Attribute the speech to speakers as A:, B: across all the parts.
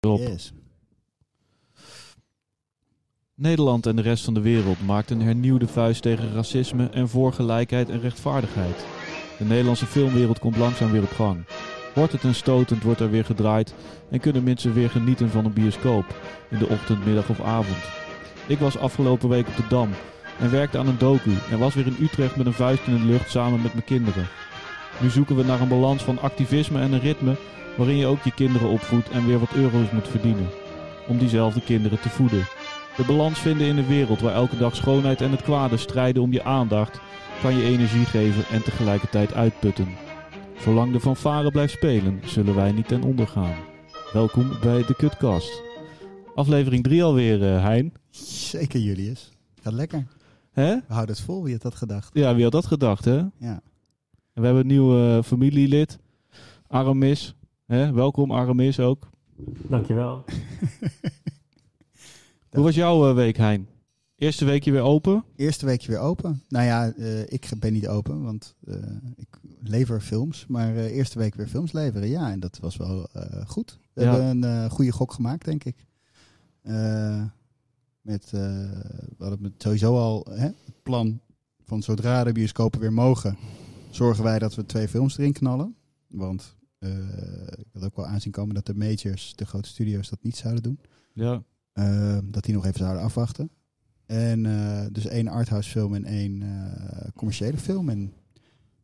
A: op.
B: Yes.
A: Nederland en de rest van de wereld maakt een hernieuwde vuist tegen racisme en voor gelijkheid en rechtvaardigheid. De Nederlandse filmwereld komt langzaam weer op gang. Wordt het een stotend, wordt er weer gedraaid en kunnen mensen weer genieten van een bioscoop in de ochtend, middag of avond. Ik was afgelopen week op de Dam en werkte aan een docu en was weer in Utrecht met een vuist in de lucht samen met mijn kinderen. Nu zoeken we naar een balans van activisme en een ritme waarin je ook je kinderen opvoedt en weer wat euro's moet verdienen. Om diezelfde kinderen te voeden. De balans vinden in een wereld waar elke dag schoonheid en het kwade strijden om je aandacht, kan je energie geven en tegelijkertijd uitputten. Zolang de fanfare blijft spelen, zullen wij niet ten onder gaan. Welkom bij de Kutkast. Aflevering 3 alweer, eh, Hein.
B: Zeker Julius. Gaat lekker.
A: Hè?
B: We houden het vol, wie had dat gedacht?
A: Ja, wie had dat gedacht, hè? En
B: Ja.
A: we hebben een nieuw eh, familielid, Aramis. Hè? Welkom, Aramis ook.
C: Dankjewel.
A: Hoe was jouw eh, week, Hein? Eerste weekje weer open?
B: Eerste weekje weer open. Nou ja, eh, ik ben niet open, want eh, ik lever films. Maar eh, eerste week weer films leveren, ja. En dat was wel eh, goed. We
A: Ja.
B: hebben een eh, goede gok gemaakt, denk ik. Eh, met, eh, we hadden met sowieso al hè, het plan van zodra de bioscopen weer mogen, zorgen wij dat we twee films erin knallen. Want eh, ik had ook wel aanzien komen dat de majors, de grote studios, dat niet zouden doen.
A: Ja.
B: Eh, dat die nog even zouden afwachten. En eh, dus één arthouse film en één eh, commerciële film. En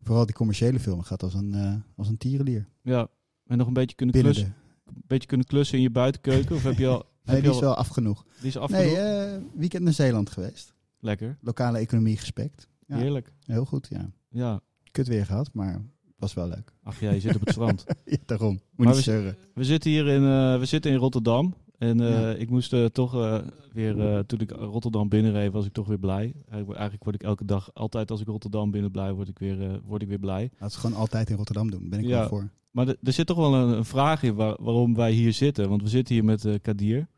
B: vooral die commerciële film gaat als een, eh, als een tierenlier.
A: Ja. En nog een beetje kunnen,
B: Binnen
A: klussen,
B: de.
A: een beetje kunnen klussen in je buitenkeuken? Of heb je al...
B: Nee,
A: heb je
B: die
A: al
B: is wel af genoeg.
A: Die is afgedoeld?
B: Nee, eh, weekend naar Zeeland geweest.
A: Lekker.
B: Lokale economie gespekt. Ja.
A: Heerlijk.
B: Heel goed, ja.
A: Ja.
B: Kut weer gehad, maar was wel leuk.
A: Ach ja, je zit op het strand.
B: Ja, daarom. Moet
A: Maar
B: niet
A: we-
B: zeuren.
A: We zitten hier in, eh, we zitten in Rotterdam. En eh,
B: Ja.
A: ik moest eh, toch eh, weer, eh, toen ik Rotterdam binnenreed, was ik toch weer blij. Eigenlijk- Eigenlijk word ik elke dag, altijd als ik Rotterdam binnen blij, word ik weer, eh, word ik weer blij.
B: Laten we gewoon altijd in Rotterdam doen. Ben ik
A: Ja.
B: wel voor.
A: Maar er- er zit toch wel een, een vraag in waar- waarom wij hier zitten. Want we zitten hier met eh, Kadir,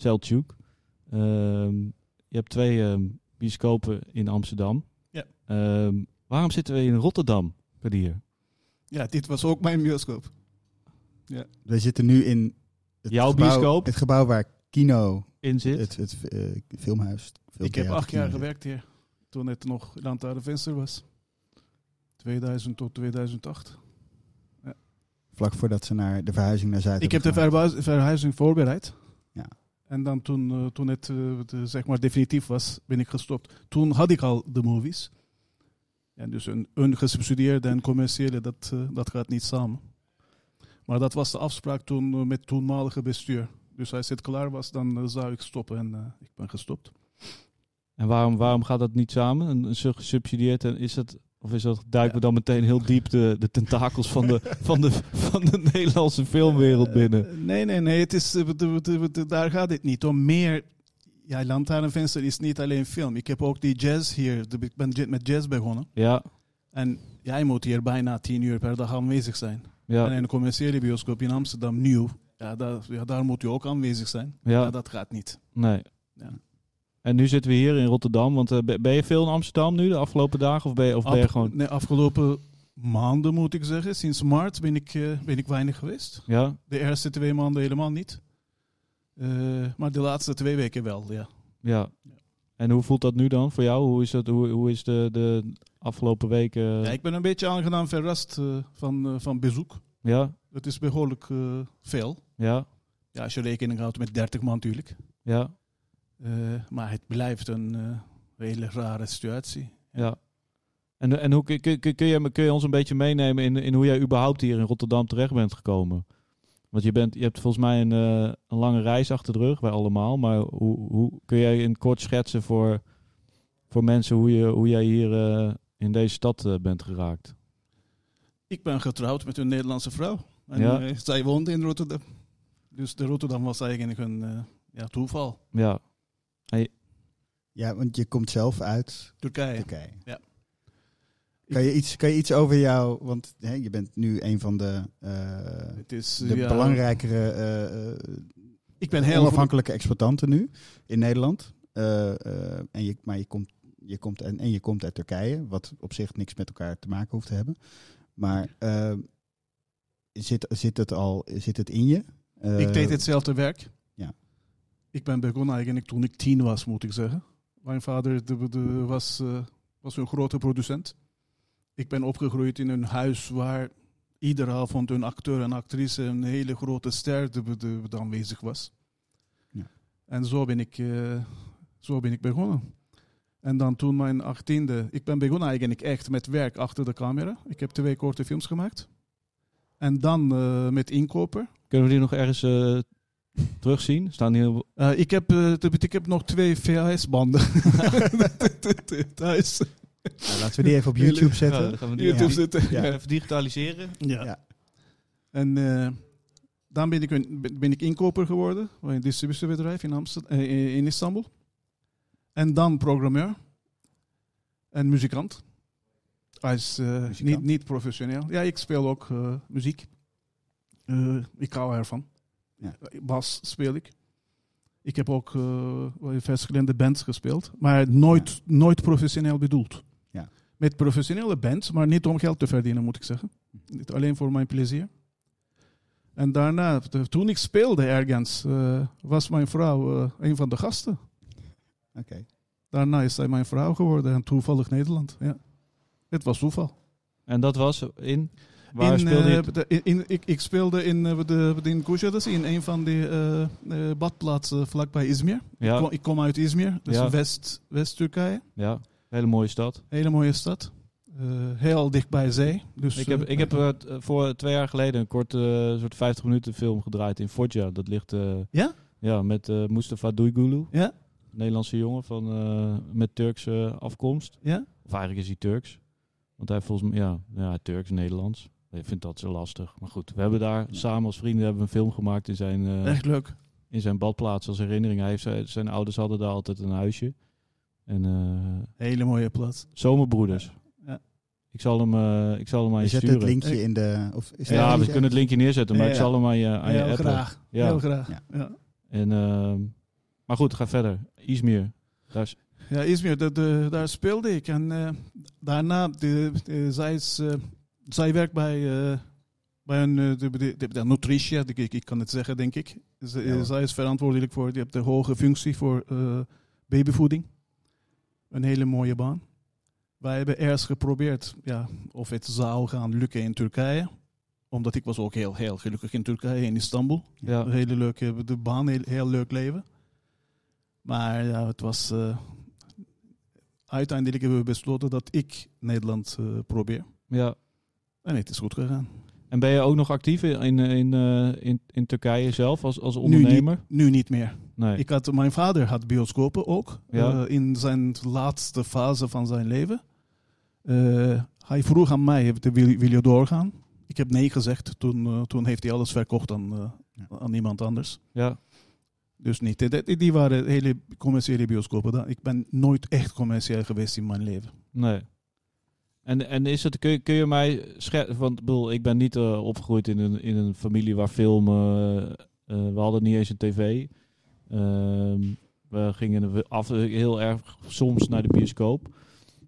A: Seltjuk. Ehm, je hebt twee ehm, bioscopen in Amsterdam.
D: Ja.
A: Ehm, waarom zitten we in Rotterdam, Kadir?
D: Ja, dit was ook mijn bioscoop.
B: We zitten nu in het
A: Jouw
B: gebouw,
A: bioscoop?
B: Het gebouw waar Kino,
A: In zit?
B: het, het eh, filmhuis.
D: ik heb acht jaar
B: gewerkt.
D: gewerkt hier, toen het nog Lantaarn Venster was. 2000 tot 2008.
B: Vlak voordat ze naar de verhuizing naar Zuid
D: ik heb de
B: gemaakt.
D: verhuis- verhuizing voorbereid.
B: Ja.
D: En dan toen, eh, toen het eh, de- zeg maar definitief was, ben ik gestopt. Toen had ik al de movies. En dus een, een gesubsidieerde en commerciële, dat, eh, dat gaat niet samen. Maar dat was de afspraak toen eh, met toenmalige bestuur. Dus als het klaar was, dan eh, zou ik stoppen. En eh, ik ben gestopt.
A: En waarom, waarom gaat dat niet samen? Een, een sub- gesubsidieerd en is dat. Of is dat, duiken we dan meteen heel diep de, de tentakels van de, van, de, van de Nederlandse filmwereld binnen?
D: Eh, nee, nee, nee. Het is, eh, wat- wat- wat- wat- daar gaat het niet om. Meer, ja, Lantaarnvenster is niet alleen film. Ik heb ook die jazz hier. de- Ik ben j- met jazz begonnen.
A: Ja,
D: En jij moet hier bijna tien uur per dag aanwezig zijn. En
A: ja,
D: in een commerciële bioscoop in Amsterdam, nieuw. Ja, daar, ja, daar moet je ook aanwezig zijn. Ja,
A: ja.
D: dat gaat niet.
A: Nee.
D: Ja.
A: En nu zitten we hier in Rotterdam. Want eh, ben ben je veel in Amsterdam nu de afgelopen dagen? Of ben je, of ben je
D: Af-
A: gewoon.
D: nee, afgelopen maanden moet ik zeggen. Sinds maart ben ik, eh, ben ik weinig geweest.
A: Ja,
D: De eerste twee maanden helemaal niet. Eh, maar de laatste twee weken wel, ja.
A: ja. En hoe voelt dat nu dan voor jou? Hoe is, dat, hoe, hoe is de, de afgelopen weken?
B: Eh,
D: Ja, ik ben een beetje aangenaam verrast eh, van, eh, van bezoek.
A: ja,
D: Het is behoorlijk eh, veel.
A: ja,
D: Ja, als je rekening houdt met 30 man natuurlijk.
A: ja.
D: Eh, maar het blijft een eh, hele rare situatie.
A: Ja. En, en hoe, kun, kun, kun, je, kun je ons een beetje meenemen in, in hoe jij überhaupt hier in Rotterdam terecht bent gekomen? Want je, bent, je hebt volgens mij een, eh, een lange reis achter de rug, wij allemaal. Maar hoe, hoe kun jij in kort schetsen voor, voor mensen hoe, je, hoe jij hier eh, in deze stad eh, bent geraakt?
D: Ik ben getrouwd met een Nederlandse vrouw. En
A: Ja.
D: eh, zij woonde in Rotterdam. Dus de Rotterdam was eigenlijk een eh, ja, toeval.
A: Ja,
B: Ja, want je komt zelf uit
D: Turkije.
B: Turkije.
D: Ja.
B: Kan je iets, kan je iets over jou... Want hè, je bent nu een van de, eh,
D: Het is, eh,
B: de
D: ja,
B: belangrijkere eh, eh,
D: Ik ben heel
B: onafhankelijke exploitanten nu in Nederland. Eh, eh, en je, maar je komt, je komt, en, en je komt uit Turkije, wat op zich niks met elkaar te maken hoeft te hebben. Maar eh, zit, zit, het al, zit het in je? Eh,
D: ik deed hetzelfde werk.
B: ja.
D: Ik ben begonnen eigenlijk toen ik tien was, moet ik zeggen. Mijn vader de- de- was, eh, was een grote producent. Ik ben opgegroeid in een huis waar iedere avond een acteur en actrice, een hele grote ster de, de, de aanwezig was.
B: Ja.
D: En zo ben, ik, eh, zo ben ik begonnen. En dan toen mijn achttiende, ik ben begonnen eigenlijk echt met werk achter de camera. Ik heb twee korte films gemaakt. En dan eh, met inkoper.
A: Kunnen we die nog ergens eh, terugzien? Staan die heel...
D: Eh, ik, heb, eh, te- ik heb nog twee VHS-banden thuis.
B: nou, laten we die even op YouTube
A: Ja,
B: zetten.
A: dan gaan we die
D: YouTube
A: even-
D: zitten.
B: Ja.
A: even digitaliseren.
D: Ja.
B: Ja.
D: En eh, dan ben ik, een- ben ben ik inkoper geworden bij een distributiebedrijf in, Amsterdam, in Istanbul. En dan programmeur en muzikant. Als, eh, Niet, niet professioneel. Ja, ik speel ook eh, muziek. Eh, ik hou ervan.
B: Ja.
D: Bas speel ik. Ik heb ook eh, bij verschillende bands gespeeld, maar nooit, nooit professioneel bedoeld.
B: Ja.
D: Met professionele bands, maar niet om geld te verdienen, moet ik zeggen. Niet alleen voor mijn plezier. En daarna, t- toen ik speelde ergens, eh, was mijn vrouw eh, een van de gasten.
B: Oké.
D: Daarna is zij mijn vrouw geworden en toevallig Nederland. Ja. Het was toeval.
A: En dat was in... Waar
D: in,
A: speelde je
D: eh,
A: het?
D: de- in, in- ik, ik speelde in, eh, de, in Kuşadası, in een van die eh, eh, badplaatsen vlakbij Izmir. Ik,
A: Ja,
D: kom, ik kom uit Izmir, dus
A: Ja.
D: West- West-Turkije.
A: ja, hele mooie stad.
D: Hele mooie stad. Eh, heel dicht bij zee. Dus,
A: Ik heb,
D: eh,
A: ik heb eh, t- eh, voor twee jaar geleden een korte eh, soort 50 minuten film gedraaid in Foggia. Dat ligt eh,
D: Ja?
A: ja, met eh Mustafa Duygulu.
D: Ja?
A: Nederlandse jongen van, eh, met Turkse afkomst.
D: Ja?
A: Of eigenlijk is hij Turks. Want hij volgens mij, ja, ja Turks, Nederlands. Ik vind dat zo lastig. Maar goed, we hebben daar samen als vrienden hebben we een film gemaakt in zijn, eh,
D: Echt leuk.
A: in zijn badplaats als herinnering. Hij heeft, zijn- zijn ouders hadden daar altijd een huisje. En eh,
D: Hele mooie plaats.
A: zomerbroeders.
D: Ja.
A: Ik zal hem, eh, ik zal hem aan
B: Je
A: je
B: zet
A: sturen.
B: het linkje in de... Of is
A: Ja,
B: dat-
A: we kunnen het linkje neerzetten, maar
D: eh, Ja,
A: ik
D: ja.
A: zal hem aan je, aan je
D: heel
A: appen.
D: graag.
A: Ja.
D: Heel graag.
B: Ja.
D: Ja. Ja.
A: En, ehm, maar goed, ga verder. Izmir. Daar is,
D: Izmir, de, de, daar speelde ik. En eh, daarna, de, de- zij, is, eh, zij werkt bij, eh, bij een eh, de, de, de, de nutritia, de- ik, ik kan het zeggen, denk ik. Z- eh,
B: Ja, hoor.
D: zij is verantwoordelijk voor die heeft de hoge functie voor eh, babyvoeding. Een hele mooie baan. Wij hebben eerst geprobeerd ja, of het zou gaan lukken in Turkije. Omdat ik was ook heel, heel gelukkig in Turkije, in Istanbul.
A: ja.
D: Een hele leuke de baan, heel, heel leuk leven. Maar ja, het was. eh, uiteindelijk hebben we besloten dat ik Nederland eh, probeer.
A: ja.
D: En het is goed gegaan.
A: En ben je ook nog actief in, in, in, eh, in, in Turkije zelf als, als ondernemer?
D: Nu niet meer.
A: Nee.
D: Ik had, mijn vader had bioscopen ook.
A: Ja.
D: eh, in zijn laatste fase van zijn leven. Eh, hij vroeg aan mij: heb je- wil, wil je doorgaan? Ik heb nee gezegd. Toen, eh, toen heeft hij alles verkocht aan, eh,
B: Ja.
D: aan iemand anders.
A: Ja.
D: Dus niet. Die- Die, die waren hele commerciële bioscopen. Da- Ik ben nooit echt commercieel geweest in mijn leven.
A: Nee. En, en is het, kun, je, kun je mij schetsen? Want ik bedoel, ik ben niet eh, opgegroeid in een, in een familie waar film. eh, eh, we hadden niet eens een tv. Ehm, we gingen af, heel erg soms naar de bioscoop.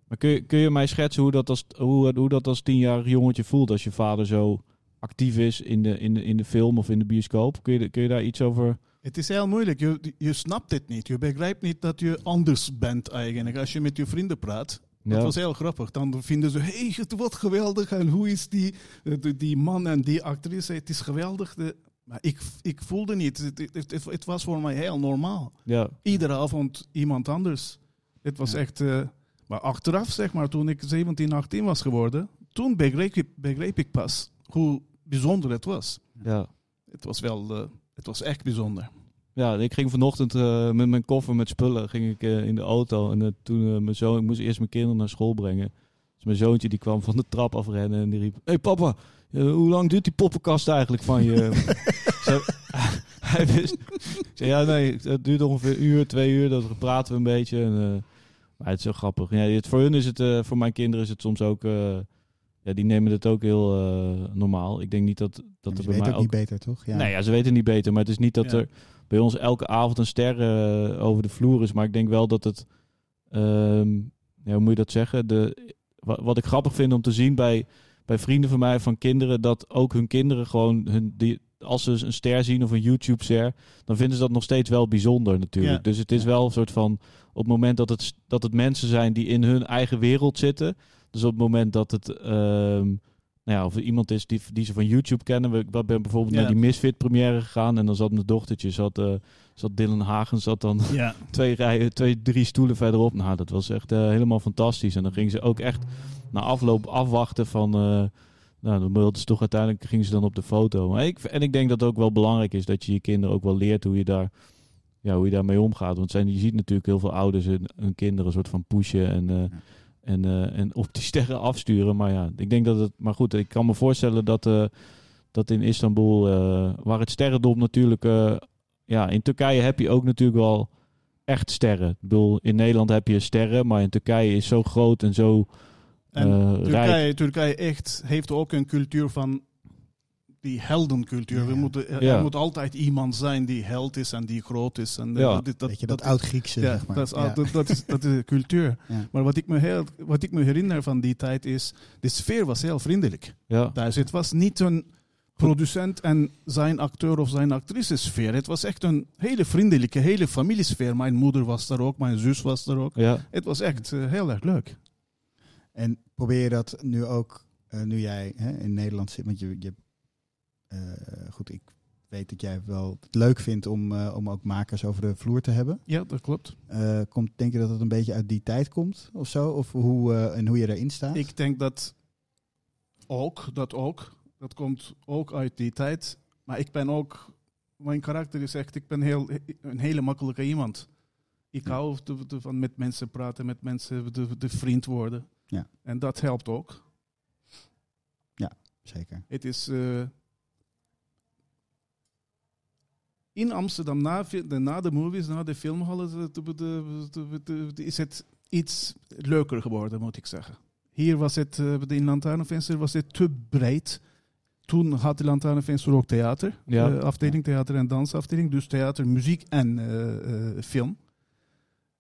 A: Maar kun je, kun je mij schetsen hoe dat als, hoe, hoe dat als tienjarig jongetje voelt als je vader zo actief is in de, in de, in de film of in de bioscoop? Kun je, kun je daar iets over.
D: Het is heel moeilijk. Je, je snapt het niet. Je begrijpt niet dat je anders bent eigenlijk. Als je met je vrienden praat. Dat
A: Ja.
D: was heel grappig. Dan vinden ze, hey, het wordt geweldig. En hoe is die, eh, die- die man en die actrice? Het is geweldig. De- Maar ik, ik voelde niet. Het, het, het- het was voor mij heel normaal.
A: Ja,
D: iedere avond iemand anders. Het was
B: Ja.
D: echt. eh, maar achteraf, zeg maar, toen ik 17, 18 was geworden, toen begreep ik, begreep ik pas hoe bijzonder het was.
A: ja.
D: Het was wel. eh, het was echt bijzonder.
A: Ja, ik ging vanochtend eh, met mijn koffer met spullen ging ik, eh, in de auto. En eh, toen eh, mijn zoon, ik moest eerst mijn kinderen naar school brengen. Dus mijn zoontje die kwam van de trap afrennen en die riep: Hé hey papa, eh, hoe lang duurt die poppenkast eigenlijk van je? Ik zei, hij wist. Ik zei: Ja, nee, het duurt ongeveer een uur, twee uur. Dat praten we een beetje. En, eh, maar het is zo grappig. Ja, het, voor hun is het, eh, voor mijn kinderen is het soms ook. eh, ja, die nemen het ook heel eh, normaal. Ik denk niet dat, dat
B: je
A: er bij
B: weet
A: mij
B: ook
A: ook
B: niet beter, toch? Ja.
A: nou ja, ze weten niet beter. Maar het is niet dat
D: Ja.
A: er bij ons elke avond een ster eh, over de vloer is. Maar ik denk wel dat het. ehm, ja, hoe moet je dat zeggen? De, wa- wat ik grappig vind om te zien bij, bij vrienden van mij, van kinderen, dat ook hun kinderen gewoon hun, die, als ze een ster zien of een YouTube-ster, dan vinden ze dat nog steeds wel bijzonder natuurlijk.
D: Ja.
A: Dus het is wel een soort van, op het moment dat het, dat het mensen zijn die in hun eigen wereld zitten, dus op het moment dat het, ehm, nou ja, of er iemand is die, die ze van YouTube kennen. We- Ik ben bijvoorbeeld
D: Ja.
A: naar die Misfit-première gegaan en dan zat mijn dochtertje, zat, eh, zat Dylan Hagen, zat dan
D: Ja,
A: twee, rijen, twee, drie stoelen verderop. Nou, dat was echt eh, helemaal fantastisch. En dan gingen ze ook echt na afloop afwachten van... eh, nou, dan wilden ze toch uiteindelijk gingen ze dan op de foto. Maar ik, en ik denk dat het ook wel belangrijk is dat je je kinderen ook wel leert hoe je daar... Ja, hoe je daarmee omgaat. Want zijn, je ziet natuurlijk heel veel ouders hun, hun kinderen een soort van pushen en, eh, en, eh, en op die sterren afsturen. Maar ja, ik denk dat het... Maar goed, ik kan me voorstellen dat, eh, dat in Istanbul, eh, waar het sterrendom natuurlijk... eh, ja, in Turkije heb je ook natuurlijk wel echt sterren. Ik bedoel, in Nederland heb je sterren, maar in Turkije is zo groot en zo eh
D: En
A: rijk.
D: Turkije, Turkije echt heeft ook een cultuur van die heldencultuur. We
B: Ja.
D: moeten, er
A: Ja.
D: moet altijd iemand zijn die held is en die groot is. En eh,
A: Ja.
D: dit-
B: Dat, je, dat, oud-Griekse,
D: ja,
B: zeg maar.
D: dat, is,
B: Ja.
D: dat, dat is, dat is de cultuur.
B: Ja.
D: Maar wat ik, me heel, wat ik me herinner van die tijd is, de sfeer was heel vriendelijk
A: Ja,
D: thuis. Het was niet een producent en zijn acteur of zijn actrice sfeer. Het was echt een hele vriendelijke, hele familiesfeer. Mijn moeder was daar ook, mijn zus was daar ook.
A: ja,
D: Het was echt eh, heel erg leuk.
B: En probeer je dat nu ook, eh, nu jij hè, in Nederland zit, want je, je eh, goed, ik weet dat jij wel het leuk vindt om, eh, om ook makers over de vloer te hebben.
D: Ja, dat klopt.
B: Eh, komt, denk je dat het een beetje uit die tijd komt of zo? Of hoe, eh, en hoe je daarin staat?
D: Ik denk dat ook, dat ook. Dat komt ook uit die tijd. Maar ik ben ook, mijn karakter is echt, ik ben heel, een hele makkelijke iemand. Ik
B: Ja.
D: hou de- de- van met mensen praten, met mensen de, de vriend worden.
B: Ja.
D: En dat helpt ook.
B: Zeker.
D: Het is eh, in Amsterdam na, fi- de- na de movies, na de filmhallen, de- de- de- de- de- de- is het iets leuker geworden, moet ik zeggen. Hier was het, eh, in Lantaarnvenster was het te breed. Toen had de Lantaarnvenster ook theater,
A: Ja.
D: eh, afdeling theater en dansafdeling. Dus theater, muziek en eh, eh, film.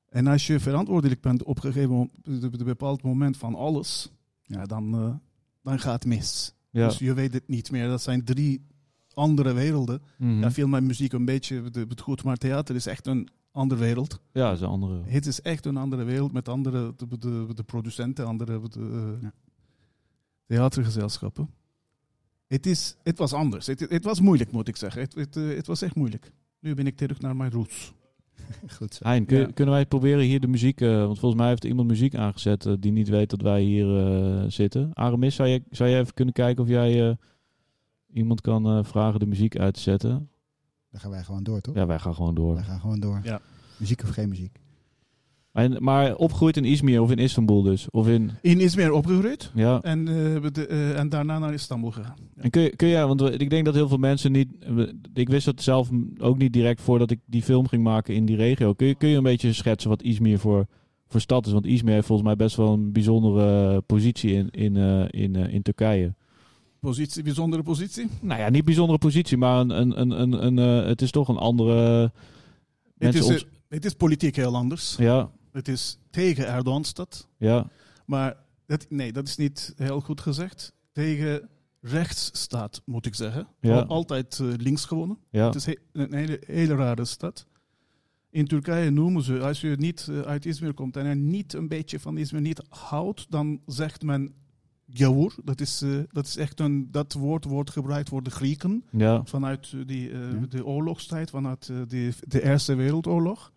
D: En als je verantwoordelijk bent op een gegeven moment- op een bepaald moment van alles, ja, dan, eh, dan gaat het mis.
A: ja.
D: Dus je weet het niet meer. Dat zijn drie andere werelden.
A: Mhm.
D: Ja, film en muziek een beetje de- het goed, maar theater is echt een andere wereld.
A: Ja, dat is een andere.
D: Het is echt een andere wereld met andere de, de, de producenten, andere de, eh,
B: Ja.
D: theatergezelschappen. Het, is, het was anders. Het, het was moeilijk, moet ik zeggen. Het, het, eh, het was echt moeilijk. Nu ben ik terug naar mijn roots.
B: Goed zo.
A: Hein, kun-
D: Ja.
A: kunnen wij proberen hier de muziek... eh, want volgens mij heeft iemand muziek aangezet eh, die niet weet dat wij hier eh, zitten. Aramis, zou jij, zou jij even kunnen kijken of jij eh, iemand kan eh, vragen de muziek uit te zetten?
B: Dan gaan wij gewoon door, toch?
A: Ja, wij gaan gewoon door.
B: Wij gaan gewoon door.
D: Ja.
B: Muziek of geen muziek?
A: En, maar opgegroeid in Izmir of in Istanbul dus? Of in...
D: In Izmir opgegroeid
A: Ja.
D: en, eh, we de- eh, en daarna naar Istanbul gegaan. Ja.
A: En kun, je- kun jij, want we- ik denk dat heel veel mensen niet. we- Ik wist dat zelf m- ook niet direct voordat ik die film ging maken in die regio. Kun je, kun je een beetje schetsen wat Izmir voor, voor stad is? Want Izmir heeft volgens mij best wel een bijzondere eh, positie in, in, eh, in, eh, in Turkije.
D: Positie, bijzondere positie.
A: Nou ja, niet bijzondere positie, maar een, een, een, een, een, eh, het is toch een andere.
D: Het
A: mensen ont-
D: is, eh, het is politiek heel anders.
A: ja,
D: Het is tegen Erdoganstad.
A: ja,
D: Maar dat, nee, dat is niet heel goed gezegd. Tegen rechtsstaat, moet ik zeggen.
A: Ja.
D: Al- Altijd eh, links gewonnen.
A: ja,
D: Het is he- een hele, hele rare stad. In Turkije noemen ze, als je niet eh, uit Izmir komt en er niet een beetje van Izmir niet houdt, dan zegt men gavur. Dat is, eh, dat is echt een, dat woord wordt gebruikt voor de Grieken
A: ja,
D: vanuit eh, die, eh,
B: Ja.
D: de oorlogstijd, vanuit eh, die, de Eerste Wereldoorlog.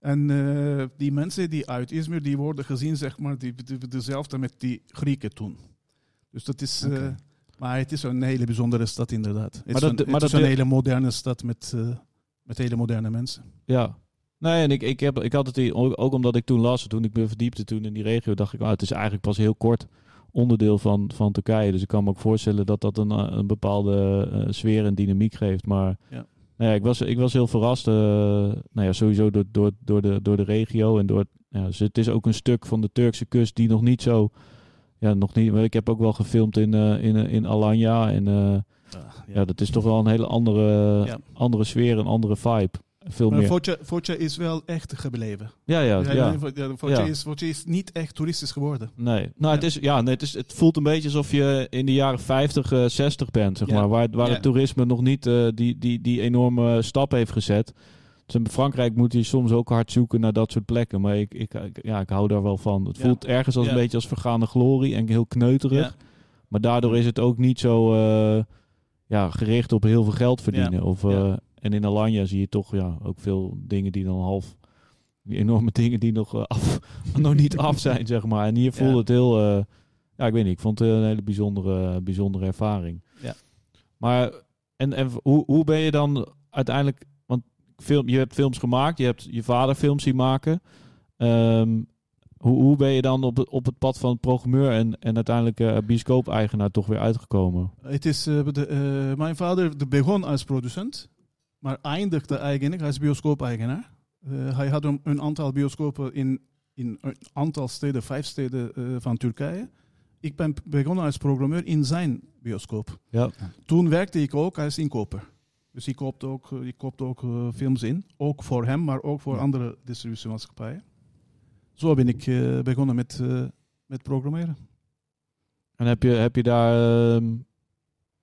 D: En eh, die mensen die uit Izmir, die worden gezien, zeg maar, die, die- dezelfde met die Grieken toen. Dus dat is... eh,
B: Oké.
D: maar het is een hele bijzondere stad inderdaad. Het is,
A: dat-
D: een, het
A: maar
D: is
A: dat-
D: een hele moderne stad met, eh, met hele moderne mensen.
A: ja. Nee, en ik, ik, heb, ik had het hier ook, ook omdat ik toen las, toen ik me verdiepte toen in die regio, dacht ik, ah, het is eigenlijk pas heel kort onderdeel van, van Turkije. Dus ik kan me ook voorstellen dat dat een, eh, een bepaalde eh, sfeer en dynamiek geeft. Maar
D: Ja.
A: nou ja, ik, was, ik was heel verrast. eh, nou ja, sowieso door, door, door, de, door de regio. En door, ja, dus het is ook een stuk van de Turkse kust die nog niet zo. Ja, nog niet. maar Ik heb ook wel gefilmd in, eh, in, eh, in Alanya. En eh, ja. dat is toch wel een hele andere,
D: Ja.
A: andere sfeer, een andere vibe. Veel
D: Maar
A: meer.
D: Foccia, Foccia is wel echt gebleven.
A: Ja, ja,
D: Ja,
A: ja.
D: ja, Foccia,
A: Ja.
D: Is, Foccia is niet echt toeristisch geworden.
A: Nee, nou, het, is, ja, nee, het, is, het voelt een beetje alsof je in de jaren 50, eh, 60 bent, zeg
D: Ja.
A: maar. Waar, het- waar
D: Ja.
A: het toerisme nog niet eh, die, die, die enorme stap heeft gezet. Dus in Frankrijk moet je soms ook hard zoeken naar dat soort plekken. Maar ik, ik, ik- ja, ik hou daar wel van. Het
D: Ja.
A: voelt ergens als
D: Ja.
A: een beetje als vergaande glorie en heel kneuterig.
D: Ja.
A: Maar daardoor is het ook niet zo eh, ja, gericht op heel veel geld verdienen. Of, eh,
D: Ja.
A: En in Alanya zie je toch ja, ook veel dingen die dan half... Die enorme dingen die nog, eh, af, nog niet af zijn, zeg maar. En hier voelde
D: Ja.
A: het heel... eh, ja, ik weet niet. Ik vond het een hele bijzondere, bijzondere ervaring.
D: Ja.
A: Maar en, en hoe, hoe ben je dan uiteindelijk... Want film, je hebt films gemaakt. Je hebt je vader films zien maken. Ehm, hoe, hoe ben je dan op, het- op het pad van programmeur en, en uiteindelijk eh, bioscoop-eigenaar toch weer uitgekomen?
D: Het is, eh, de, eh, mijn vader de- begon als producent, maar eindigde eigenlijk als bioscoop-eigenaar. Eh, hij had een, een aantal bioscopen in, in een aantal steden, vijf steden eh, van Turkije. Ik ben begonnen als programmeur in zijn bioscoop.
A: Ja.
D: Toen werkte ik ook als inkoper. Dus ik koopte ook, eh, ik koopte ook eh, films in, ook voor hem, maar ook voor
B: Ja.
D: andere distributiemaatschappijen. Zo ben ik eh, begonnen met, eh, met programmeren.
A: En heb je, heb je daar... ehm,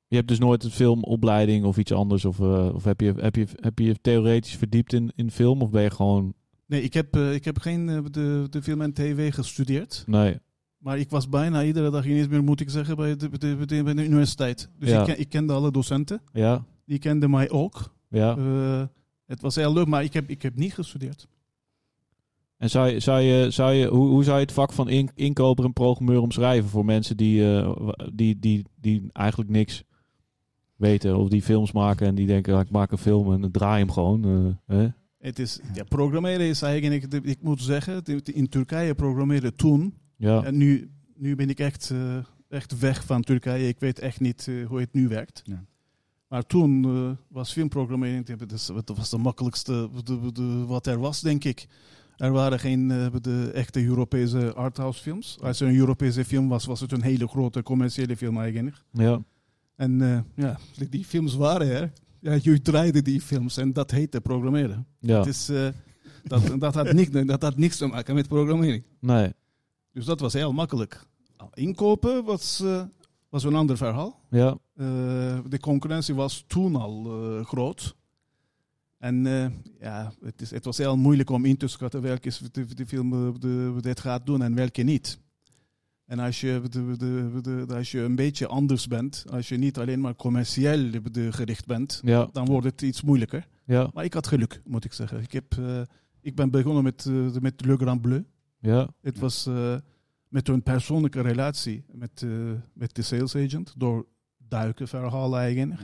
A: je hebt dus nooit een filmopleiding of iets anders? Of, eh, of heb, je, heb, je, heb je je theoretisch verdiept in, in film? Of ben je gewoon...
D: Nee, ik heb, eh, ik heb geen eh, de, de film en tv gestudeerd.
A: Nee.
D: Maar ik was bijna iedere dag in Izmir, moet ik zeggen, bij de, de- de- bij de universiteit. Dus
A: Ja.
D: ik, ken- ik kende alle docenten.
A: Ja?
D: Die kenden mij ook.
A: Ja.
D: Eh, het was heel leuk, maar ik heb, ik heb niet gestudeerd.
A: En zou je, zou je, zou je, hoe, hoe zou je het vak van in- inkoper en programmeur omschrijven voor mensen die, eh, wa- die, die, die eigenlijk niks weten? Of die films maken en die denken, ah, ik maak een film en draai hem gewoon. eh, hè?
D: Het is, ja, programmeren is eigenlijk, de- ik moet zeggen, de- in Turkije programmeren toen.
A: Ja.
D: En nu, nu ben ik echt, eh, echt weg van Turkije. Ik weet echt niet eh, hoe het nu werkt.
B: Ja.
D: Maar toen eh, was filmprogrammering, dat is- dat was de makkelijkste de- de- wat er was, denk ik. Er waren geen eh, de echte Europese arthouse films. Als er een Europese film was, was het een hele grote commerciële film eigenlijk.
A: ja.
D: En eh, ja, die films waren er. Ja, je draaide die films en dat heette programmeren.
A: Ja.
D: Het is, eh, dat, dat, had niks, dat had niks te maken met programmering.
A: Nee.
D: Dus dat was heel makkelijk. Inkopen was, eh, was een ander verhaal.
A: Ja.
D: Eh, de concurrentie was toen al eh, groot. En eh, ja, het, is, het was heel moeilijk om in te schatten welke s- de, de film eh, de, dit gaat doen en welke niet. En als je, de, de, de- als je een beetje anders bent, als je niet alleen maar commercieel de- de gericht bent,
A: Ja.
D: dan wordt het iets moeilijker.
A: Ja.
D: Maar ik had geluk, moet ik zeggen. Ik, heb, eh, ik ben begonnen met, eh, met Le Grand Bleu.
A: Ja.
D: Het was eh, met hun persoonlijke relatie met, eh, met de sales agent door duiken verhaal eigenlijk.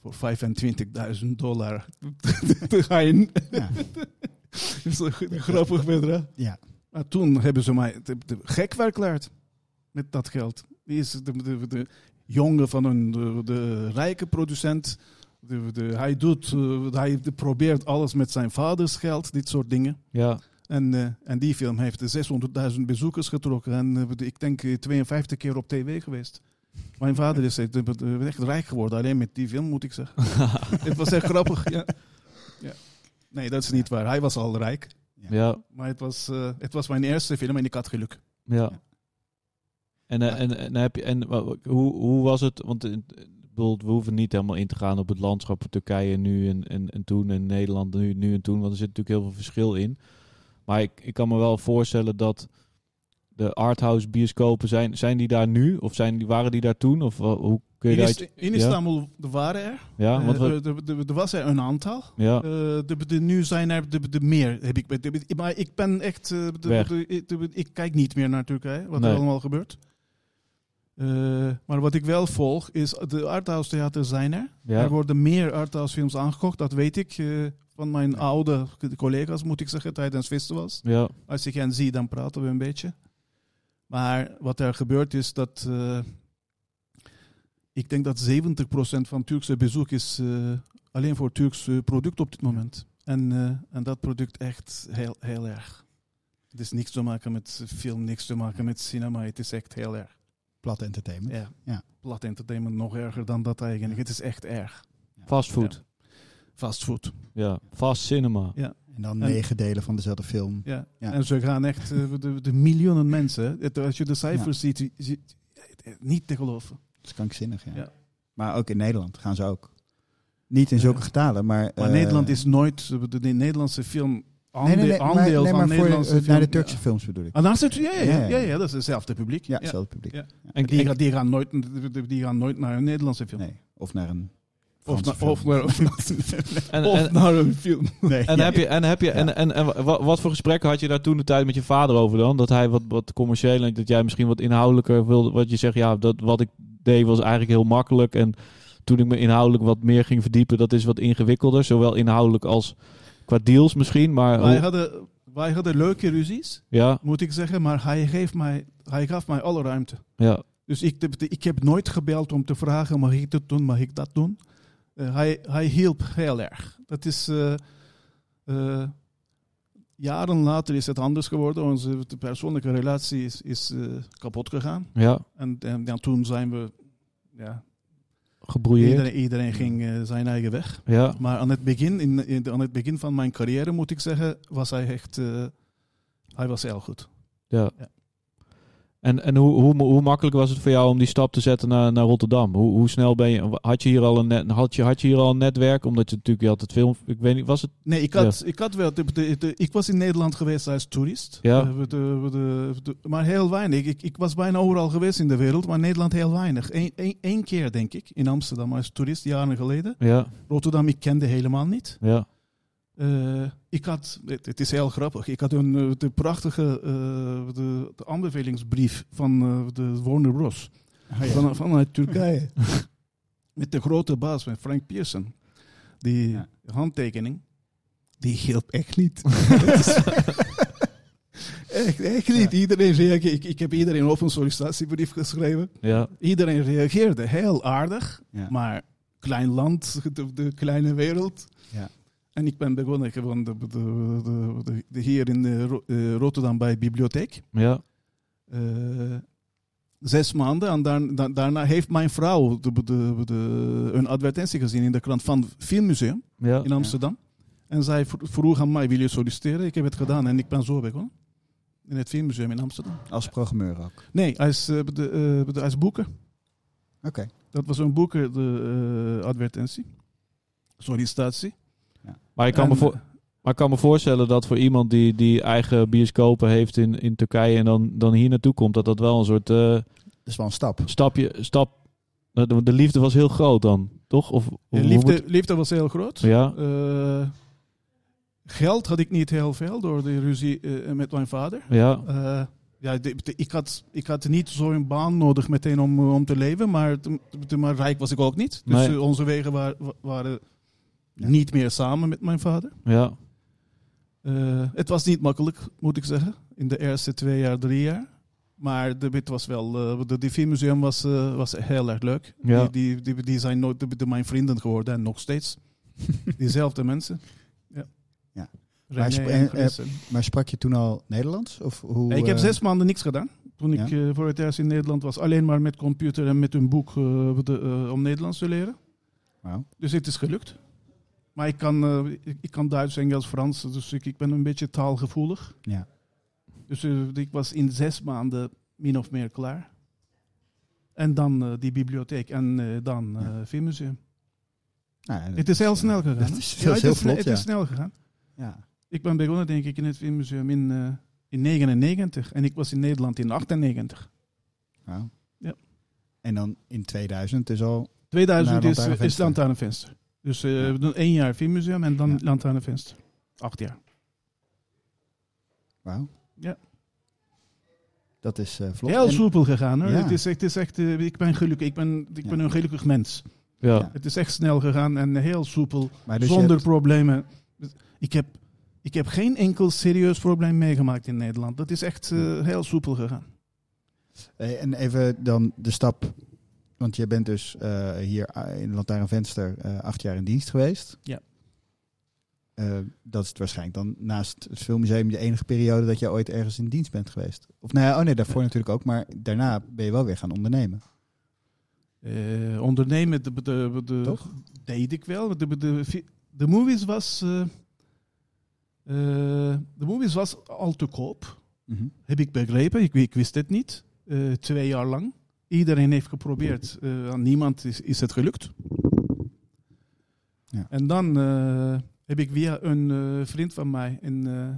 D: Voor 25.000 dollar te ga je.
B: Ja.
D: Dat is een goed- grappig bedrag.
B: Ja.
D: Maar toen hebben ze mij te- te- gek verklaard met dat geld. Die is de, de, de jongen van een de, de rijke producent. De, de, hij, doet, eh, hij probeert alles met zijn vaders geld, dit soort dingen.
A: Ja.
D: En, eh, en die film heeft 600.000 bezoekers getrokken. En eh, ik denk eh, 52 keer op tv geweest. Mijn vader is echt, eh, echt rijk geworden, alleen met die film moet ik zeggen. het was echt grappig. Ja. Ja. Nee, dat is niet waar. Hij was al rijk.
A: Ja.
D: Maar het was, eh, het was mijn eerste film en ik had geluk.
A: Ja. En, eh, en, en, heb je, en wa- wa- hoe, hoe was het? Want eh, ik bedoel, we hoeven niet helemaal in te gaan op het landschap van Turkije nu en, en, en toen en Nederland nu, nu en toen, want er zit natuurlijk heel veel verschil in. Maar ik, ik kan me wel voorstellen dat de arthouse bioscopen zijn, zijn die daar nu? Of zijn die, waren die daar toen? Of wa- hoe kun je
D: In,
A: daar
D: Ist-
A: iets-
D: in Istanbul waren er,
A: Ja,
D: eh,
A: want we,
D: er, er- er- er was er een aantal.
A: ja,
D: Eh, de, de, nu zijn er de, de meer. Heb ik, de- de- maar ik ben echt. eh, de-
A: Weg.
D: de- de- ik kijk niet meer naar Turkije, wat
A: Nee.
D: er allemaal gebeurt. Eh, maar wat ik wel volg is. De arthouse theater zijn er. Er
A: ja,
D: worden meer arthouse films aangekocht, dat weet ik. eh, van mijn oude collega's, moet ik zeggen, tijdens festivals.
A: ja,
D: Als ik hen zie, dan praten we een beetje. Maar wat er gebeurt is dat. eh, ik denk dat 70% van Turkse bezoek is eh, alleen voor Turks eh, product op dit moment. En, eh, en dat product echt heel, heel erg. Het is niks te maken met film, niks te maken met cinema. Het is echt heel erg.
B: Plat entertainment.
D: Ja.
B: Ja.
D: Plat entertainment nog erger dan dat eigenlijk. Het is echt erg.
A: fastfood.
D: fastfood.
A: Ja, vast cinema.
B: En dan
D: En-
B: negen delen van dezelfde film.
D: Ja.
B: Ja.
D: En ze gaan echt, eh, de, de miljoenen mensen, hè. Het- als je de cijfers ziet, je- je- eh, niet te geloven.
B: Dat is krankzinnig, ja.
D: Ja.
B: Maar ook in Nederland gaan ze ook. Niet in zulke getalen, maar...
D: Maar
B: eh,
D: Nederland is nooit, eh, de, de Nederlandse film,
B: Nee,
D: aande-
B: nee, nee, maar- nee,
D: aandeel
B: maar,
D: van
B: voor,
D: Nederlandse
B: eh,
D: film.
B: naar de Turkse films bedoel ik.
D: Ja. Ah, naast het, ja,
B: Ja,
D: ja, ja,
B: ja.
D: ja, ja, dat is hetzelfde publiek.
B: Ja, hetzelfde publiek.
D: Ja.
A: En
D: Die, gaan, die, gaan nooit, die gaan nooit naar een Nederlandse film.
B: Nee, of naar een...
D: Of,
B: Franse
D: naar of,
B: film.
D: naar, of, naar-
A: En-
D: of
A: en-
D: naar een film.
B: Nee,
A: En,
B: ja.
A: heb je, en, heb je, en, en, en wa- wat voor gesprekken had je daar toen de tijd met je vader over dan? Dat hij wat, wat commercieel en dat jij misschien wat inhoudelijker wilde. Wat je zegt, ja, dat wat ik deed was eigenlijk heel makkelijk. En toen ik me inhoudelijk wat meer ging verdiepen, dat is wat ingewikkelder. Zowel inhoudelijk als qua deals misschien. Maar
D: Wij
A: hoe-
D: hadden, wij hadden leuke ruzies,
A: ja,
D: moet ik zeggen, maar hij, geeft mij, hij gaf mij alle ruimte.
A: ja,
D: Dus ik, heb- ik heb nooit gebeld om te vragen, mag ik dit doen, mag ik dat doen? Eh, hij, hij hielp heel erg. Dat is... eh, eh, jaren later is het anders geworden. Onze persoonlijke relatie is, is eh, kapot gegaan.
A: ja,
D: En, en ja, toen zijn we... Ja,
A: gebroeierd.
D: iedereen, iedereen ging eh, zijn eigen weg.
A: Ja,
D: Maar aan het begin, in, in- aan het begin van mijn carrière, moet ik zeggen, was hij echt... eh, hij was heel goed.
A: ja.
D: Ja.
A: En, en hoe, hoe, hoe makkelijk was het voor jou om die stap te zetten naar, naar Rotterdam? Hoe, hoe snel ben je? Had je hier al een, net, had je, had je hier al een netwerk? Omdat je natuurlijk je had het film. Ik weet niet, was het.
D: Nee, ik had, ik had wel... de- de- de- ik was in Nederland geweest als toerist.
A: Ja.
D: Eh, we- de- we- de- de- maar heel weinig. Ik, ik was bijna overal geweest in de wereld, maar Nederland heel weinig. Eén één- één keer, denk ik, in Amsterdam als toerist, jaren geleden.
A: Ja,
D: Rotterdam, ik kende helemaal niet.
A: ja.
D: Eh, ik had, het, het is heel grappig, ik had een eh, de prachtige eh, de, de aanbevelingsbrief van eh, de Warner Bros.
B: Oh, ja.
D: Van, vanuit Turkije.
B: Turkije.
D: Met de grote baas, met Frank Pearson. Die
B: Ja.
D: handtekening, die hielp echt niet. echt, echt niet. Iedereen reageerde. Ik, ik heb iedereen op een sollicitatiebrief geschreven.
A: Ja,
D: Iedereen reageerde heel aardig,
B: Ja.
D: maar klein land, de, de kleine wereld.
B: Ja.
D: En ik ben begonnen gewoon de, de, de- de- de- hier in eh, Ro- eh, Rotterdam bij bibliotheek.
A: ja,
D: Eh, zes maanden. En daar- da- daarna heeft mijn vrouw de, de, de, een advertentie gezien in de krant van het Filmmuseum
A: ja.
D: in Amsterdam. En zij vro- vroeg aan mij, wil je solliciteren? Ik heb het gedaan en ik ben zo begonnen. In het Filmmuseum in Amsterdam.
B: Als programmeur ook. Oké.
D: Nee, als, eh, de, eh, de- als boeker. Dat was een boeker, de eh, advertentie. Sollicitatie.
A: Maar ik kan, me
D: En- eh,
A: voor, maar ik kan me voorstellen dat voor iemand die, die eigen bioscopen heeft in, in Turkije en dan, dan hier naartoe komt, dat dat wel een soort eh,
B: Dat is wel een stap.
A: stapje, stap. De, de liefde was heel groot dan, toch? Of, of
D: Ja,
A: hoe
D: liefde,
A: moet-
D: liefde was heel groot.
A: ja,
D: Eh, geld had ik niet heel veel door de ruzie eh, met mijn vader.
A: ja,
D: Eh, ja, de- de- ik, had, ik had niet zo'n baan nodig meteen om, eh, om te leven, maar, te- te- maar rijk was ik ook niet. Dus
A: Nee.
D: eh, onze wegen wa- wa- waren
B: Ja.
D: niet meer samen met mijn vader.
A: ja,
D: Eh, het was niet makkelijk, moet ik zeggen, in de eerste twee jaar, drie jaar. Maar de, het was wel, eh, de, die filmmuseum was, eh, was heel erg leuk.
A: Ja.
D: Die, die, die, die zijn nooit de, de mijn vrienden geworden en nog steeds. Diezelfde mensen. Ja.
B: Ja.
D: René
B: Maar sp-
D: en
B: en-
D: Chris en-
B: Maar sprak je toen al Nederlands? Of hoe,
D: Nee, ik heb
B: eh,
D: zes maanden niks gedaan. Toen ik
B: Ja.
D: eh, voor het eerst in Nederland was, alleen maar met computer en met een boek eh, de, eh, om Nederlands te leren.
B: wauw.
D: Dus het is gelukt. Maar ik kan, eh, ik, ik kan Duits, Engels, Frans, dus ik, ik ben een beetje taalgevoelig.
B: Ja.
D: Dus eh, ik was in zes maanden min of meer klaar. En dan eh, die bibliotheek en eh, dan eh filmmuseum.
B: Nou, ja,
D: Het is heel snel gegaan.
B: dat
D: hè?
B: is-
D: Ja,
B: dat is
D: het
B: heel
D: is,
B: vlot,
D: het
B: ja.
D: is snel gegaan.
B: ja.
D: Ik ben begonnen, denk ik, in het filmmuseum in 1999. en ik was in Nederland in 98.
B: Wauw.
D: Ja.
B: En dan in 2000 is al...
D: 2000
B: Naar
D: is, eh,
B: Lantaarnvenster.
D: is Lantaarnvenster. Dus eh, we doen één jaar filmmuseum en dan
B: Ja.
D: Lantaarnvenster. Acht jaar.
B: Wauw.
D: Ja.
B: Dat is eh vlot.
D: Heel
B: En-
D: soepel gegaan hoor.
B: Ja.
D: Het is echt, het is echt eh, ik ben gelukkig. Ik ben, ik
B: Ja.
D: ben een gelukkig mens.
A: ja,
B: Ja.
D: Het is echt snel gegaan en heel soepel.
B: maar dus je
D: zonder
B: hebt-
D: problemen. Ik heb, ik heb geen enkel serieus probleem meegemaakt in Nederland. Dat is echt eh, heel soepel gegaan.
B: eh, en even dan de stap... Want jij bent dus eh, hier eh, in Lantaarnvenster eh acht jaar in dienst geweest.
D: Ja.
B: Eh, dat is het waarschijnlijk dan naast het filmmuseum de enige periode dat jij ooit ergens in dienst bent geweest. Of nou ja, oh nee, daarvoor natuurlijk ook, maar daarna ben je wel weer gaan ondernemen.
D: Eh, ondernemen de, de, de,
B: Toch?
D: deed ik wel. De, de, de- de movies was. eh, eh, de movies was al te koop.
B: Mhm.
D: Heb ik begrepen. Ik, ik wist het niet. Eh, twee jaar lang. Iedereen heeft geprobeerd. eh, aan niemand is, is het gelukt.
B: Ja.
D: En dan eh, heb ik via een eh, vriend van mij in, eh,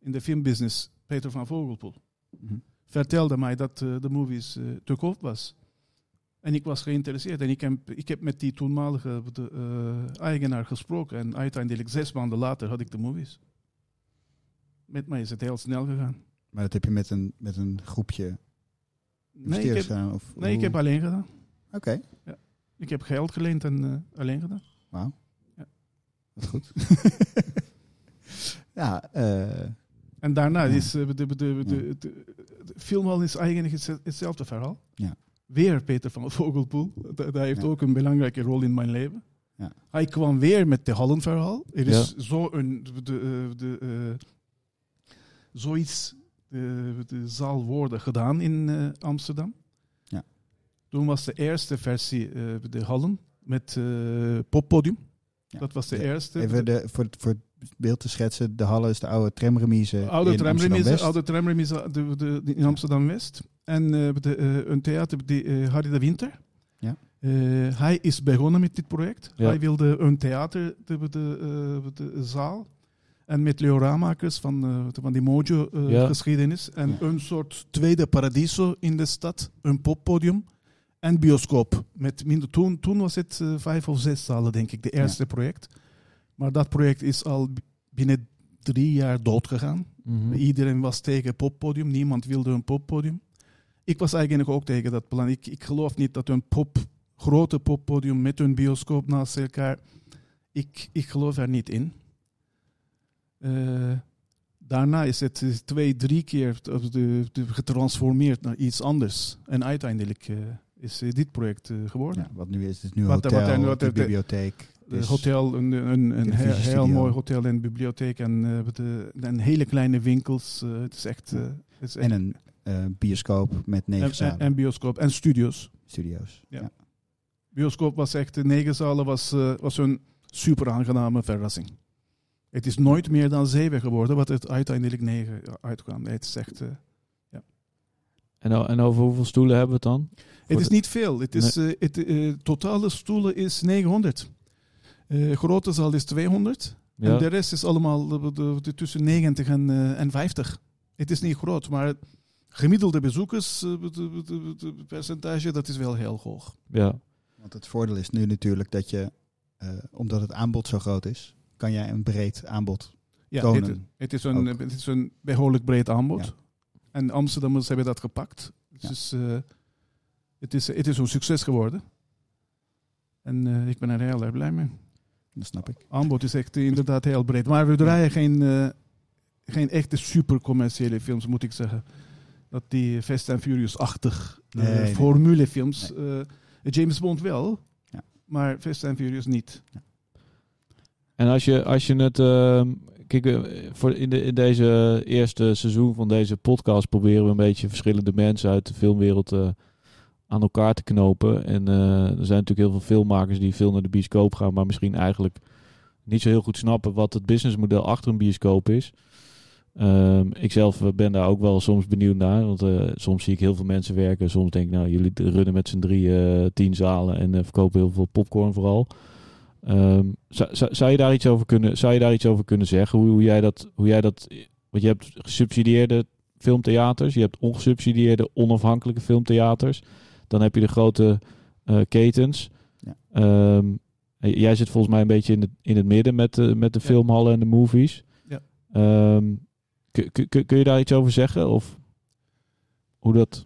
D: in de filmbusiness, Peter van Vogelpoel,
B: Mhm.
D: vertelde mij dat eh, de movies eh, te koop was. En ik was geïnteresseerd. En ik heb, ik heb met die toenmalige de, eh, eigenaar gesproken. En uiteindelijk zes maanden later had ik de movies. Met mij is het heel snel gegaan.
B: Maar dat heb je met een, met een groepje
D: Nee, ik
B: investeerders
D: heb,
B: gedaan? Of,
D: nee, ik
B: hoe-
D: heb alleen gedaan.
B: Oké,
D: Ik heb geld geleend en eh, alleen gedaan.
B: wauw.
D: Ja.
B: Wat goed. ja, eh,
D: En daarna
B: Ja.
D: is eh, de, de, de, de, de, de filmhal is eigenlijk het- hetzelfde verhaal.
B: Ja.
D: Weer Peter van Vogelpoel. Dat, dat heeft
B: Ja.
D: ook een belangrijke rol in mijn leven.
B: Ja.
D: Hij kwam weer met de hallenverhaal. Er is zo een, de, de, de, eh, zoiets, de, de zaal worden gedaan in eh, Amsterdam.
B: Ja.
D: Toen was de eerste versie eh, de hallen met eh, poppodium.
B: Ja.
D: Dat was de
B: Ja.
D: eerste.
B: even de, voor, het- voor het beeld te schetsen. De Halle is de oude tramremise
D: Oude
B: eh, in
D: tramremise,
B: Amsterdam-West.
D: oude tramremise de, de, de- in Amsterdam-West. En eh, de, eh, een theater, die, eh, Harry de Winter.
B: Ja.
D: Eh, hij is begonnen met dit project.
A: Ja.
D: Hij wilde een theater, de, de, eh, de zaal. En met Leo Ramakers van, eh, van die
A: Ja.
D: Mojo-geschiedenis. En
B: Ja.
D: een soort tweede paradiso in de stad. Een poppodium en bioscoop. Met minder, toen, toen was het eh, vijf of zes zalen, denk ik, de eerste project. Maar dat project is al b- binnen drie jaar doodgegaan.
B: Hm.
A: Mhm.
D: Iedereen was tegen poppodium, niemand wilde een poppodium. Ik was eigenlijk ook tegen dat plan. Ik, ik geloof niet dat een pop, grote poppodium met een bioscoop naast elkaar. Ik, ik geloof er niet in. Eh, daarna is het eh, twee, drie keer t- of de, de- getransformeerd naar iets anders. En uiteindelijk eh, is eh, dit project eh, geworden.
B: Ja, wat nu is, het is nu een
D: Wat- wat-
B: hotel,
D: wat- wat-
B: het is een
D: de-
B: bibliotheek.
D: De
B: Dus-
D: hotel, een, een, een heel,
B: televisiestudio.
D: heel mooi hotel en bibliotheek en, eh, de, en hele kleine winkels. Eh, het is echt, eh, het is
B: En
D: echt
B: een eh, bioscoop met negen
D: en,
B: zalen,
D: en, en bioscoop en studios.
B: studio's.
D: Ja. Bioscoop was echt, de negen zalen was, eh, was een super aangename verrassing. Het is nooit meer dan zeven geworden, wat het uiteindelijk negen uitkwam. Nee, Het is echt, eh,
A: En, o- en over hoeveel stoelen hebben we het dan?
D: het is
A: de-
D: niet veel. Het is, eh, het eh, totale stoelen is 900. Eh, grote zaal is 200. En de
A: Ja.
D: rest is allemaal eh, de- de- de- tussen 90 en, eh, en 50. Het is niet groot, maar gemiddelde bezoekers, eh, de- de- de- de percentage, dat is wel heel hoog.
A: ja.
B: Want het voordeel is nu natuurlijk dat je, eh, omdat het aanbod zo groot is, kan jij een breed aanbod.
D: Ja,
B: tonen.
D: het, het, is een,
B: Ook.
D: het is een behoorlijk breed aanbod.
B: Ja.
D: En Amsterdammers hebben dat gepakt.
B: Ja.
D: Dus eh, het, is, het is een succes geworden. En eh, ik ben er heel erg blij mee.
B: Dat snap ik.
D: Aanbod is echt eh, inderdaad heel breed. Maar we draaien geen, eh, geen echte supercommerciële films, moet ik zeggen. Dat die Fast and Furious-achtig eh,
B: Nee, nee.
D: formulefilms. eh, James Bond wel,
B: Ja.
D: maar Fast and Furious niet.
A: En als je, als je het. ehm, kijk, eh, voor in, de, in deze eerste seizoen van deze podcast proberen we een beetje verschillende mensen uit de filmwereld eh, aan elkaar te knopen. En eh, er zijn natuurlijk heel veel filmmakers die veel naar de bioscoop gaan, maar misschien eigenlijk niet zo heel goed snappen wat het businessmodel achter een bioscoop is. Ikzelf ik zelf eh, ben daar ook wel soms benieuwd naar. Want eh, soms zie ik heel veel mensen werken. Soms denk ik, nou, jullie runnen met z'n drieën eh, tien zalen en eh, verkopen heel veel popcorn vooral. Ehm, zou, zou, zou je daar iets over kunnen, zou je daar iets over kunnen zeggen? Hoe, hoe, jij dat, hoe jij dat. Want je hebt gesubsidieerde filmtheaters, je hebt ongesubsidieerde onafhankelijke filmtheaters. Dan heb je de grote eh, ketens.
B: Ja.
A: Ehm, j- jij zit volgens mij een beetje in het, in het midden met de, met de
D: Ja.
A: filmhallen en de movies.
D: Ja.
A: Ehm, kun, kun- kun, kun je daar iets over zeggen? Of hoe dat.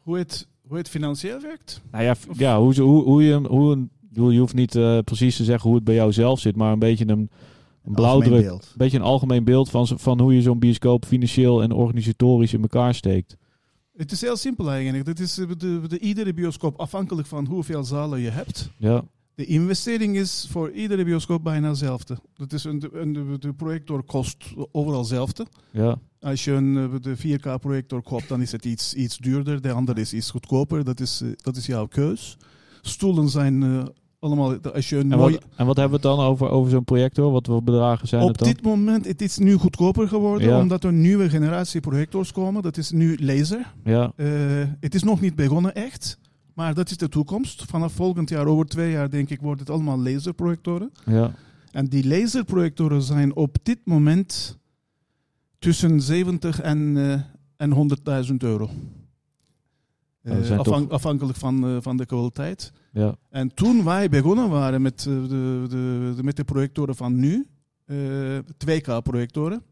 D: Hoe het, hoe het financieel werkt?
A: Nou ja, f- ja hoe, ze- hoe, hoe je hem- hoe een. ik bedoel, Je hoeft niet eh, precies te zeggen hoe het bij jou zelf zit, maar een beetje een, een blauwdruk
B: Algemeen beeld.
A: een beetje een algemeen beeld van, zo- van hoe je zo'n bioscoop financieel en organisatorisch in elkaar steekt.
D: Het is heel simpel eigenlijk. Dat is eh, de, de, iedere bioscoop afhankelijk van hoeveel zalen je hebt.
A: Ja,
D: De investering is voor iedere bioscoop bijna hetzelfde. Dat is een, een, de- de projector kost overal hetzelfde.
A: ja,
D: Als je een eh, de 4K projector koopt, dan is het iets, iets duurder. De andere is iets goedkoper. Dat is, eh, dat is jouw keus. Stoelen zijn eh, allemaal, als je een
A: En
D: mooie...
A: wat, en wat hebben we het dan over, over zo'n projector? Wat voor bedragen zijn het
D: Op
A: dan?
D: dit moment het is nu goedkoper geworden,
A: Ja.
D: omdat er nieuwe generatie projectors komen. Dat is nu laser.
A: Ja,
D: Eh, het is nog niet begonnen echt, maar dat is de toekomst. Vanaf volgend jaar, over twee jaar denk ik, wordt het allemaal laserprojectoren.
A: ja.
D: En die laserprojectoren zijn op dit moment tussen 70 en, eh, en 100.000 euro.
A: Ja, dat
D: Eh,
A: zijn
D: afhan- afhankelijk van, eh, van de kwaliteit.
A: ja.
D: En toen wij begonnen waren met eh, de, de, de- met de projectoren van nu, eh 2K-projectoren,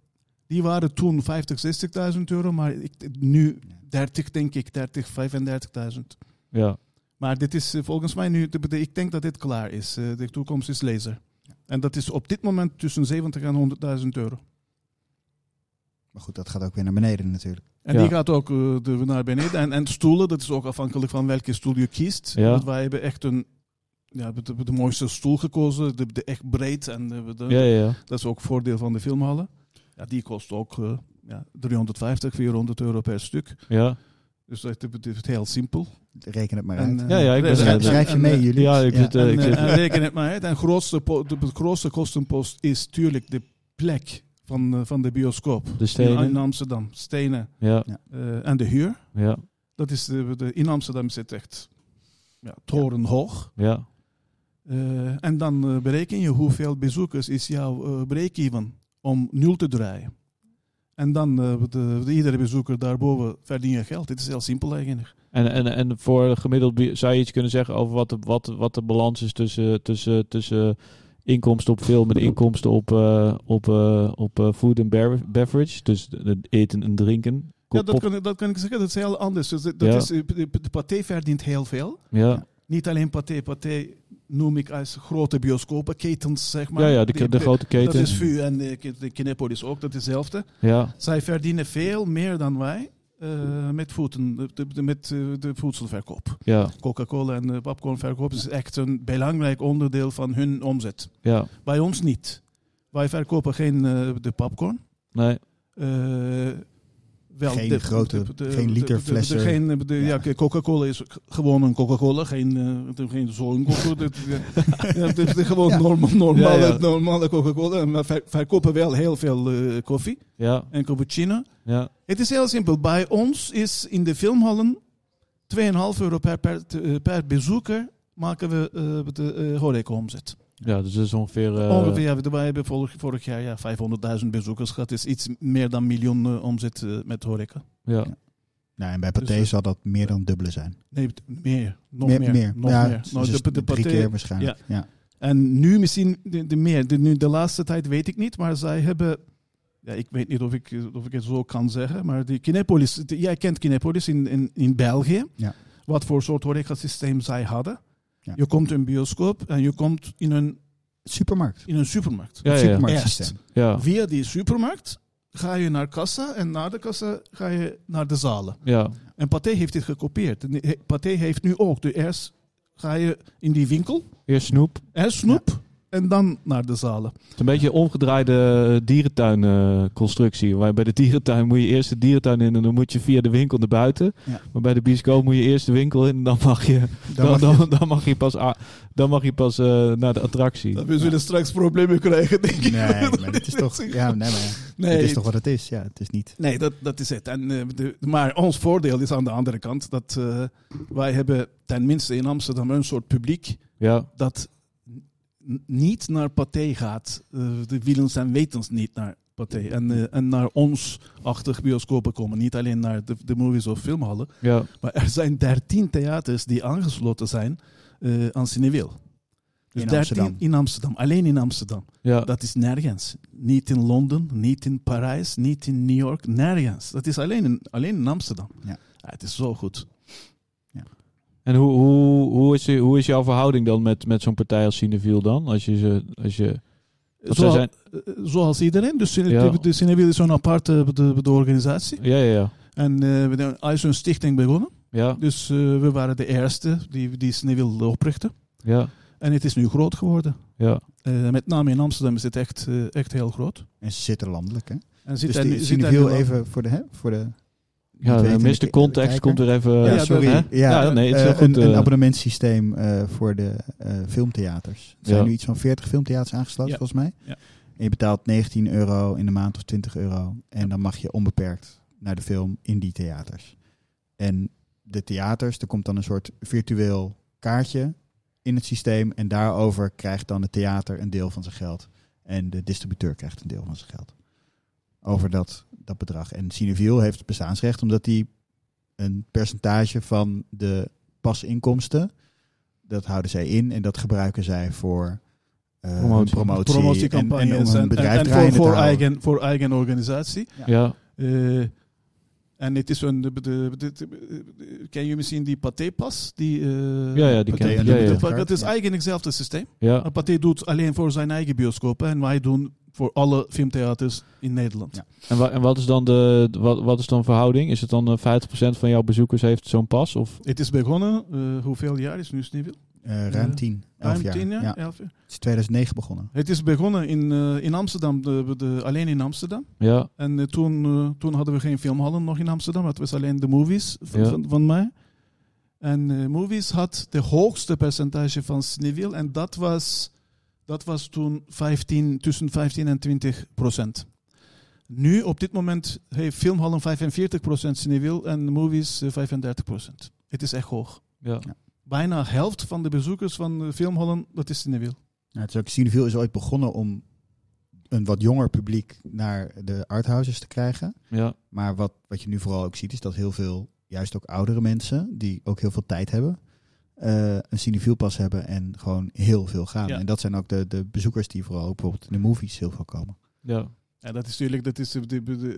D: die waren toen 50, 60.000 euro, maar ik, nu 30, denk ik, 30, 35.000.
A: ja.
D: Maar dit is eh, volgens mij nu, de- de- ik denk dat dit klaar is. Eh, De toekomst is laser. En dat is op dit moment tussen 70 en 100.000 euro.
B: Maar goed, dat gaat ook weer naar beneden natuurlijk.
D: En
A: Ja.
D: die gaat ook eh, de, naar beneden. En, en stoelen, dat is ook afhankelijk van welke stoel je kiest.
A: Ja.
D: Want wij hebben echt een, ja, we hebben de, mooiste stoel gekozen. De, de echt breed. En de, de-
A: ja, ja, ja.
D: dat is ook voordeel van de filmhallen. Ja, die kost ook eh, ja, 350, 400 euro per stuk.
A: Ja,
D: Dus dat dat is heel simpel.
B: Reken het maar
D: En,
B: uit. Dus
D: eh,
A: Ja, ja, ik ben-
D: en-
B: Schrijf, schrijf je
D: en-
B: mee,
D: en-
B: jullie.
A: ja ik zit... eh,
D: En,
A: ik
D: eh,
A: zit
D: en reken het maar uit. En grootste po- de, de grootste kostenpost is tuurlijk de plek van, eh, van de bioscoop.
A: de
D: In, in
A: stenen.
D: Amsterdam, stenen
A: Ja,
D: eh, en de huur.
A: ja,
D: Dat is de, de, in Amsterdam zit echt ja, torenhoog.
A: ja.
D: Eh, en dan eh, bereken je hoeveel bezoekers is jouw eh, break-even om nul te draaien. En dan eh, de, de- iedere bezoeker daarboven verdien je geld. Dit is heel simpel eigenlijk.
A: En, en, en voor gemiddeld bi- zou je iets kunnen zeggen over wat de, wat, wat de balans is tussen, tussen, tussen inkomsten op film en inkomsten op, eh, op, eh, op eh, food en bever- beverage. Dus de- de eten en drinken.
D: Ja,
A: Kop-
D: dat,
A: pop-
D: kan, dat kan ik zeggen, dat is heel anders. Dus dat, dat
A: Ja.
D: is, eh, de, de Pathé verdient heel veel.
A: ja.
D: niet alleen Pathé. Pathé noem ik als grote bioscopenketens, zeg maar.
A: ja, ja, de,
D: Die-
A: de grote keten.
D: Dat is VU en de, de Kinepolis ook, dat is hetzelfde.
A: Ja,
D: Zij verdienen veel meer dan wij eh, met, voeten, de, de- met eh, de voedselverkoop.
A: ja,
D: Coca-Cola en eh, popcornverkoop is echt een belangrijk onderdeel van hun omzet.
A: ja.
D: Bij ons niet. Wij verkopen geen eh, de popcorn.
A: Nee,
D: Eh, wel
B: Geen grote- geen literflessen.
D: geen, eh, de- ja.
B: Ja.
D: Coca-Cola is g- gewoon een Coca-Cola, geen, eh, de- geen zo'n Coca-Cola. Dat- ja, dat is gewoon
B: Ja.
D: norma- normale,
A: Ja, ja.
D: normale Coca-Cola. En We ver- verkopen wel heel veel eh, koffie
A: ja,
D: en cappuccino.
A: ja,
D: Het is heel simpel. Bij ons is in de filmhallen 2,5 euro per, per, te- eh, per bezoeker maken we eh, de eh, horecaomzet.
A: ja. Dus dat is ongeveer... eh,
D: Ongeveer, ja, wij hebben vorig, vorig jaar ja, 500.000 bezoekers gehad. is iets meer dan miljoen eh, omzet eh, met horeca.
A: Ja,
B: Nou, en bij Pathé
D: Dus, eh,
B: zal dat meer dan dubbele zijn.
D: Nee, t- meer. Nog meer. Nog
B: ja,
D: meer.
B: dus
D: Nou,
B: dus
D: de,
B: drie
D: de partij-
B: keer waarschijnlijk. Ja.
D: En nu misschien de, de meer. De, nu, de laatste tijd weet ik niet, maar zij hebben... Ja, ik weet niet of ik, eh, of ik het zo kan zeggen, maar die Kinepolis... de- jij kent Kinepolis in, in, in België.
B: Ja.
D: Wat voor soort horecasysteem zij hadden.
B: Ja.
D: Je komt in een bioscoop en je komt in een,
B: Supermarkt.
D: in een supermarkt.
A: ja, ja,
B: Supermarkt
A: ja,
D: Via die supermarkt ga je naar kassa en na de kassa ga je naar de zalen.
A: ja,
D: En Pathé heeft dit gekopieerd. En die- Pathé heeft nu ook. Dus eerst ga je in die winkel,
A: eerst snoep.
D: eerst snoep en dan naar de zalen.
A: Het is een beetje een omgedraaide dierentuinconstructie. eh, Waar bij de dierentuin moet je eerst de dierentuin in en dan moet je via de winkel naar buiten.
B: Ja.
A: Maar bij de bioscoop moet je eerst de winkel in en dan mag je, dan,
B: Dan mag je-
A: dan, dan mag je pas, a- dan mag je pas eh, naar de attractie.
D: We zullen straks problemen krijgen, denk ik.
B: Nee, maar dit is toch, ja, nee, maar ja,
D: nee,
B: het is toch wat het is. Ja, het is niet.
D: nee dat, dat is het. En, eh, de- maar ons voordeel is aan de andere kant dat eh, wij hebben tenminste in Amsterdam een soort publiek
A: Ja,
D: dat n- niet naar Pathé gaat. Eh, de wielens en wetens niet naar Pathé. En, eh, en naar ons-achtig bioscopen komen. Niet alleen naar de, de movies of filmhallen.
A: ja,
D: Maar er zijn dertien theaters die aangesloten zijn eh, aan Cinewil. Dus
B: In
D: 13
B: Amsterdam.
D: In Amsterdam. Alleen in Amsterdam.
B: Ah.
A: ja,
D: Dat is nergens. Niet in Londen, niet in Parijs, niet in New York. Nergens. Dat is alleen in, alleen in Amsterdam. Ah,
B: Ja.
D: het is zo goed.
A: En hoe, hoe, hoe, is, je- hoe is jouw verhouding dan met, met zo'n partij als Cineviel dan? Als je ze, als je, want zij
D: Zoals-
A: zijn,
D: eh, zoals iedereen. Dus Cine-
A: Ja.
D: de, de Cinewil is zo'n aparte eh, de, de organisatie.
A: ja, ja, ja,
D: En eh, we zijn als een stichting begonnen.
A: ja,
D: Dus eh, we waren de eerste die, die SNE wilde oprichten.
A: ja,
D: En het is nu groot geworden.
A: ja,
D: Eh, met name in Amsterdam is het echt, eh, echt heel groot.
B: En ze zitten landelijk, hè?
D: En
B: Dus
D: er nu-
B: die
D: zit er
B: Cineville
D: nu wel-
B: even voor de, hè, voor de
A: Ja,
B: weten,
A: Mr.
B: de- de
A: Context
B: kijker.
A: komt er even...
D: Ja,
B: Ja,
D: dat-
B: sorry.
A: hè?
B: Ja,
A: Ja, nee, het is
B: eh,
A: heel goed,
B: Een,
A: eh.
B: een abonnementssysteem eh, voor de eh, filmtheaters. Er zijn
A: Ja.
B: nu iets van 40 filmtheaters aangesloten,
D: Ja.
B: volgens mij.
D: Ja.
B: En je betaalt 19 euro in de maand of 20 euro. En dan mag je onbeperkt naar de film in die theaters. En de theaters, er komt dan een soort virtueel kaartje in het systeem. En daarover krijgt dan het theater een deel van zijn geld. En de distributeur krijgt een deel van zijn geld. Over dat, dat bedrag. En Cineville heeft het bestaansrecht omdat die een percentage van de pasinkomsten. Dat houden zij in en dat gebruiken zij voor eh,
A: Promotie.
B: promotie, en,
D: promotiecampagnes
B: en om hun bedrijf
D: en,
B: draaiende
D: voor, voor,
B: te houden.
D: eigen, voor eigen organisatie.
A: Ja,
D: Eh, en het is een. de- de- de- de- ken je misschien die Pathé-pas? Die, eh,
A: Ja, ja, die
D: Pathé-
A: ken ik.
D: die-
A: Ja, ja.
D: dat- Dat is
B: Ja.
D: eigenlijk hetzelfde systeem.
A: ja.
D: Maar Pathé doet alleen voor zijn eigen bioscopen en wij doen voor alle filmtheaters in Nederland.
B: Ja.
A: En, wa- en wat is dan de wat, wat is dan verhouding? Is het dan eh, 50% van jouw bezoekers heeft zo'n pas? Of
D: Het is begonnen, eh, hoeveel jaar is het nu Sneeuwwil?
B: Eh, ruim 10, 11
D: Ruim
B: jaar.
D: tien jaar?
B: Ja,
D: Elf jaar?
B: het is 2009 begonnen.
D: Het is begonnen in, eh, in Amsterdam, de, de, alleen in Amsterdam.
A: ja,
D: En eh, toen, eh, toen hadden we geen filmhallen nog in Amsterdam. Het was alleen de movies van,
A: Ja.
D: van, van mij. En eh, movies had de hoogste percentage van Sneeuwwil. En dat was, dat was toen 15, tussen 15 en 20 procent. Nu, op dit moment, heeft filmhallen 45 procent Sneeuwwil en movies eh, 35 procent. Het is echt hoog.
A: ja.
D: Bijna helft van de bezoekers van eh, filmhallen, dat is Sneeuwwil.
B: Nou, het is ook Cineville is ooit begonnen om een wat jonger publiek naar de arthouses te krijgen.
A: ja.
B: Maar wat, wat je nu vooral ook ziet, is dat heel veel, juist ook oudere mensen, die ook heel veel tijd hebben, eh, een cinefielpas hebben en gewoon heel veel gaan.
D: Ja.
B: En dat zijn ook de, de bezoekers die vooral ook bijvoorbeeld in de movies heel veel komen.
A: ja.
D: Ja, dat is natuurlijk dat is de, de, de,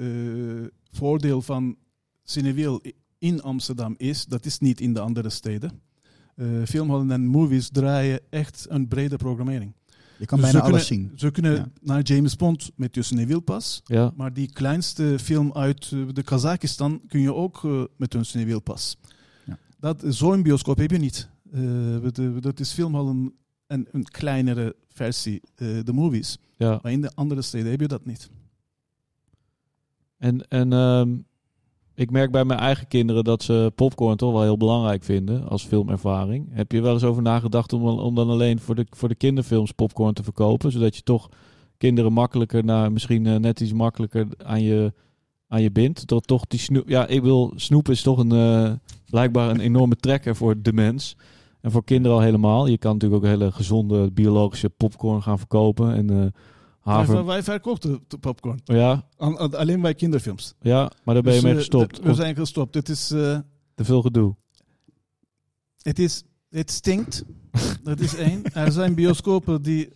D: eh, voordeel van Cinewiel in Amsterdam is, dat is niet in de andere steden. Eh filmhallen en movies draaien echt een brede programmering.
B: Je kan
D: Dus
B: bijna
D: ze
B: alles
D: kunnen-
B: zien.
D: Ze kunnen
B: Ja.
D: naar James Bond met je Cinewielpas,
A: Ja,
D: maar die kleinste film uit eh, de Kazakistan kun je ook eh, met een Cinewielpas.
B: Ja.
D: Dat eh, Zo'n bioscoop heb je niet. Eh, de- dat is filmhallen en een kleinere versie, eh, de movies.
A: ja.
D: Maar in de andere steden heb je dat niet.
A: En, en ehm, ik merk bij mijn eigen kinderen dat ze popcorn toch wel heel belangrijk vinden als filmervaring. Heb je wel eens over nagedacht om, om dan alleen voor de, voor de kinderfilms popcorn te verkopen? Zodat je toch kinderen makkelijker naar, misschien eh, net iets makkelijker aan je, aan je bindt. Dat toch die snoep. Ja, ik wil, snoep is toch een, eh, blijkbaar een enorme trekker voor de mens. En voor kinderen al helemaal. Je kan natuurlijk ook hele gezonde biologische popcorn gaan verkopen. En eh
D: Wij,
A: haver.
D: wij verkochten de popcorn.
A: Ja,
D: Aan- aan- Alleen bij kinderfilms.
A: ja, maar daar ben je
D: Dus,
A: mee
D: eh,
A: gestopt.
D: d- We zijn gestopt. Het, is, eh,
A: Te veel gedoe.
D: het, is, het stinkt. dat is één. Er zijn bioscopen die...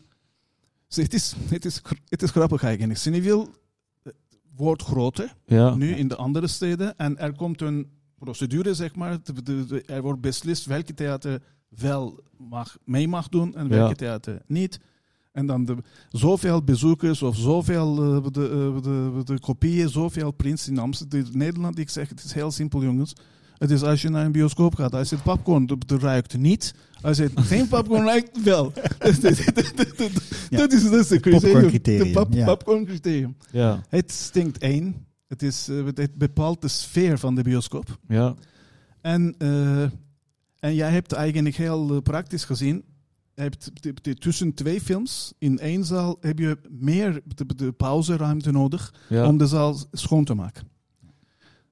D: Ze- Het is, het is, gr- het is grappig eigenlijk. Cineville eh, wordt groter
A: Ja.
D: nu in de andere steden. En er komt een procedure, zeg maar. De- de- de- Er wordt beslist welke theater wel mag, mee mag doen en welke
A: Ja.
D: theater niet. En dan de, zoveel bezoekers of zoveel eh, de, eh, de, de kopieën, zoveel prints in Amsterdam, in Nederland. Ik zeg, het is heel simpel, jongens. Het is als je naar een bioscoop gaat, als het popcorn de, de ruikt niet, als het geen popcorn ruikt, wel. Dat is- dat is dat is de criterium. De
B: popcorncriterium,
D: pop-
B: ja.
D: popcorn criterium.
A: Ja,
D: Het stinkt één. Het, is, eh, het bepaalt de sfeer van de bioscoop.
A: ja,
D: En, eh, en jij hebt eigenlijk heel eh, praktisch gezien... je Hebt t- t- tussen twee films in één zaal heb je meer de, de pauzeruimte nodig
A: ja.
D: om de zaal schoon te maken.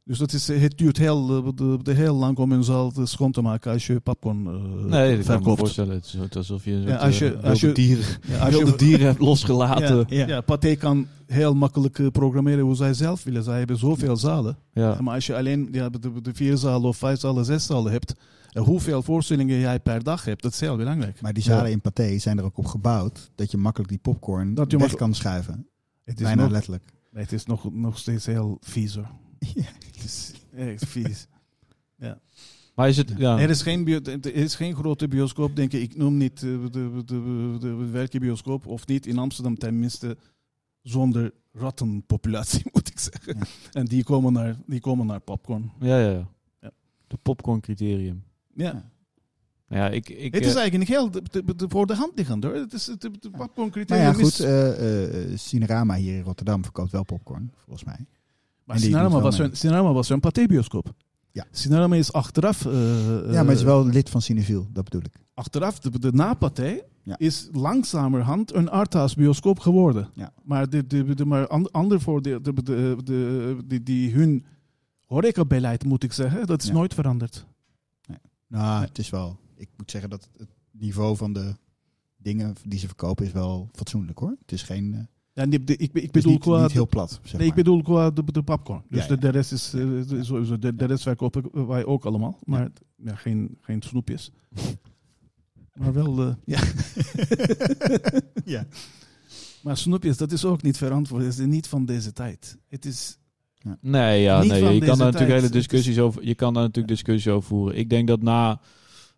D: Dus dat is, eh, het duurt heel, eh, de, de heel lang om een zaal eh, schoon te maken als je popcorn eh,
A: nee, dat kan ik me
D: verkoopt.
A: voorstellen. Het is soort alsof je, een soort,
D: Ja, als je-
A: eh,
D: als
A: wilde
D: je-
A: dieren,
D: Ja, als
A: wilde
D: je,
A: dieren hebt losgelaten.
D: ja,
A: Ja,
D: ja. Pathé kan heel makkelijk eh, programmeren hoe zij zelf willen. Zij hebben zoveel zalen.
A: ja.
D: Maar als je alleen ja, de, de vier zalen of vijf zalen, zes zalen hebt, en hoeveel voorstellingen jij per dag hebt, dat is heel belangrijk.
B: Maar die zalen in Pathé zijn er ook op gebouwd dat je makkelijk die popcorn
D: Dat je
B: weg
D: makkelijk-
B: kan schuiven.
D: Het is,
B: Bijna
D: nog,
B: letterlijk.
D: het is nog, nog steeds heel vies hoor.
B: Ja.
D: Het is echt vies.
A: Maar is het... Ja,
D: Er, is geen bio- er is geen grote bioscoop, denk ik. Ik noem niet eh, de, de, de, de- welke bioscoop, of niet in Amsterdam tenminste, zonder rattenpopulatie moet ik zeggen.
B: Ja.
D: En die komen, naar, die komen naar popcorn.
A: ja, ja, ja.
D: Ja.
A: De popcorn criterium.
D: Ja.
A: Nou ja, ik... ik
D: het is
A: eh,
D: eigenlijk heel de- de- de- voor de hand liggend hoor. Het is het de, de popcorn
B: Maar ja,
D: eh, criterium is-
B: eh, goed, eh eh, Cinerama hier in Rotterdam verkoopt wel popcorn, volgens mij.
D: Maar
B: En die doet
D: Cinerama
B: wel
D: was,
B: mee.
D: een, Cinerama was een patébioscoop.
B: Ja.
D: Cinerama is achteraf... eh,
B: ja, maar het is
D: eh,
B: wel een lid van Cineviel, dat bedoel ik.
D: achteraf, de, de napatij,
B: Ja.
D: is langzamerhand een arthouse bioscoop geworden.
B: Ja.
D: Maar, de, de, de, maar an- ander voordeel, de, de, de, die- die hun horecabeleid moet ik zeggen, dat is
B: Ja.
D: nooit veranderd.
B: Nou, het is wel... Ik moet zeggen dat het niveau van de dingen die ze verkopen is wel fatsoenlijk hoor. Het is geen... eh,
D: Ja, die- de- ik, ik
B: het is
D: bedoel
B: niet,
D: qua...
B: niet heel plat, zeg
D: Nee, ik
B: maar.
D: bedoel qua de, de popcorn. Dus
B: Ja,
D: de,
B: ja.
D: de rest is eh, de- sowieso- de, de rest verkopen wij ook allemaal, maar ja. geen, geen snoepjes. maar wel, eh,
B: ja.
D: maar snoepjes, dat is ook niet verantwoord. Dat is niet van deze tijd. Het is
A: Nee, ja,
D: Niet
A: nee,
D: van
A: je
D: deze
A: kan daar
D: tijd.
A: natuurlijk hele
D: Het is-
A: discussies over. Je kan daar natuurlijk discussies over voeren. Ik denk dat na,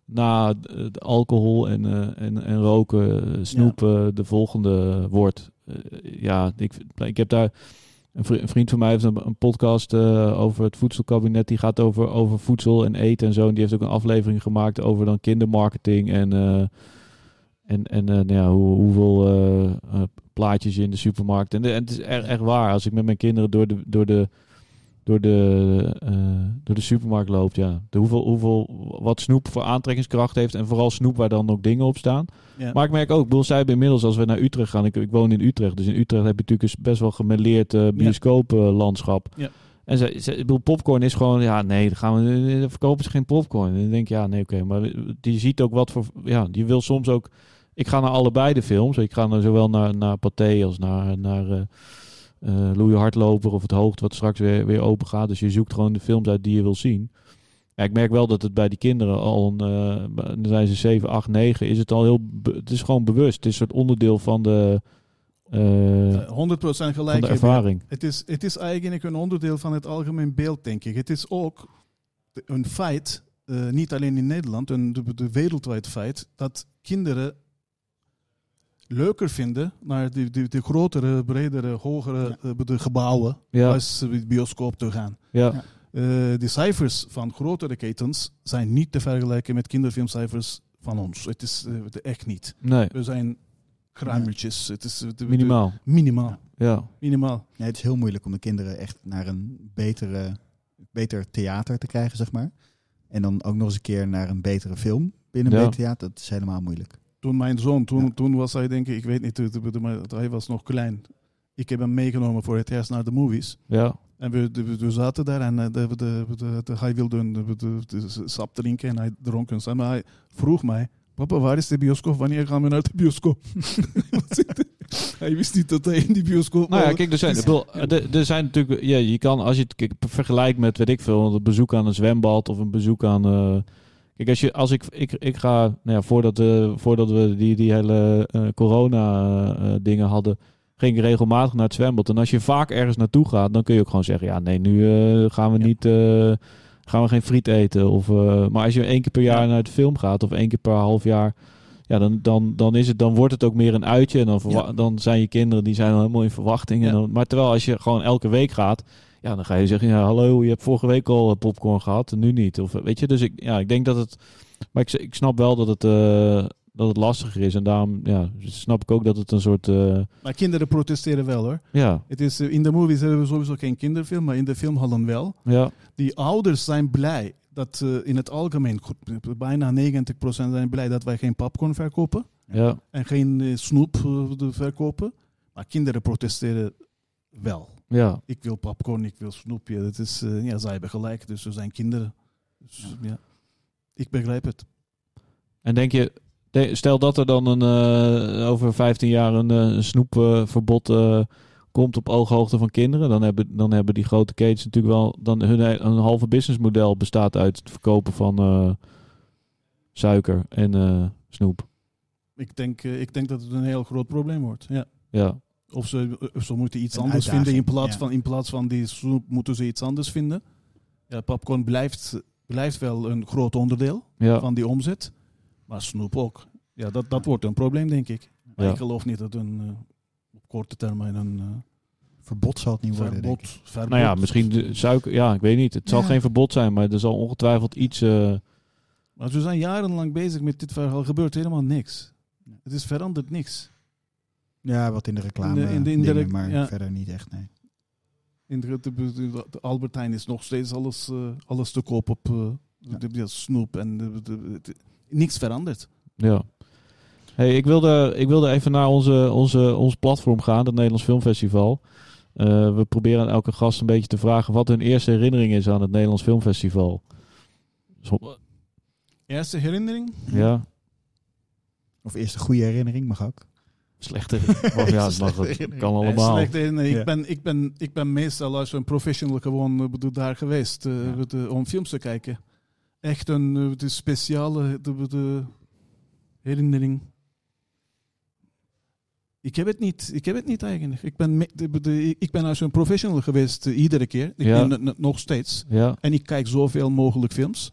A: na het alcohol en, eh, en, en roken, eh, snoep eh, de volgende wordt. Eh, ja, ik, ik heb daar. Een vri- een vriend van mij heeft een, een podcast eh, over het voedselkabinet. Die gaat over, over voedsel en eten en zo. En die heeft ook een aflevering gemaakt over dan kindermarketing en. eh, en, en eh, nou ja, hoe, hoeveel eh, eh, plaatjes je in de supermarkt. En, de- en het is echt, echt waar. Als ik met mijn kinderen door de, door de, door de, eh, door de supermarkt loopt. Ja. De hoeveel, hoeveel, wat snoep voor aantrekkingskracht heeft. En vooral snoep waar dan ook dingen op staan.
D: Ja.
A: Maar ik merk ook, ik bedoel, zij hebben inmiddels als we naar Utrecht gaan. Ik, ik woon in Utrecht. Dus in Utrecht heb je natuurlijk een best wel gemêleerd eh bioscooplandschap.
D: Ja.
A: En ze, ze, ik bedoel, popcorn is gewoon, ja, nee, dan gaan we, eh, dan verkopen ze geen popcorn. En dan denk je, ja, nee, oké, maar eh, die ziet ook wat voor, ja, die wil soms ook ik ga naar allebei de films. Ik ga naar, zowel naar, naar Pathé als naar, naar eh, eh, Louis Hardloper of Het Hoogte, wat straks weer, weer open gaat. Dus je zoekt gewoon de films uit die je wil zien. Ja, ik merk wel dat het bij die kinderen al, een, eh, dan zijn ze 7, 8, 9, is het al heel, be- het is gewoon bewust. Het is een soort onderdeel van de, eh,
D: eh, 100%
A: van
D: gelijk.
A: de
D: heb je.
A: ervaring.
D: Het is, het is eigenlijk een onderdeel van het algemeen beeld, denk ik. Het is ook de- een feit, eh, niet alleen in Nederland, een de, de wereldwijd feit, dat kinderen leuker vinden naar de, de, de grotere, bredere, hogere eh, de gebouwen
A: Ja,
D: als de bioscoop te gaan.
A: ja,
B: Ja.
D: Eh, de cijfers van grotere ketens zijn niet te vergelijken met kinderfilmcijfers van ons. Het is eh, echt niet.
A: nee,
D: We zijn kruimeltjes. Het is eh, de- de-
A: minimaal.
D: Minimaal.
A: Ja,
D: Minimaal.
B: Nee, het is heel moeilijk om de kinderen echt naar een betere, beter theater te krijgen, zeg maar. En dan ook nog eens een keer naar een betere film binnen een
A: Ja.
B: beter theater. Dat is helemaal moeilijk.
D: Toen mijn zoon, toen,
B: Ja.
D: toen was hij denk ik, ik weet niet, eh, eh, maar hij was nog klein. Ik heb hem meegenomen voor het eerst naar de movies.
A: ja,
D: En we, de- we- we zaten daar en eh, de, de, de- de- hij wilde een de- de- de sap drinken en hij dronk een sap. Maar hij vroeg mij, papa waar is de bioscoop? Wanneer gaan we naar de bioscoop? Wat zit er? hij wist niet dat hij in die bioscoop
A: Nou ja,
D: was.
A: kijk, er zijn, ik bedoel, er, er zijn natuurlijk, ja, je kan als je het kijk, vergelijkt met, weet ik veel, een bezoek aan een zwembad of een bezoek aan. eh, kijk, als, je, als ik, ik, ik ga, nou ja, voordat, eh, voordat we die, die hele eh, corona-dingen eh, hadden, ging ik regelmatig naar het zwembad. En als je vaak ergens naartoe gaat, dan kun je ook gewoon zeggen, ja, nee, nu eh, gaan we
D: Ja.
A: niet. eh, Gaan we geen friet eten? Of, eh, maar als je één keer per jaar
D: Ja.
A: naar het film gaat, of één keer per half jaar, ja, dan, dan, dan, is het, dan wordt het ook meer een uitje. En dan, verwa- dan zijn je kinderen die zijn al helemaal in verwachting. En
D: Ja.
A: dan, maar terwijl als je gewoon elke week gaat, ja, dan ga je zeggen: ja, Hallo, je hebt vorige week al eh, popcorn gehad, en nu niet. Of eh, weet je, dus ik, ja, ik denk dat het. Maar ik, ik snap wel dat het, eh, dat het lastiger is. En daarom ja, snap ik ook dat het een soort. eh,
D: Maar kinderen protesteren wel hoor.
A: ja,
D: Het is, eh, in de movies hebben we sowieso geen kinderfilm, maar in de filmhallen wel.
A: ja,
D: Die ouders zijn blij dat eh, in het algemeen, goed, bijna 90% zijn blij dat wij geen popcorn verkopen
A: ja,
D: en geen eh, snoep eh, de- verkopen. Maar kinderen protesteren wel.
A: ja.
D: Ik wil popcorn, ik wil snoepje. Dat is, eh, ja, zij hebben gelijk, dus ze zijn kinderen. Dus, ja. Ik begrijp het.
A: En denk je, de- stel dat er dan een, eh, over 15 jaar een, eh, snoepverbod eh, komt op ooghoogte van kinderen, dan hebben, dan hebben die grote ketens natuurlijk wel, dan hun he- een halve businessmodel bestaat uit het verkopen van eh, suiker en eh, snoep.
D: Ik denk, eh, ik denk dat het een heel groot probleem wordt. Ja.
A: Ja,
D: Of ze, of ze moeten iets
B: Een
D: anders
B: uitdaging,
D: vinden. In plaats,
B: ja.
D: van, in plaats van die snoep moeten ze iets anders vinden. Ja, popcorn blijft, blijft wel een groot onderdeel.
A: ja,
D: van die omzet. Maar snoep ook. Ja, dat, dat wordt een probleem, denk ik. Maar
A: Ja.
D: Ik geloof niet dat een eh, op korte termijn een eh,
B: Verbod zal het niet worden. denk
D: verbod,
B: ik.
D: verbod.
A: nou ja, misschien de suiker, ja, ik weet niet. Het zal
B: Ja.
A: geen verbod zijn, maar er zal ongetwijfeld iets, eh,
D: Maar we zijn jarenlang bezig met dit verhaal. Er gebeurt helemaal niks. Het is veranderd niks.
B: Ja, wat in de reclame.
D: In de- in de- in de
B: dingen,
D: rec-
B: maar
D: ja.
B: verder niet echt. Nee.
D: Inderdaad, de, de- de Albertijn is nog steeds alles, eh, alles te koop op eh, de, de snoep en de- de- de- niks veranderd.
A: Ja. Hey, ik, wilde, ik wilde even naar onze, onze, ons platform gaan, het Nederlands Filmfestival. Eh, we proberen aan elke gast een beetje te vragen wat hun eerste herinnering is aan het Nederlands Filmfestival. Zo-
D: Eerste herinnering?
A: ja,
B: Of eerst een goede herinnering, mag ook.
A: slechte. Of ja, het mag, het kan allemaal.
D: Slechte
B: Ja.
D: herinnering. eh, Ik, ben, ik, ben, ik ben meestal als een professional gewoon eh, bedoel, daar geweest eh,
A: Ja.
D: bedoel, om films te kijken. Echt een eh, de speciale de, de herinnering. Ik heb het niet. Ik heb het niet eigenlijk. Ik ben, me- de- de- ik ben als een professional geweest eh, iedere keer. Ik
A: Ja.
D: ben het n- nog steeds.
A: Ja,
D: En ik kijk zoveel mogelijk films.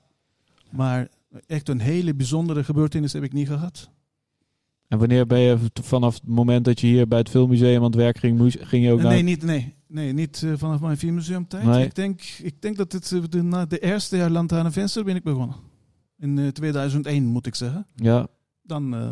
D: Maar echt een hele bijzondere gebeurtenis heb ik niet gehad.
A: en wanneer ben je t- vanaf het moment dat je hier bij het Filmmuseum aan het werk ging, moes- ging je ook naar...
D: Nee, niet, nee, nee, niet eh, vanaf mijn filmmuseumtijd.
A: Nee.
D: Ik, denk, ik denk dat het eh, de, na de eerste jaar Lantaarn Venster ben ik begonnen. In eh, 2001 moet ik zeggen.
A: Ja,
D: Dan eh,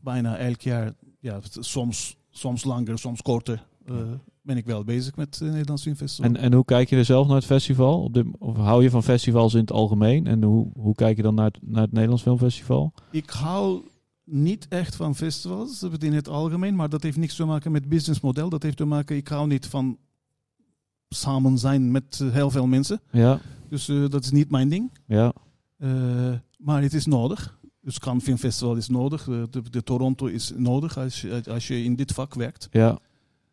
D: bijna elk jaar, ja, het- soms, soms langer, soms korter, eh, ben ik wel bezig met het Nederlands Filmfestival.
A: en, eh, en hoe kijk je er zelf naar het festival? Op dit- of hou je van festivals in het algemeen? En hoe, hoe kijk je dan naar het, naar het Nederlands Filmfestival?
D: Ik hou niet echt van festivals eh, in het algemeen, maar dat heeft niks te maken met businessmodel. Dat heeft te maken, ik hou niet van samen zijn met eh, heel veel mensen.
A: Ja,
D: Dus eh, dat is niet mijn ding.
A: ja,
D: Eh, maar het is nodig. Dus Cannes Film Festival is nodig. Eh, De, de Toronto is nodig als je, als je in dit vak werkt.
A: ja,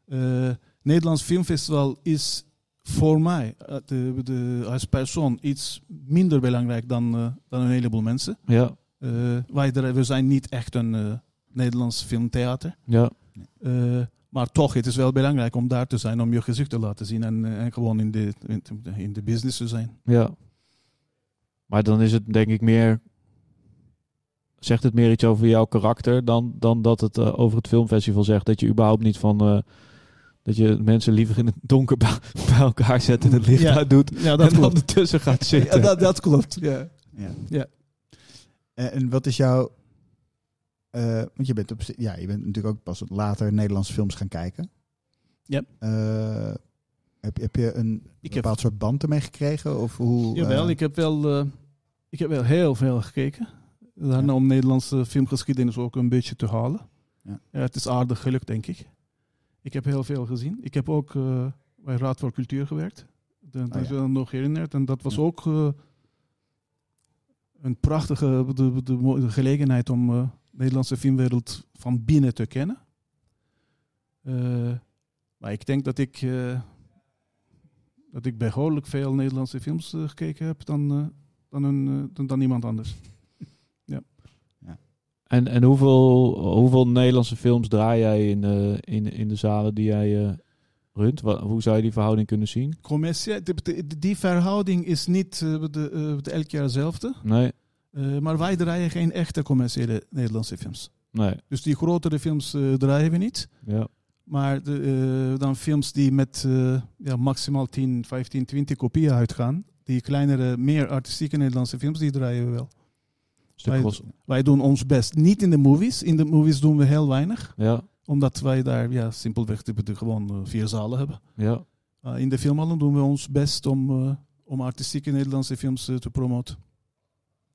D: Eh, Nederlands Filmfestival is voor mij eh, de, de, als persoon iets minder belangrijk dan, eh, dan een heleboel mensen.
A: ja,
D: Eh, wij, dra- we zijn niet echt een eh, Nederlands filmtheater.
A: ja.
D: Eh, maar toch, het is wel belangrijk om daar te zijn, om je gezicht te laten zien en, eh, en gewoon in de, in de- in de business te zijn.
A: Ja. Maar dan is het denk ik meer. Zegt het meer iets over jouw karakter dan, dan dat het eh, over het filmfestival zegt? Dat je überhaupt niet van. eh, dat je mensen liever in het donker bij bij elkaar zet en het licht
D: Ja,
A: uit doet.
D: Ja,
A: en dan ertussen gaat zitten.
D: dat, dat klopt. Ja.
B: Ja.
D: Ja.
B: En, en wat is jouw... eh, want je bent, op, zi- ja, je bent natuurlijk ook pas wat later Nederlandse films gaan kijken.
D: Ja.
B: Eh, heb, heb je een
D: Ik heb
B: bepaald soort band ermee gekregen? Of hoe,
D: Jawel,
B: eh,
D: ik heb wel, eh, ik heb wel heel veel gekeken. Daarna om Nederlandse filmgeschiedenis ook een beetje te halen.
B: Ja.
D: Ja. het is aardig gelukt, denk ik. Ik heb heel veel gezien. Ik heb ook eh, bij Raad voor Cultuur gewerkt. Dat
B: Ah,
D: is
B: ja.
D: wel nog herinnerd. En dat was
B: Ja.
D: ook eh, een prachtige de, de, mo- de gelegenheid om eh, de Nederlandse filmwereld van binnen te kennen. Eh, maar ik denk dat ik... eh, dat ik behoorlijk veel Nederlandse films eh, gekeken heb dan, eh, dan, een, eh, dan, dan iemand anders.
A: En, en hoeveel, hoeveel Nederlandse films draai jij in, eh, in, in de zalen die jij eh, runt? Wa- hoe zou je die verhouding kunnen zien?
D: Commercie, de- de- die verhouding is niet eh, de, eh, de elk jaar hetzelfde.
A: Nee,
D: Eh, maar wij draaien geen echte commerciële Nederlandse films.
A: nee.
D: Dus die grotere films eh, draaien we niet.
A: Ja,
D: Maar de, eh, dan films die met eh, ja, maximaal 10, 15, 20 kopieën uitgaan. Die kleinere, meer artistieke Nederlandse films, die draaien we wel.
A: stuk
D: Wij-
A: kost-
D: Wij doen ons best. Niet in de movies. In de movies doen we heel weinig.
A: Ja,
D: Omdat wij daar ja, simpelweg de, de, gewoon eh, vier zalen hebben.
A: ja.
D: Eh, in de filmhallen doen we ons best om, eh, om artistieke Nederlandse films eh, te promoten.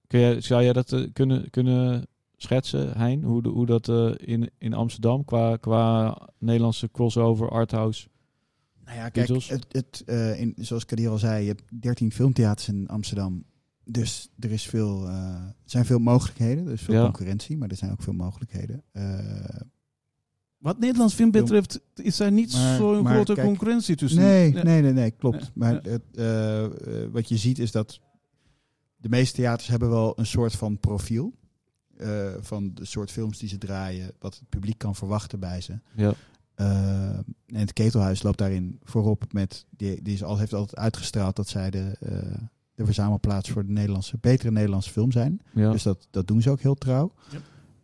A: Kun jij, zou jij dat eh, kunnen, kunnen schetsen, Hein? Hoe, de- hoe dat eh, in, in Amsterdam qua, qua Nederlandse crossover, arthouse.
B: Nou ja, kijk,
A: Beatles?
B: het, het, eh, in, zoals Kadir al zei, je hebt 13 filmtheaters in Amsterdam. Dus er is veel, eh, er zijn veel mogelijkheden. Er is veel
A: Ja.
B: concurrentie, maar er zijn ook veel mogelijkheden. Eh,
D: Wat Nederlands film betreft is er niet
B: Maar-
D: zo'n
B: maar
D: grote
B: kijk,
D: concurrentie tussen.
B: nee,
D: Ja.
B: nee, nee, nee, klopt.
D: Ja,
B: Maar
D: Dus ja.
B: het, eh, eh, wat je ziet is dat de meeste theaters hebben wel een soort van profiel. eh van de soort films die ze draaien, wat het publiek kan verwachten bij ze.
A: Ja.
B: Eh, en het ketelhuis loopt daarin voorop met. Die, die is al, heeft altijd uitgestraald dat zij de, eh, de verzamelplaats voor de Nederlandse, betere Nederlandse film zijn.
A: Ja.
B: Dus dat, dat doen ze ook heel trouw.
D: Ja.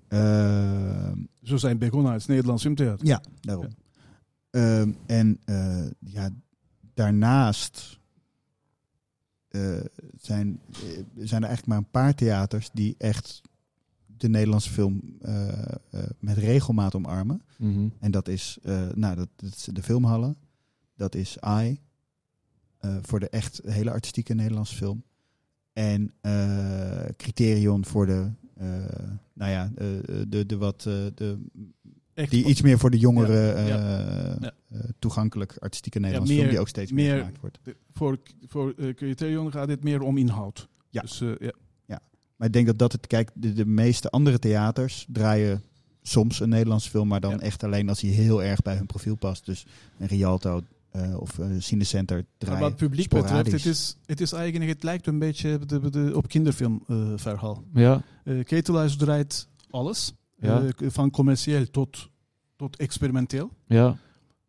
B: Ehm,
D: Zo zijn begonnen als Nederlands filmtheater.
B: ja, daarom. Ehm, en eh, ja, daarnaast eh, zijn, eh, zijn er eigenlijk maar een paar theaters die echt de Nederlandse film eh, eh, met regelmaat omarmen.
A: Mhm.
B: En dat is, eh, nou, dat, dat is de filmhallen, dat is AI eh, voor de echt hele artistieke Nederlandse film. En eh, criterion voor de, eh, nou ja, eh, de, de wat, eh, de,
D: Echt
B: die
D: wat-
B: iets meer voor de jongere, eh,
D: ja,
B: eh, toegankelijk artistieke Nederlandse
D: meer-
B: film, die ook steeds meer,
D: meer-
B: gemaakt wordt.
D: de- voor voor eh, Criterion gaat het meer om inhoud.
B: Ja.
D: Dus, eh, ja.
B: Maar ik denk dat dat het, kijk, de, de meeste andere theaters draaien soms een Nederlandse film, maar dan
D: Ja.
B: echt alleen als die heel erg bij hun profiel past. Dus een Rialto eh, of een Cinecenter
D: Maar
B: draaien.
D: wat het publiek
B: sporadisch.
D: betreft, het is, het is eigenlijk, het lijkt een beetje op de, de, op kinderfilmverhaal.
A: Ja,
D: Eh Ketelaars draait alles,
A: Ja.
D: Eh, k- van commercieel tot, tot experimenteel.
A: ja.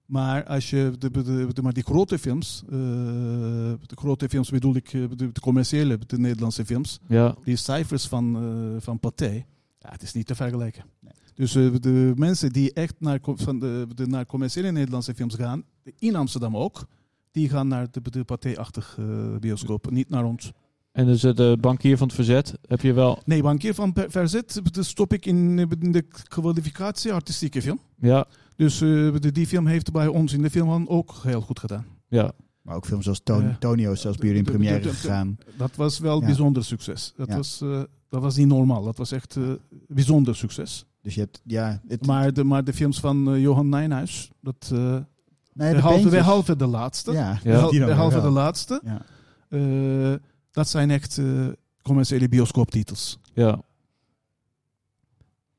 D: Maar als je de, de, de- maar die grote films, eh, de grote films bedoel ik, eh, de, de commerciële, de Nederlandse films,
A: Ja,
D: die cijfers van, eh, van Pathé, ja, het is niet te vergelijken.
B: Nee.
D: Dus eh, de mensen die echt naar, co- van de, de, naar commerciële Nederlandse films gaan, in Amsterdam ook, die gaan naar de, de Pathé-achtig eh, bioscoop, niet naar ons.
A: en dus eh, de bankier van het verzet heb je wel...
D: Nee, bankier van Per- Verzet eh, stop ik in eh, in de kwalificatie artistieke film.
A: Ja,
D: Dus eh, de- die film heeft bij ons in de filmhand ook heel goed gedaan.
A: ja.
B: Maar ook films zoals Ton-
D: Ja.
B: Tonio is zelfs bij jullie in
D: De- de- de-
B: première
D: de- de-
B: gegaan.
D: Dat was wel
B: Ja.
D: bijzonder succes. Dat,
B: Ja.
D: was, eh, dat was niet normaal. Dat was echt eh, bijzonder succes.
B: Dus je hebt, ja, het,
D: Maar de, maar de films van eh, Johan Nijnhuis, dat, eh,
B: nee, de
D: behalve,
B: bandjes.
D: behalve de laatste,
B: Ja,
A: Ja.
D: behal-
B: die dan weer
D: behalve de
B: wel.
D: laatste,
B: Ja.
D: eh, dat zijn echt eh, commerciële bioscooptitels.
A: Ja.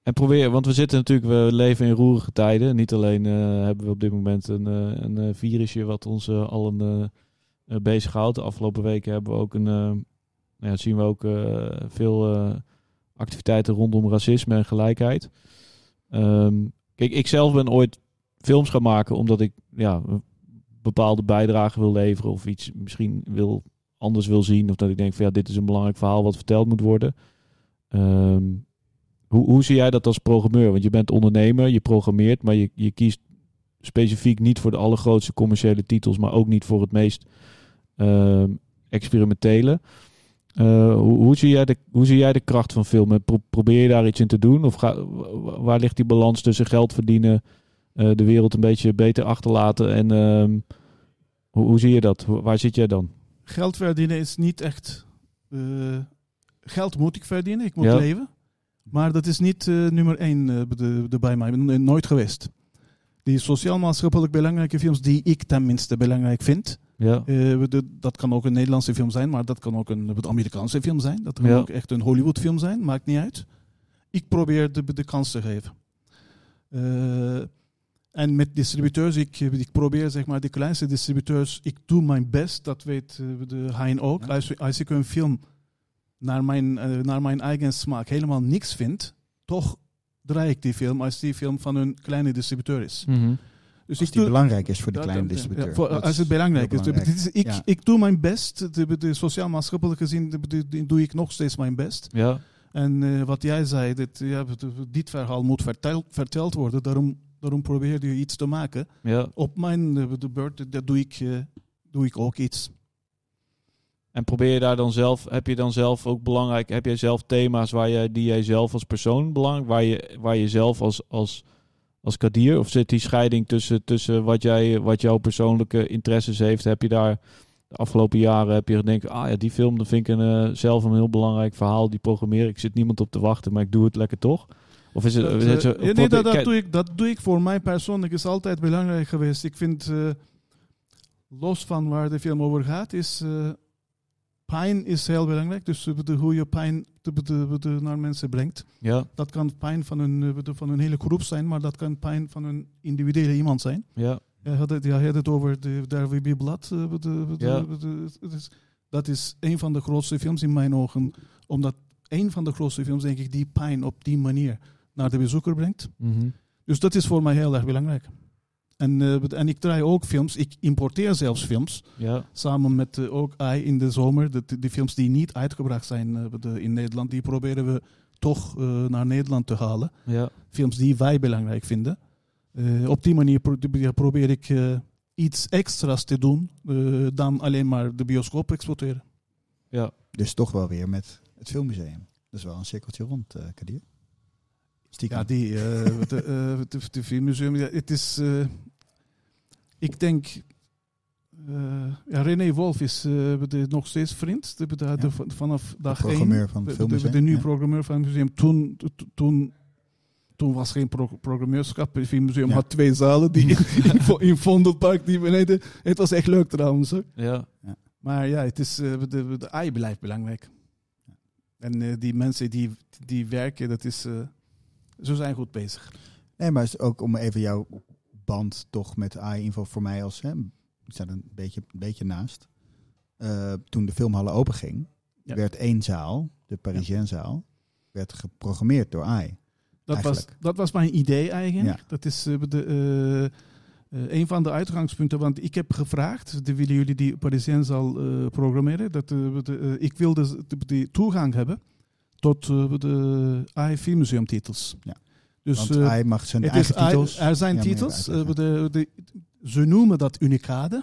A: En probeer, want we zitten natuurlijk, we leven in roerige tijden. Niet alleen eh, hebben we op dit moment een, eh, een eh, virusje wat ons eh, allen eh, eh, bezighoudt. De afgelopen weken hebben we ook een, eh, nou ja, zien we ook eh, veel eh, activiteiten rondom racisme en gelijkheid. Ehm, kijk, ik zelf ben ooit films gaan maken omdat ik ja, een bepaalde bijdrage wil leveren of iets misschien wil, anders wil zien. Of dat ik denk van ja, dit is een belangrijk verhaal wat verteld moet worden. Ehm, hoe, hoe zie jij dat als programmeur? Want je bent ondernemer, je programmeert, maar je, je kiest specifiek niet voor de allergrootste commerciële titels, maar ook niet voor het meest ehm, experimentele. Eh, hoe, hoe, zie jij de, hoe zie jij de kracht van filmen? Pro- probeer je daar iets in te doen? Of ga, wa- waar ligt die balans tussen geld verdienen, eh, de wereld een beetje beter achterlaten en ehm, hoe, hoe zie je dat? Hoe- waar zit jij dan?
D: Geld verdienen is niet echt... eh, geld moet ik verdienen, ik moet
A: Ja.
D: leven. Maar dat is niet eh, nummer één eh, de, de bij mij, N- nooit geweest. Die sociaal-maatschappelijk belangrijke films die ik tenminste belangrijk vind...
A: Ja,
D: Eh, we- de- dat kan ook een Nederlandse film zijn, maar dat kan ook een eh, Amerikaanse film zijn. Dat kan
A: Ja.
D: ook echt een Hollywood film zijn, maakt niet uit. Ik probeer de, de kans te geven. Eh, en met distributeurs, ik, ik probeer zeg maar de kleinste distributeurs, ik doe mijn best, dat weet eh, de Hein ook.
B: Ja.
D: Als, als ik een film naar mijn, eh, naar mijn eigen smaak helemaal niks vind, toch draai ik die film als die film van een kleine distributeur is.
A: Mhm.
D: Dus
B: Als
D: ik
B: die
D: doe-
B: belangrijk is voor de
D: ja,
B: kleine
D: dat-
B: distributeur.
D: ja, voor-
B: Dat
D: als het
B: is
D: belangrijk
B: heel
D: is. Dit is- ik,
B: Ja.
D: ik doe mijn best. De, de sociaal-maatschappelijk gezien de- de- de- doe ik nog steeds mijn best.
A: ja,
D: En eh, wat jij zei, dit, ja, dit verhaal moet verteld, verteld worden. Daarom, daarom probeer je iets te maken.
A: ja.
D: Op mijn eh, de beurt dat doe, ik, eh, doe ik ook iets.
A: En probeer je daar dan zelf, heb je dan zelf ook belangrijk, heb jij zelf thema's waar je, die jij zelf als persoon belangrijk, waar je, waar je zelf als, als, als kadier, of zit die scheiding tussen, tussen wat, jij, wat jouw persoonlijke interesses heeft, heb je daar de afgelopen jaren, heb je gedacht, ah ja, die film, dat vind ik een, eh, zelf een heel belangrijk verhaal, die programmeer ik, zit niemand op te wachten, maar ik doe het lekker toch? Of is het,
D: Dat,
A: is het zo-
D: eh, ja, nee, dat, dat
A: kijk-
D: doe ik, dat doe ik voor mij persoonlijk. is altijd belangrijk geweest. Ik vind, eh, los van waar de film over gaat, is eh, pijn is heel belangrijk. Dus eh, de, hoe je pijn de, de, de, naar mensen brengt.
A: ja,
D: Dat kan pijn van een, eh, de- van een hele groep zijn, maar dat kan pijn van een individuele iemand zijn.
A: ja,
D: Jij had het, jij had het over de, There Will Be Blood. eh, de- de- de-
A: Ja.
D: de- het is- dat is een van de grootste films in mijn ogen. Omdat een van de grootste films, denk ik, die pijn op die manier naar de bezoeker brengt.
A: mhm,
D: Dus dat is voor mij heel erg belangrijk. En, eh, en ik draai ook films. Ik importeer zelfs films.
A: ja,
D: Samen met eh, ook AI in de zomer. De, die films die niet uitgebracht zijn eh, de- in Nederland, die proberen we toch eh, naar Nederland te halen
A: ja,
D: films die wij belangrijk vinden. Eh, op die manier pro- ja, probeer ik eh, iets extra's te doen eh, dan alleen maar de bioscoop exporteren.
A: ja.
B: Dus toch wel weer met het filmmuseum. Dat is wel een cirkeltje rond, eh Kadir. Stiekem.
D: Ja, die, eh, de, eh, de, de filmmuseum, ja, het is... eh, ik denk, eh, ja, René Wolf is eh, de, nog steeds vriend. De, de, de-
B: Ja.
D: van- vanaf dag één.
B: programmeur van
D: De,
B: het
D: de, de,
B: filmmuseum.
D: de nieuwe
B: ja.
D: programmeur van het museum. Toen, to- toen, toen was geen pro programmeurschap. Het museum
B: Ja.
D: had twee zalen die in, in, Vo- in Vondelpark die beneden. Het was echt leuk trouwens. Hoor.
A: Ja.
D: Maar ja, het is, eh, de, de AI blijft belangrijk. En eh, die mensen die, die werken, dat is, eh, ze zijn goed bezig.
B: Nee, maar is ook om even jouw band toch met AI Info voor mij als... Hè, ik sta er een beetje, een beetje naast. Eh, toen de filmhallen openging,
D: Ja.
B: werd één zaal, de Parisienzaal, werd geprogrammeerd door AI.
D: Dat, was,
B: Eigenlijk.
D: dat was mijn idee eigenlijk.
B: Ja.
D: Dat is eh, de, eh, eh, een van de uitgangspunten. Want ik heb gevraagd, de, willen jullie die Parisiens al eh, programmeren? Dat, eh, de, eh, ik wilde z- de, die toegang hebben tot eh, de AI filmmuseumtitels.
B: Ja.
D: Dus
B: Want
D: eh,
B: AI mag zijn
D: het
B: eigen
D: is,
B: titels...
D: er zijn
B: Ja, maar
D: titels.
B: uitleggen.
D: eh, de, de, ze noemen dat unicade.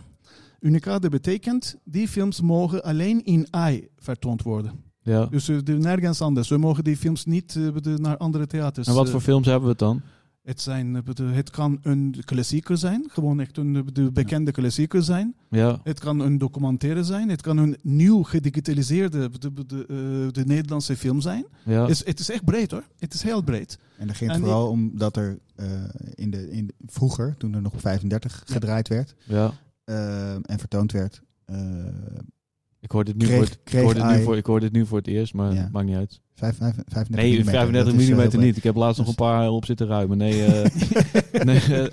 D: Unicade betekent, die films mogen alleen in AI vertoond worden.
A: ja.
D: Dus eh, de- nergens anders. We mogen die films niet eh, de- naar andere theaters.
A: En wat
D: eh,
A: voor films hebben we het dan?
D: het, zijn, eh, bedoel, het kan een klassieker zijn, gewoon echt een eh, bedoel, bekende klassieker zijn.
A: Ja.
D: Het kan een documentaire zijn. Het kan een nieuw gedigitaliseerde bedoel, bedoel, eh, de Nederlandse film zijn.
A: Ja.
D: Het, is, het is echt breed hoor. Het is heel breed.
B: En dat ging
D: En
B: het vooral omdat er eh, in de, in de- vroeger, toen er nog op 35 gedraaid werd
A: ja.
B: eh, en vertoond werd, eh,
A: Ik hoor dit nu,
B: Kreeg-
A: voor, het, ik,
B: kreeg
A: hoor dit nu
B: hij-
A: voor, ik hoor dit nu voor het eerst, maar
B: Ja.
A: maakt niet uit.
B: vijf- vijf- 35
A: Nee,
B: millimeter. Dat
A: 35
B: is, eh, heel
A: mm
B: breed.
A: niet. Ik heb laatst nog een
B: Dus-
A: paar op zitten ruimen. Nee, eh, nee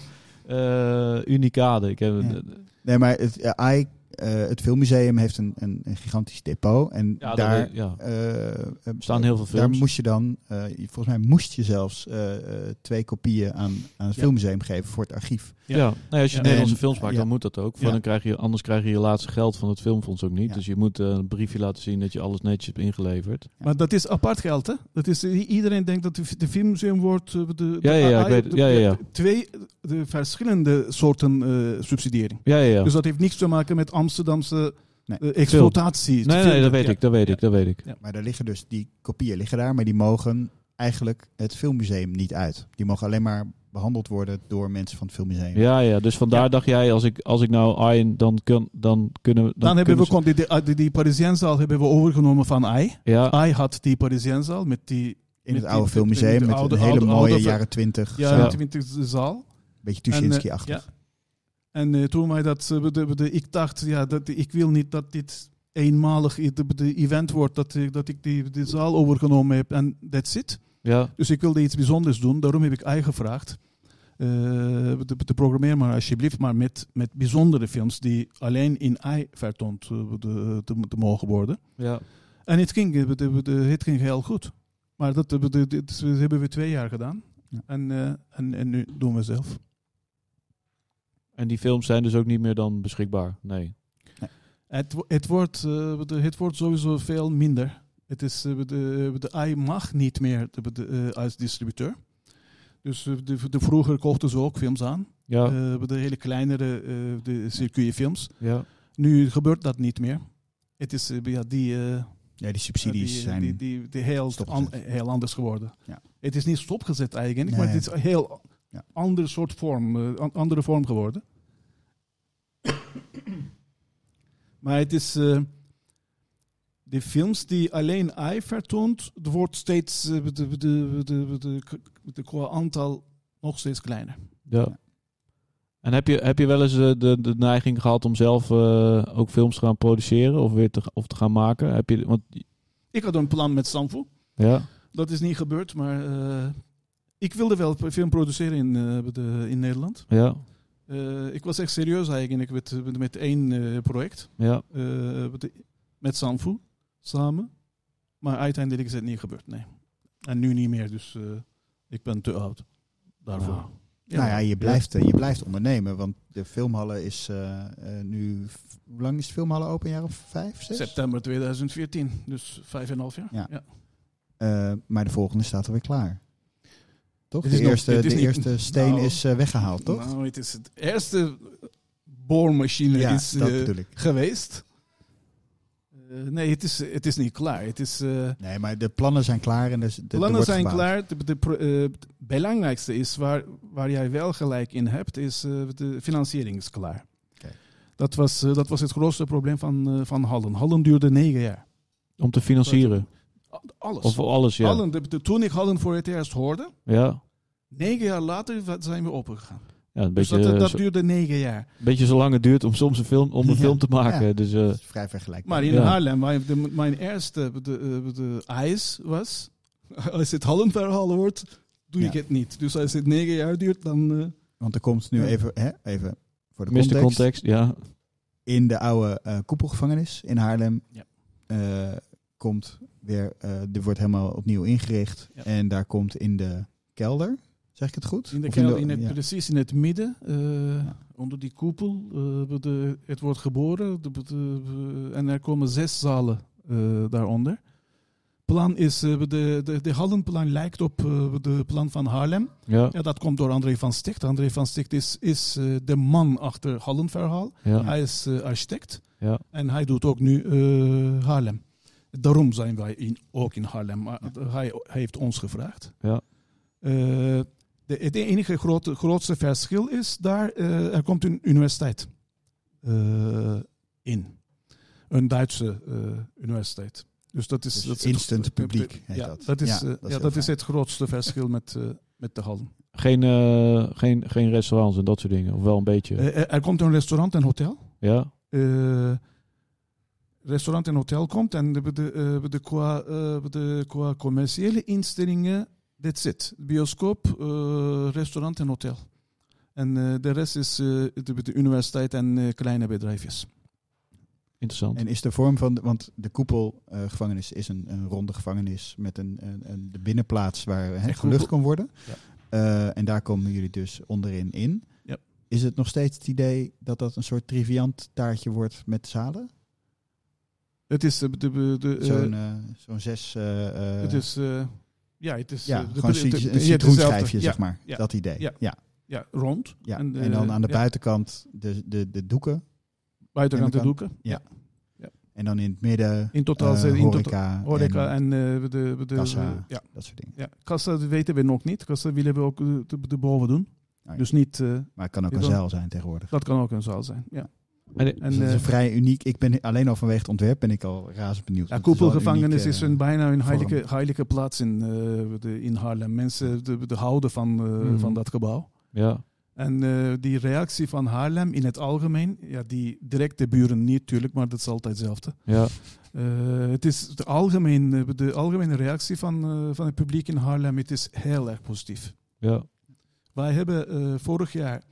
A: eh, eh, Unicade. Ik heb,
B: Ja. Nee, maar het, eh, AI, eh, het filmmuseum heeft een, een, een gigantisch depot. En
A: ja,
B: daar
A: dat- ja.
B: eh, eh,
A: staan heel veel
B: daar
A: films.
B: moest je dan, eh, volgens mij moest je zelfs eh, eh, twee kopieën aan, aan het
D: Ja.
B: filmmuseum geven voor het archief.
A: ja.
D: Ja.
A: Nee, als je
D: Ja.
A: Nederlandse
B: En-
A: films maakt,
B: ja.
A: dan moet dat ook. Want
B: Ja.
A: Dan krijg je, anders krijg je je laatste geld van het filmfonds ook niet.
B: Ja.
A: Dus je moet eh, een briefje laten zien dat je alles netjes hebt ingeleverd.
D: Maar dat is apart geld, hè? Dat is, i- iedereen denkt dat de, f- de filmmuseum wordt... eh, De, de
A: Ja, ja, ja,
D: AI
A: ik weet het. Ja, ja, ja.
D: Twee de verschillende soorten eh, subsidiëring.
A: Ja, ja, ja.
D: Dus dat heeft niks te maken met Amsterdamse
B: Nee.
D: eh, exploitatie.
A: nee,
D: Film,
A: nee, dat weet
D: ja.
A: ik. Dat weet ik. Dat weet ik.
B: Maar daar liggen dus, die kopieën liggen daar, maar die mogen eigenlijk het filmmuseum niet uit. Die mogen alleen maar behandeld worden door mensen van het filmmuseum.
A: Ja, ja. Dus vandaar
D: Ja.
A: dacht jij, als ik, als ik nou Arjen, dan, kun, dan kunnen we...
D: Dan, hebben we
A: kunnen
D: kon- die, ah, die, die, die Parisienzaal hebben we overgenomen van AI.
A: ze- Ja,
D: AI had die Parisienzaal met die
B: In het
D: Met
B: oude
D: die-
B: filmmuseum,
D: met
B: met,
D: die oude-
B: een hele
D: oude-
B: mooie
D: oude-
B: jaren twintig,
D: ja,
A: Ja.
D: 20 zaal.
B: beetje
D: En, eh,
B: Tuschinski-achtig.
D: ja. En eh, toen wij dat, eh, de- de- ik dacht, ja, dat, ik wil niet dat dit eenmalig i- de- de event wordt, dat, ik- dat ik die, die zaal overgenomen heb en that's it.
A: ja.
D: Dus ik wilde iets bijzonders doen, daarom heb ik AI gevraagd. eh, de, de programmeer maar alsjeblieft, maar met, met bijzondere films die alleen in AI vertoond eh, de- te, te mogen worden.
A: ja.
D: En het ging, eh, de- de- het ging heel goed. Maar dat, eh, de- dit is- hebben we twee jaar gedaan.
B: Ja.
D: En, eh, en, en nu doen we zelf.
A: En die films zijn dus ook niet meer dan beschikbaar. Nee.
D: Het, wo- het, wordt, eh, de- het wordt sowieso veel minder. Het is, eh, de, de AI mag niet meer de, de, eh, als distributeur. Dus eh, de, de, vroeger kochten ze ook films aan.
A: Ja,
D: Eh, de hele kleinere eh de circuitfilms.
A: ja.
D: Nu gebeurt dat niet meer. Het is eh, ja, die, eh,
B: Ja, die subsidies
D: die,
B: zijn...
D: die, die, die heel,
B: stopgezet.
D: an- heel anders geworden.
B: Ja.
D: Het is niet stopgezet eigenlijk,
B: Nee.
D: maar het is een heel
B: Ja.
D: andere soort vorm, eh, an- andere vorm geworden. maar het is... eh, de films die alleen AI vertoont, wordt steeds eh, de, de, de, de, de, de- qua aantal nog steeds kleiner.
A: ja. En heb je, heb je wel eens eh, de, de neiging gehad om zelf eh, ook films te gaan produceren of weer te, ga- of te gaan maken? Heb je, want,
D: Ik had een plan met Sanfo.
A: ja,
D: Dat is niet gebeurd, maar eh, ik wilde wel film produceren in, eh, de, in Nederland.
A: ja,
D: Eh, ik was echt serieus eigenlijk met, met, met één eh, project,
A: ja.
D: eh, met- met Sanfu, samen. Maar uiteindelijk is het niet gebeurd, nee. En nu niet meer, dus eh, ik ben te oud daarvoor.
A: Nou,
B: nou ja, je blijft, eh, je blijft ondernemen, want de filmhallen is eh, eh, nu... Hoe lang is de filmhallen open? Een jaar of vijf, zes?
D: September 2014, dus vijf en een half jaar.
B: Ja. Eh, maar de volgende staat alweer klaar. Toch?
D: Het is
B: De
D: nog-
B: eerste,
D: het is
B: de
D: niet-
B: eerste steen
D: Nou,
B: is eh, weggehaald, toch?
D: Nou, het is het eerste boormachine
B: ja,
D: is
B: dat
D: eh,
B: bedoel ik.
D: geweest. Eh, nee, het is, het is niet klaar. Het is, eh,
B: Nee, maar de plannen zijn klaar en dus de,
D: de plannen zijn klaar. De, de pro- eh, het belangrijkste is waar, waar jij wel gelijk in hebt, is eh, de financiering is klaar.
B: Oké.
D: Dat was, eh, dat was het grootste probleem van, eh, van Hallen. Hallen duurde negen jaar.
A: Om te financieren.
D: Alles.
A: Of alles, ja.
D: Hallen, de- de- toen ik Hallen voor het eerst hoorde,
A: Ja,
D: negen jaar later wa- zijn we opengegaan.
A: ja een,
D: Dus
A: beetje, eh,
D: dat, dat, dat
A: zo,
D: duurde negen jaar.
A: beetje zo lang het duurt om soms een film, om een
B: Ja.
A: film te maken.
B: Ja.
A: Dus, eh,
B: Dat is vrij vergelijkbaar.
D: Maar in
A: Ja.
D: Haarlem, waar de, mijn eerste de, de, eh, de eis was, als het Hallen verhalen wordt, doe ik
B: Ja.
D: het niet. Dus als het negen jaar duurt, dan... eh,
B: Want er komt nu
D: Ja.
B: even, hè, even voor de
A: Mr.
B: context.
A: Context. ja.
B: In de oude eh, koepelgevangenis in Haarlem
D: Ja.
B: eh, komt weer, eh die wordt helemaal opnieuw ingericht.
D: Ja.
B: En daar komt in de kelder, zeg ik het goed?
D: In de
B: Of
D: kelder, in het,
B: ja.
D: precies in het midden, eh, onder die koepel. eh, de, het wordt geboren de, de- en er komen zes zalen eh, daaronder. Plan is, eh, de, de, de Hallenplan lijkt op eh, de plan van Haarlem.
A: Ja,
D: Ja, dat komt door André van Sticht. André van Sticht is, is eh, de man achter Hallenverhaal.
A: ja,
D: Hij is eh, architect
A: ja.
D: en hij doet ook nu eh, Haarlem. Daarom zijn wij in, ook in Haarlem. Maar hij, hij heeft ons gevraagd.
A: Ja.
D: Eh, de, het enige grote, grootste verschil is daar, eh, er komt een universiteit eh, in. Een Duitse eh, universiteit. Dus dat is...
B: Dus
D: dat is
B: instant publiek heet
D: ja,
B: dat. Ja, dat is
D: is, eh, ja,
B: heel
D: dat is
B: fijn.
D: het grootste verschil met, eh, met de Hallen.
A: Geen, eh, geen, geen restaurants en dat soort dingen. Of wel een beetje.
D: Eh, er- er komt een restaurant en hotel.
A: ja,
D: eh, restaurant en hotel komt en de, de, eh, de, qua, eh, de, qua commerciële instellingen, that's it. Bioscoop, eh, restaurant en hotel. En eh, de rest is eh, de, de universiteit en eh, kleine bedrijfjes.
A: interessant.
B: En is de vorm van, de- want de koepelgevangenis is een, een ronde gevangenis met een, een, een de binnenplaats waar hè,
D: Echt
B: gelucht
D: koepel.
B: kon worden.
D: Ja.
B: Eh, en daar komen jullie dus onderin in.
D: Ja.
B: Is het nog steeds het idee dat dat een soort triviant taartje wordt met zalen?
D: Het is, de, de, de, eh,
B: Zo'n eh, zo'n zes. eh, eh,
D: het is eh, ja, het is
B: ja,
D: eh, de-
B: gewoon
D: de-
B: een
D: de-
B: cit-
D: ja,
B: een
D: hetzelfde.
B: citroenschijfje,
D: Ja,
B: zeg maar.
D: ja,
B: Dat idee.
D: ja.
B: Ja, ja.
D: ja, rond.
B: En,
D: de-
B: dan aan de
D: ja,
B: buitenkant de, de, de doeken.
D: buitenkant de
B: en dan
D: doeken.
B: En dan in het midden
D: In totaal
B: eh,
D: zijn in totaal
B: horeca,
D: horeca
B: en
D: en, eh, de, de,
B: kassa.
D: ja.
B: dat soort dingen.
D: Ja, kassa weten we nog niet. Kassa willen we ook eh, te, te boven doen.
B: Ah, ja.
D: Dus niet, eh,
B: Maar het kan ook
D: Ja,
B: een
D: dan-
B: zeil zijn tegenwoordig.
D: dat kan ook een zaal zijn. Ja.
A: En-
D: En
B: Dus dat is
D: eh,
B: een vrij uniek. Ik ben alleen al vanwege het ontwerp ben ik al razend benieuwd.
D: ja,
B: Dat is wel eh, een
D: koepelgevangenis
B: unieke,
D: is een, bijna een
B: vorm.
D: heilige, heilige plaats in, eh, de, in Haarlem. Mensen de, de houden van, eh,
B: Mm.
A: Mhm.
D: van dat gebouw.
A: ja,
D: En eh, die reactie van Haarlem in het algemeen, ja, die directe buren niet natuurlijk, maar dat is altijd hetzelfde.
A: ja,
D: Eh, het is de, algemeen, eh, de algemene reactie van, eh, van het publiek in Haarlem, het is heel erg positief.
A: ja.
D: Wij hebben eh, vorig jaar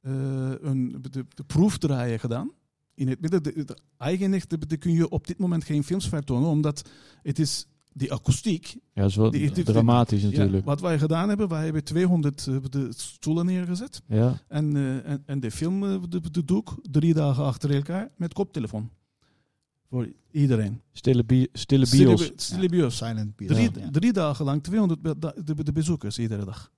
D: eh, een de, de proefdraaien gedaan. In het midden, de, de, eigenlijk de, de kun je op dit moment geen films vertonen, omdat het is die akoestiek.
A: Ja, dat is wel
D: Die- die- die-
A: dramatisch
D: Ja,
A: natuurlijk.
D: wat wij gedaan hebben, wij hebben 200 eh, de stoelen neergezet
A: Ja,
D: en, eh, en, en de film, eh, de, de doek, drie dagen achter elkaar met koptelefoon. Voor iedereen.
A: stille, bi- stille bios.
D: Stille- Stille bios.
B: Silent Bios.
D: Drie,
B: Ja.
D: drie dagen lang 200 be- da- de, de bezoekers iedere dag.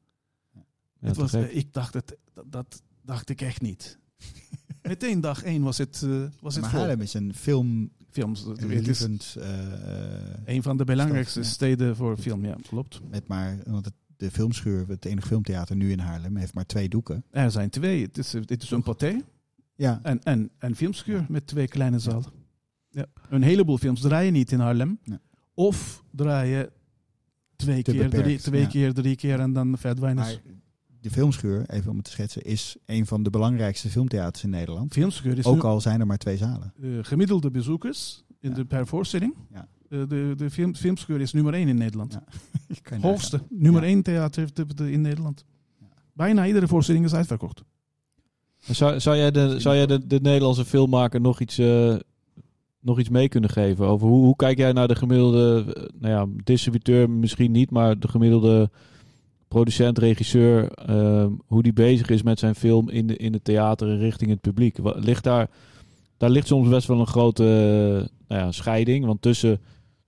A: Ja,
D: het
A: te
D: was,
A: gek.
D: eh, ik dacht het, dat, dat dacht ik echt niet. Meteen dag één was het, eh, was het
B: Maar
D: vol.
B: Haarlem is een film
D: films. Het is
B: lievend eh, eh,
D: een van de belangrijkste
B: Stad, ja.
D: steden voor film, ja, klopt.
B: met maar want het, de filmschuur, het enige filmtheater nu in Haarlem heeft maar twee doeken.
D: Er zijn twee. Het is, het is een paté
B: Ja.
D: en, en, en filmschuur met twee kleine zalen. Ja. Een heleboel films draaien niet in Haarlem.
B: Ja.
D: Of draaien twee,
B: Te
D: keer, drie,
B: beperkt,
D: twee
B: ja.
D: keer, drie keer en dan verdwijnen ze.
B: Maar de filmschuur, even om het te schetsen, is een van de belangrijkste filmtheaters in Nederland.
D: Filmschuur is nu-
B: Ook al zijn er maar twee zalen.
D: eh, gemiddelde bezoekers in
B: Ja.
D: de, per voorstelling.
B: Ja.
D: Eh, de de film, filmschuur is nummer één in Nederland.
B: Ja. Kan je
D: Hoogste, nummer
B: Ja.
D: één theater te- te- in Nederland.
B: Ja.
D: Bijna iedere voorstelling is uitverkocht.
A: Zou, zou jij, de, zou jij de, de Nederlandse filmmaker nog iets, eh, nog iets mee kunnen geven? Over hoe, hoe kijk jij naar de gemiddelde, eh, nou ja, distributeur misschien niet, maar de gemiddelde producent, regisseur, eh, hoe die bezig is met zijn film in, de, in het theater en richting het publiek? Wa- Ligt daar, daar ligt soms best wel een grote eh, nou ja, scheiding, want tussen...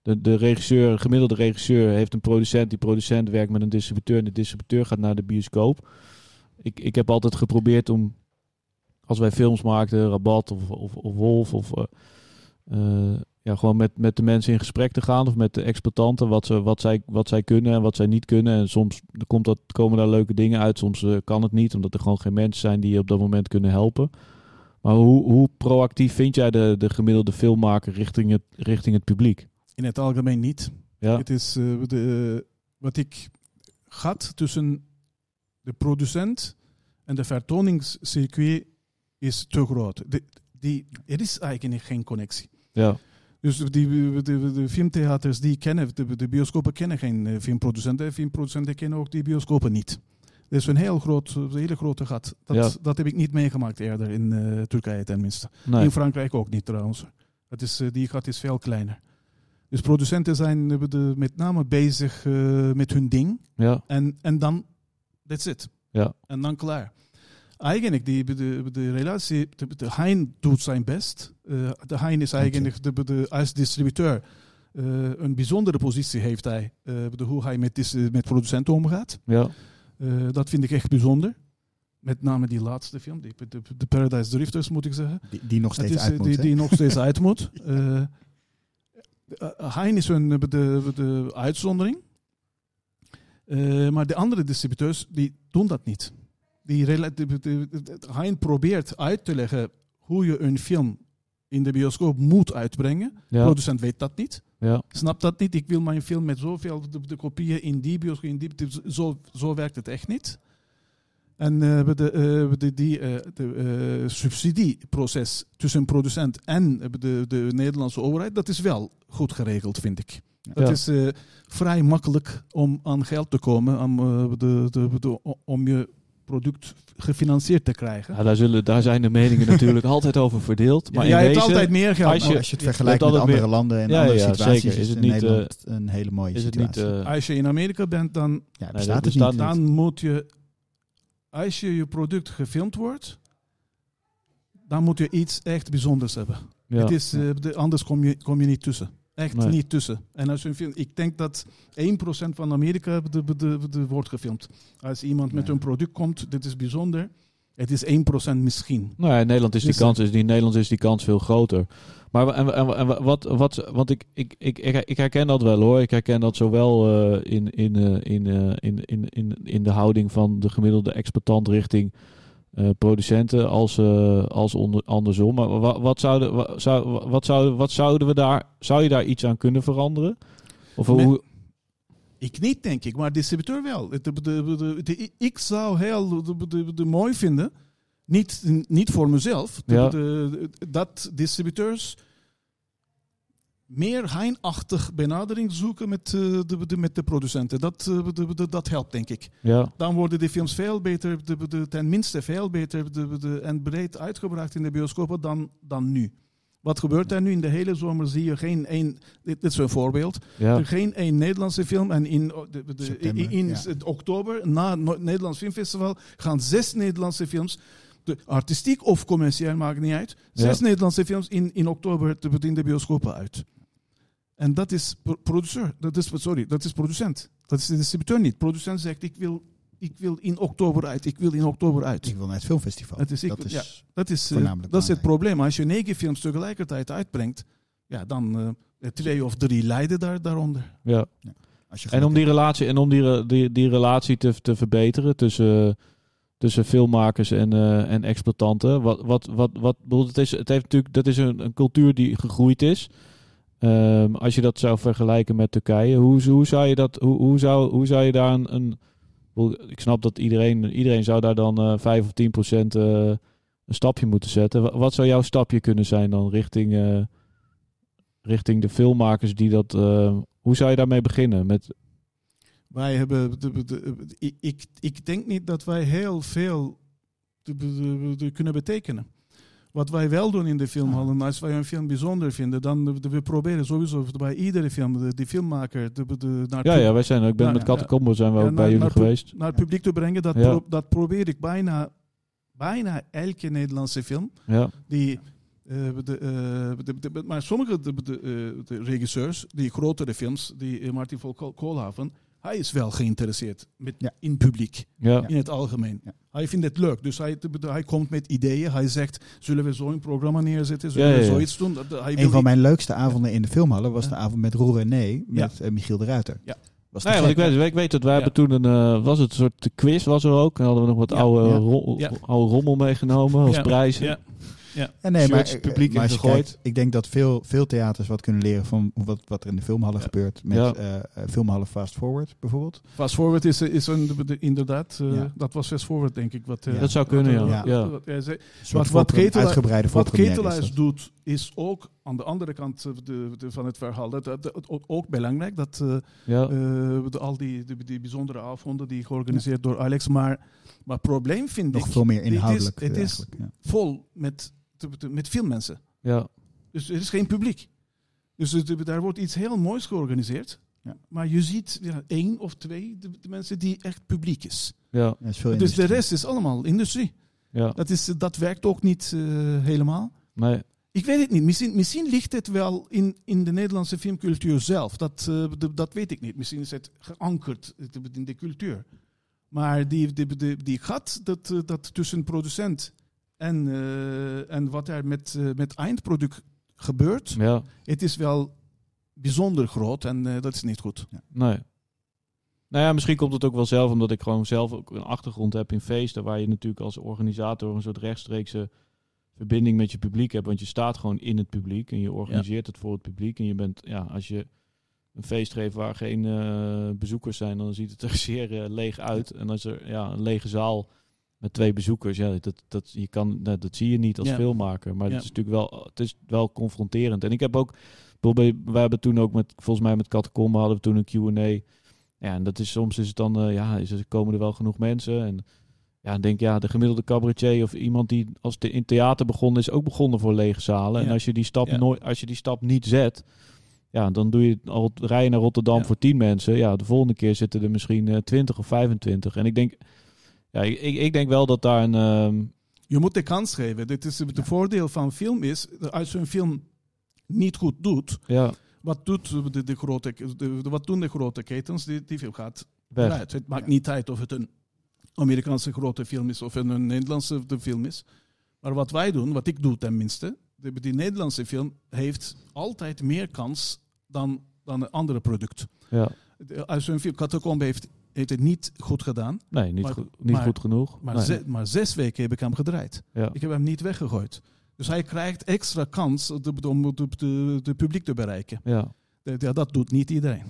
A: De, de regisseur, de gemiddelde regisseur heeft een producent. Die producent werkt met een distributeur. En de distributeur gaat naar de bioscoop. Ik, ik heb altijd geprobeerd om als wij films maakten, Rabat of, of, of Wolf, of eh, eh, ja, gewoon met, met de mensen in gesprek te gaan of met de exploitanten, wat, ze, wat, zij, wat zij kunnen en wat zij niet kunnen. En soms komt dat, komen daar leuke dingen uit, soms eh, kan het niet, omdat er gewoon geen mensen zijn die je op dat moment kunnen helpen. Maar hoe, hoe proactief vind jij de, de gemiddelde filmmaker richting het, richting het publiek?
D: In het algemeen niet.
A: Ja,
D: Het is eh, de, wat ik had tussen de producent en de vertoningscircuit is te groot. De, die, er is eigenlijk geen connectie.
A: ja,
D: Dus die, de, de, de filmtheaters die kennen, de, de bioscopen kennen geen eh, filmproducenten. Filmproducenten kennen ook die bioscopen niet. Dat is een heel groot, een hele grote gat. Dat,
A: Ja.
D: dat heb ik niet meegemaakt eerder in eh, Turkije tenminste.
A: nee.
D: In Frankrijk ook niet trouwens. Het is, eh, die gat is veel kleiner. Dus producenten zijn eh, de- met name bezig eh, met hun ding.
A: ja,
D: En, en dan, that's it.
A: Ja.
D: En dan klaar. Eigenlijk, die, de, de relatie, de, de Hein doet zijn best. Eh, de Hein is eigenlijk de, de, als distributeur eh, een bijzondere positie heeft hij. Eh, de, hoe hij met, dis- eh, met producenten omgaat.
A: ja,
D: Eh, dat vind ik echt bijzonder. Met name die laatste film, die, de, de Paradise Drifters moet ik zeggen.
B: Die, die nog
D: Het
B: steeds
D: is, eh,
B: uit moet,
D: die,
B: hè?
D: die nog steeds uit moet. Eh, eh, Hein is een eh, de, de uitzondering. Eh, maar de andere distributeurs die doen dat niet. Die rela- de- de- de- de- Hein probeert uit te leggen hoe je een film in de bioscoop moet uitbrengen. De
A: ja,
D: producent weet dat niet.
A: ja,
D: Snapt dat niet. Ik wil mijn film met zoveel de, de kopieën in die bioscoop. In die, dus zo, zo werkt het echt niet. En eh, de, eh, de, die eh, de, eh, subsidieproces tussen producent en eh, de, de Nederlandse overheid, dat is wel goed geregeld, vind ik. Dat
A: Ja.
D: is eh, vrij makkelijk om aan geld te komen, om, eh, de, de, de- om je product gefinancierd te krijgen.
A: Ja, daar, zullen, daar zijn de meningen natuurlijk altijd over verdeeld. Maar
D: Maar jij
A: in
D: hebt
A: wezen
D: altijd meer geld.
A: als
B: Als je, als je het
A: je hebt
B: vergelijkt met
A: altijd
B: andere
A: weer-
B: landen en
A: Ja,
B: andere
A: ja,
B: situaties,
A: zeker.
B: is,
A: Is het
B: in
A: niet, eh,
B: Nederland een hele mooie
A: is het niet...
B: situatie.
A: eh,
D: als je in Amerika bent, dan
B: ja,
A: nee,
B: bestaat
A: dat
B: het niet.
A: bestaat
D: dan moet je, als je je product gefilmd wordt, dan moet je iets echt bijzonders hebben.
A: ja.
D: Het is, eh, de, anders kom je, kom je niet tussen. Echt
A: Nee.
D: niet tussen. En als je een film, ik denk dat 1% van Amerika de, de, de, de- wordt gefilmd. Als iemand met
B: Ja.
D: een product komt, dit is bijzonder. Het is 1% misschien.
A: Nou ja, in Nederland is die
D: Dus,
A: kans, is die, in Nederland is die kans veel groter. Maar wa- en, wa- en, wa- en wa- wat, wat, want ik, ik, ik, ik, ik herken dat wel hoor. Ik herken dat zowel eh, in, in, eh, in, eh, in, in, in, in de houding van de gemiddelde exploitant richting eh, producenten als, eh, als onder, andersom. Maar wa- wat, zouden, wa- zou, wat, zouden, wat zouden we daar, zou je daar iets aan kunnen veranderen? Of
D: Met-
A: hoe,
D: Ik niet, denk ik, maar distributeur wel. Het- de- de- de- de- ik zou heel de, de, de, mooi vinden, niet, niet voor mezelf, de-
A: Ja.
D: de- de- dat distributeurs meer heinachtig benadering zoeken met, eh, de, de, met de producenten. Dat, eh, de- de- dat helpt, denk ik.
A: ja,
D: Dan worden de films veel beter, de, de, tenminste veel beter de, de, en breed uitgebracht in de bioscopen dan, dan nu. Wat gebeurt er nu? In de hele zomer zie je geen één. Dit, dit is een voorbeeld.
A: ja,
D: Er geen één Nederlandse film. En in, o- de, de-
B: September,
D: in, in
B: ja.
D: het oktober, na het No- Nederlands Filmfestival, gaan zes Nederlandse films, de, artistiek of commercieel, maakt niet uit, zes Nederlandse films in, in oktober te in de bioscopen uit. En dat is pro- produceur, dat is, sorry, dat is producent. Dat is de distributeur niet. Producent zegt, ik wil, ik wil in oktober uit, ik wil in oktober uit.
B: Ik wil naar het filmfestival.
D: Het is- ik-
B: dat is,
D: ja. Dat is, eh,
B: Voornamelijk
D: dat is het
B: belangrijk.
D: probleem. Als je negen films tegelijkertijd uitbrengt, ja, dan eh, twee of drie lijden daar, daaronder.
A: ja.
B: als je
A: En om
B: geluk
A: die relatie, en om die, re- die, die relatie te, te verbeteren tussen, tussen filmmakers en, eh, en exploitanten. Wat, wat, wat, wat, bedoel, het is, het heeft natuurlijk, dat is een, een cultuur die gegroeid is. Ehm, als je dat zou vergelijken met Turkije, hoe, hoe, zou, je dat, hoe, hoe, zou, hoe zou je daar een. een bedoel, ik snap dat iedereen, iedereen zou daar dan eh 5 of 10 procent eh, een stapje moeten zetten. Wa- Wat zou jouw stapje kunnen zijn dan richting, eh, richting de filmmakers die dat. eh, hoe zou je daarmee beginnen? Met,
D: Wij hebben. de- de- de- ik- ik, ik denk niet dat wij heel veel te- de- de- kunnen betekenen. Wat wij wel doen in de
A: Ah.
D: filmhallen, als wij een film bijzonder vinden, dan de- de- we proberen sowieso bij iedere film, de, die filmmaker, de, de, naar,
A: Ja,
D: pub-
A: ja, wij zijn, ik ben
D: Nou,
A: met
D: ja,
A: Catacombo zijn we
D: ja,
A: ook
D: nou,
A: bij jullie
D: maar pro-
A: geweest.
D: naar het publiek te brengen. Dat,
A: Ja.
D: pro- dat probeer ik bijna, bijna elke Nederlandse film.
A: Ja,
D: die, eh, de, eh, de- de- maar sommige de, de, eh, de regisseurs, die grotere films, die eh, Martin van Kool- Koolhaven, hij is wel geïnteresseerd met,
B: Ja.
D: in publiek,
A: ja,
D: in het algemeen.
B: Ja.
D: Hij vindt het leuk, dus hij, de- de- hij komt met ideeën. Hij zegt, zullen we zo'n programma neerzetten? Zullen
A: Ja, ja, ja.
D: we zoiets doen? Dat- dat- Hij
B: Een van
D: i-
B: mijn leukste avonden in de filmhallen was de avond met Roer René met eh, Michiel de Ruiter.
D: Ja.
B: Was te
A: Nee, want ik
B: gek.
A: weet, ik weet dat wij
D: Ja.
A: hebben toen een, eh, was het een soort quiz was er ook. En hadden we nog wat
D: Ja,
A: oude,
B: ja,
A: ro-
D: ja.
A: oude rommel meegenomen als
D: Ja,
A: prijs.
D: ja. Ja.
B: En nee,
A: Shirts
B: maar, eh,
A: het publiek
B: maar als je
A: ingegooid.
B: kijkt, ik denk dat veel, veel theaters wat kunnen leren van wat, wat er in de filmhallen
D: Ja.
B: gebeurt. Met
A: Ja.
B: eh, eh, filmhallen Fast Forward bijvoorbeeld.
D: Fast Forward is, is een, de- inderdaad, eh,
B: Ja.
D: dat was Fast Forward denk ik. Wat, eh,
B: Ja.
A: Dat zou kunnen, ja.
D: wat-
A: ja.
B: Ja.
D: wat jij zei.
B: Een
D: wat
B: soort voorpre-
D: Ketelaar-
B: uitgebreide
D: Wat
B: voorpremière is
D: Ketelaars
B: dat.
D: doet, is ook aan de andere kant eh, de, de- van het verhaal. Dat, dat- dat- ook- ook belangrijk dat eh,
A: Ja.
D: eh, de, al die, die, die bijzondere avonden die georganiseerd door Alex. Maar, maar het probleem vind
B: Nog
D: ik
B: veel meer
D: dit is-
B: inhoudelijk
D: het
B: eh,
D: is-
B: eigenlijk, ja.
D: vol met, te- te- met veel mensen.
A: ja.
D: Dus er is geen publiek. Dus het- het- daar wordt iets heel moois georganiseerd.
B: Ja.
D: Maar je ziet ja, één of twee de, de mensen die echt publiek is.
A: Ja.
B: Er is veel
D: Dus de
B: industrie.
D: rest is allemaal industrie.
A: Ja.
D: Dat, is, dat werkt ook niet eh, helemaal.
A: Nee.
D: Ik weet het niet. Misschien, misschien ligt het wel in, in de Nederlandse filmcultuur zelf. Dat, eh, de- dat weet ik niet. Misschien is het geankerd eh, de- in de cultuur. Maar die, die, die, die gat dat, eh, dat tussen producent en, eh, en wat er met, eh, met eindproduct gebeurt,
A: Ja.
D: het is wel bijzonder groot en eh, dat is niet goed.
A: Nee. Nou ja, misschien komt het ook wel zelf omdat ik gewoon zelf ook een achtergrond heb in feesten. Waar je natuurlijk als organisator een soort rechtstreekse verbinding met je publiek hebt. Want je staat gewoon in het publiek en je organiseert het voor het publiek. En je bent, ja, als je een feest geeft waar geen eh, bezoekers zijn, dan ziet het er zeer eh, leeg uit. En als er ja, een lege zaal met twee bezoekers, ja, dat, dat, je kan, nou, dat zie je niet als
D: Ja.
A: filmmaker. Maar
D: Ja.
A: het is natuurlijk wel, het is wel confronterend. En ik heb ook we hebben toen ook met, volgens mij met Catacombe hadden we toen een Q&A. Ja, en dat is soms is het dan, eh, ja, is er, komen er wel genoeg mensen? En ja, dan denk ik, ja, de gemiddelde cabaretier of iemand die als de, in theater begonnen is, ook begonnen voor lege zalen.
D: Ja.
A: En als je die stap
D: Ja.
A: nooit, als je die stap niet zet, ja, dan doe je al rijden naar Rotterdam
D: Ja.
A: voor tien mensen. Ja, de volgende keer zitten er misschien eh, twintig of 25. En ik denk, ja, ik, ik ik denk wel dat daar een, ehm,
D: Je moet de kans geven. Dit is het voordeel van film is, als je een film niet goed doet,
A: ja,
D: wat, doet de, de grote, de- de- wat doen de grote ketens? Die, die film gaat
A: weg.
D: eruit. Het maakt niet uit of het een Amerikaanse grote film is of een Nederlandse de film is. Maar wat wij doen, wat ik doe tenminste, de- die Nederlandse film heeft altijd meer kans dan, dan een andere product.
A: Ja.
D: De- Als een film, Catacombe heeft, heeft het niet goed gedaan,
A: Nee, niet,
D: Maar-
A: goed, niet
D: maar-
A: goed genoeg.
D: maar,
A: Nee.
D: ze- maar zes weken heb ik hem gedraaid.
A: Ja.
D: Ik heb hem niet weggegooid. Dus hij krijgt extra kans om de, om de, de, de publiek te bereiken.
A: ja.
D: De- Ja, dat doet niet iedereen.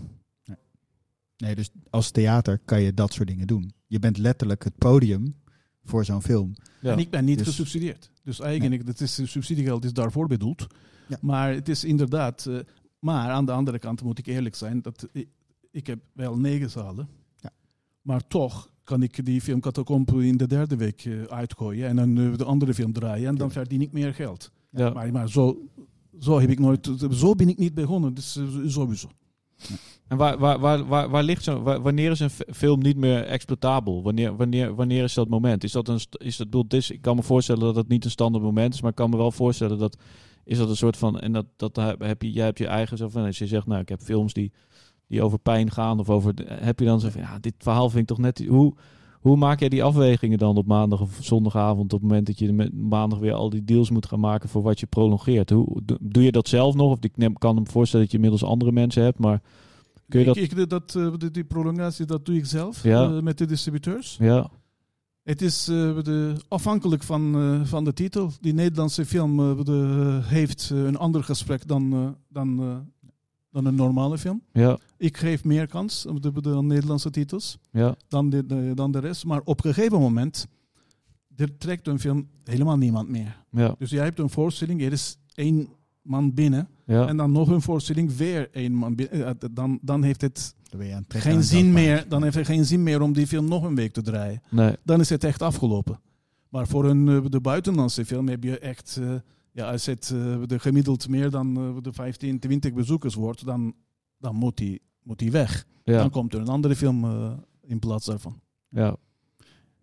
B: Nee, dus als theater kan je dat soort dingen doen. Je bent letterlijk het podium voor zo'n film.
A: Ja.
D: En ik ben niet
B: Dus-
D: gesubsidieerd. Dus eigenlijk, dat is, subsidiegeld is daarvoor bedoeld.
B: Ja.
D: Maar het is inderdaad... eh, maar aan de andere kant moet ik eerlijk zijn. Dat ik, ik heb wel negen zalen.
B: Ja.
D: Maar toch kan ik die film Catacombe in de derde week eh, uitgooien. En dan eh, de andere film draaien. En dan verdien ik meer geld.
A: Ja.
D: Maar, maar zo, zo, heb ik nooit, zo ben ik niet begonnen. Dus eh, sowieso.
A: En waar, waar, waar, waar, waar ligt zo, waar- wanneer is een f- film niet meer exploitabel? Wanneer, wanneer, wanneer is dat moment? Is dat een, st- is dat, ik bedoel, dit is- ik kan me voorstellen dat het niet een standaard moment is, maar ik kan me wel voorstellen dat is dat een soort van en dat, dat heb heb je, jij hebt je eigen zo van als je zegt, nou ik heb films die, die over pijn gaan of over heb je dan zo van ja dit verhaal vind ik toch net hoe hoe maak jij die afwegingen dan op maandag of zondagavond op het moment dat je met maandag weer al die deals moet gaan maken voor wat je prolongeert? Hoe do- doe je dat zelf nog? Of ik neem- kan me voorstellen dat je inmiddels andere mensen hebt, maar kun je dat?
D: Ik, ik- dat, eh, die, die prolongatie dat doe ik zelf
A: Ja.
D: eh, met de distributeurs.
A: Ja.
D: Het is eh, de, afhankelijk van, eh, van de titel. Die Nederlandse film eh, de, heeft eh, een ander gesprek dan, eh, dan, eh, dan een normale film.
A: Ja,
D: Ik geef meer kans op de, de aan Nederlandse titels
A: ja,
D: dan de, de- dan de rest. Maar op een gegeven moment er trekt een film helemaal niemand meer.
A: ja,
D: Dus jij hebt een voorstelling, er is één man binnen.
A: ja.
D: En dan nog een voorstelling, weer één man binnen. Eh, eh, Dan, dan heeft het
B: Dan ben je aan het trekken
D: geen
B: aan
D: zin
B: dat paard.
D: meer, dan heeft het geen zin meer om die film nog een week te draaien
A: nee,
D: dan is het echt afgelopen. Maar voor een, eh, de buitenlandse film heb je echt, eh, ja, als het eh, de gemiddeld meer dan eh, de 15, 20 bezoekers wordt, dan, dan moet die, moet die weg.
A: ja,
D: Dan komt er een andere film eh, in plaats daarvan.
A: ja,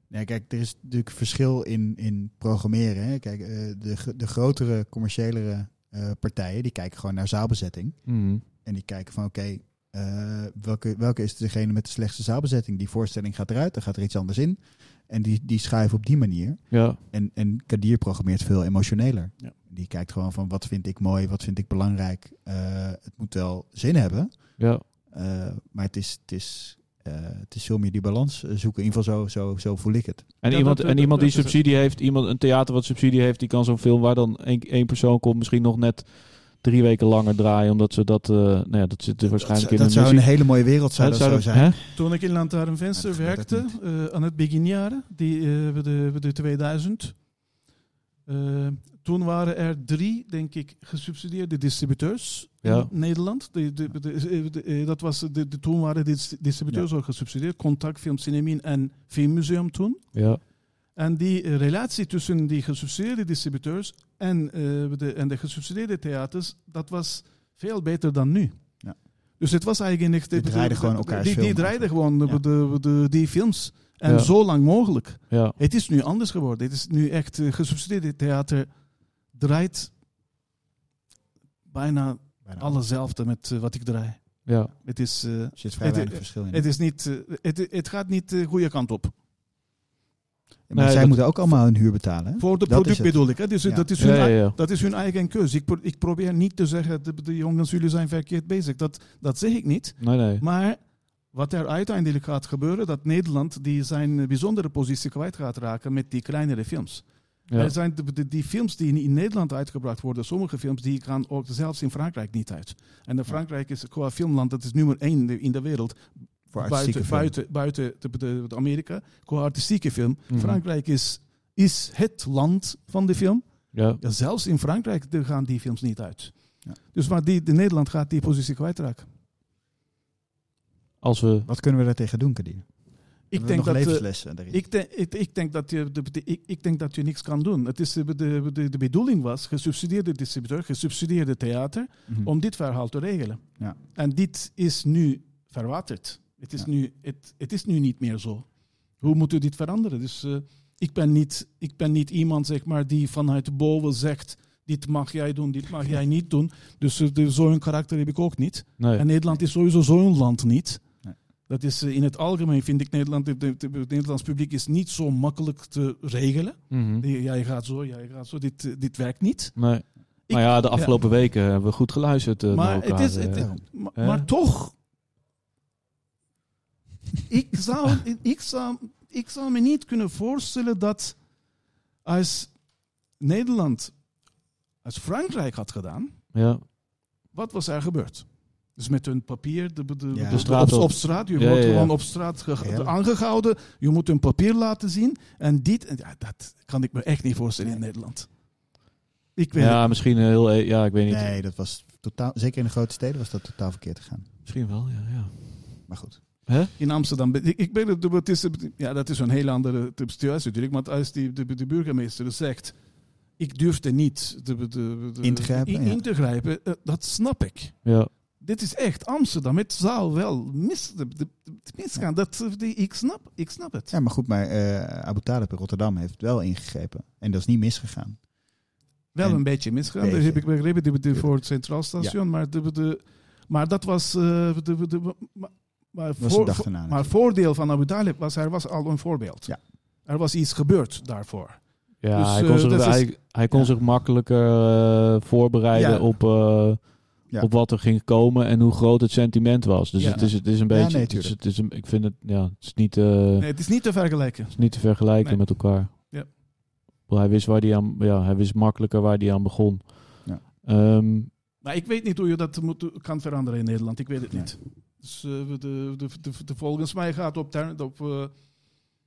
B: Nee, kijk, er is natuurlijk verschil in, in programmeren. Hè. Kijk, eh, de, gro- de grotere, commerciëlere eh, partijen, die kijken gewoon naar zaalbezetting.
A: mhm,
B: En die kijken van, oké, eh, welke, welke is degene met de slechtste zaalbezetting? Die voorstelling gaat eruit, dan gaat er iets anders in. En die, die schuiven op die manier.
A: ja,
B: En, en Kadir programmeert veel emotioneler.
D: Ja.
B: Die kijkt gewoon van, wat vind ik mooi, wat vind ik belangrijk. Eh, het moet wel zin hebben.
A: ja,
B: Eh, maar het is, het is eh, het is veel meer die balans eh, zoeken. In ieder geval zo, zo, zo voel ik het.
A: En
D: Ja,
A: iemand,
D: dat-
A: en
D: dat-
A: iemand die
D: dat is het.
A: subsidie heeft, iemand, een theater wat subsidie heeft, die kan zo'n film waar dan één, één persoon komt misschien nog net drie weken langer draaien, omdat ze dat, eh nou ja, dat zit er waarschijnlijk
B: dat, dat
A: in de
B: zou
A: muziek.
B: een hele mooie wereld zou
A: Hè,
B: dat zo
A: dat-
B: zijn.
A: hè?
D: Toen ik in
B: Maar
D: Lantaarnvenster
B: dat gebeurt
D: werkte, eh, aan het beginjaren, die, eh, bij de, bij de 2000, eh, toen waren er drie, denk ik, gesubsidieerde distributeurs
A: Ja.
D: in Nederland. De, de, de- de- eh, dat was de, de- toen waren de dis- distributeurs ook gesubsidieerd. Contact, Film Cinemien en Filmmuseum toen.
A: Ja.
D: En die eh, relatie tussen die gesubsidieerde distributeurs en, eh, de, en de gesubsidieerde theaters, dat was veel beter dan nu.
B: Ja.
D: Dus het was eigenlijk echt...
B: Die draaiden gewoon elkaars
D: Die, die
B: film.
D: draaiden gewoon eh,
B: Ja.
D: de, de, die films. En
A: Ja.
D: zo lang mogelijk.
A: ja.
D: Het is nu anders geworden. Het is nu echt eh, gesubsidieerde theater draait bijna
B: Bijna
D: allezelfde met eh, wat ik draai.
A: Ja.
D: Het is... eh,
B: Er zit vrij
D: Het-
B: weinig verschil in.
D: het, is niet, eh, het, het gaat niet de goede kant op.
B: Hm? maar
A: Nee,
B: zij
A: dat-
B: moeten ook allemaal hun huur betalen. hè?
D: Voor de
B: Dat is
D: product
B: het.
D: bedoel ik. Hè? Dus eh,
B: Ja.
D: dat is hun
A: Ja, ja, ja.
D: Dat is hun eigen keus. Ik, pro- ik probeer niet te zeggen, de, de jongens, jullie zijn verkeerd bezig. Dat, dat zeg ik niet.
A: Nee, nee.
D: Maar wat er uiteindelijk gaat gebeuren, dat Nederland die zijn bijzondere positie kwijt gaat raken met die kleinere films.
A: Ja.
D: Er zijn de- de- die films die in Nederland uitgebracht worden, sommige films, die gaan ook zelfs in Frankrijk niet uit. En de Frankrijk is qua filmland, dat is nummer één in de- in de wereld.
B: Voor artistieke
D: Buiten,
B: film.
D: buiten, buiten de, de- de Amerika, qua artistieke film.
A: Mhm.
D: Frankrijk is, is het land van de film.
A: Ja.
D: Ja, zelfs in Frankrijk de- gaan die films niet uit.
B: Ja.
D: Dus maar die, de Nederland gaat die positie kwijtraken.
A: Als we.
B: Wat kunnen we daartegen doen, Kadir?
D: Ik denk, dat, eh,
B: levenslessen daarin.
D: ik, denk- ik, ik denk dat je, de, de- ik, ik denk dat je niks kan doen. Het is, eh, de, de, de bedoeling was, gesubsidieerde distributeur, gesubsidieerde theater,
B: Mhm.
D: om dit verhaal te regelen.
B: Ja.
D: En dit is nu verwaterd. Het is,
B: Ja.
D: nu, het, het is nu niet meer zo. Hoe moeten we dit veranderen? Dus eh, ik, ben niet, ik ben niet iemand zeg maar, die vanuit boven zegt: dit mag jij doen, dit mag jij niet doen. Dus eh, de- zo'n karakter heb ik ook niet.
A: Nee.
D: En Nederland is sowieso zo'n land niet.
B: Nee.
D: Dat is eh, in het algemeen, vind ik, Nederland, het- het- het Nederlands publiek is niet zo makkelijk te regelen.
A: Mhm.
D: Jij gaat zo, jij gaat zo. Dit, eh, dit werkt niet.
A: Nee.
D: Ik-
A: maar ja, de afgelopen weken hebben we goed geluisterd. eh,
D: Maar,
A: naar elkaar,
D: het is, het-
A: eh.
B: ja.
D: ma-
A: Hè?
D: maar toch. Ik zou, ik, zou, ik zou me niet kunnen voorstellen dat als Nederland, als Frankrijk had gedaan,
A: ja.
D: wat was er gebeurd? Dus met hun papier de, de, de-
B: Ja.
D: de
A: straat
D: op,
A: op.
D: op straat. Je
A: Ja,
D: wordt
A: ja, ja.
D: gewoon op straat ge-
B: Ja.
D: aangehouden. Je moet hun papier laten zien. En dit, en ja, dat kan ik me echt niet voorstellen in Nederland. Ik weet
A: ja, misschien een heel. e- Ja, ik weet niet.
B: Nee, dat was totaal... Zeker in de grote steden was dat totaal verkeerd gegaan.
A: Misschien wel, ja. ja.
B: Maar goed.
A: Hè?
D: In Amsterdam, ben- ik ik ben het, het is, ja, dat is een heel andere type situatie natuurlijk. Want als die, de, de burgemeester zegt, ik durfde niet de, de, de-
B: In te grijpen,
D: in,
B: ja.
D: in te grijpen, eh, dat snap ik.
A: Ja.
D: Dit is echt Amsterdam. Het zou wel mis, de- de- de- misgaan. Dat, eh, die- ik, snap, ik snap het.
B: Ja, maar goed, maar eh Abu Talib in Rotterdam heeft wel ingegrepen. En dat is niet misgegaan.
D: Wel
B: en-
D: een beetje misgaan.
B: Beetje.
D: Dat heb ik begrepen de, de, voor het Centraal Station. Maar, de, de, maar dat was... eh, de, de, maar, maar
B: Dat was
D: voor-
B: de dag daarna.
D: maar voordeel van Abu Talib was, er was al een voorbeeld.
B: Ja.
D: Er was iets gebeurd daarvoor.
A: Ja,
D: Dus,
A: hij kon,
D: eh,
A: zich,
D: dat is-
A: hij, hij kon
D: ja.
A: zich makkelijker eh, voorbereiden
D: Ja.
A: op, eh,
B: Ja.
A: op wat er ging komen en hoe groot het sentiment was. Dus
D: Ja.
A: het, is, het is een
B: Ja,
A: beetje.
B: nee,
A: het is,
B: tuurlijk.
A: het is een, ik vind het, ja, het is niet, eh,
D: Nee, het is niet te vergelijken.
A: het is niet te vergelijken
D: Nee.
A: met elkaar.
D: Ja.
A: Wel, Hij wist, waar die aan, ja, hij wist makkelijker waar hij aan begon.
B: Ja.
A: Ehm,
D: Maar ik weet niet hoe je dat moet, kan veranderen in Nederland. Ik weet het
B: Nee.
D: niet. Dus eh, we- de, de, de, de- volgens mij gaat op... ter- op eh,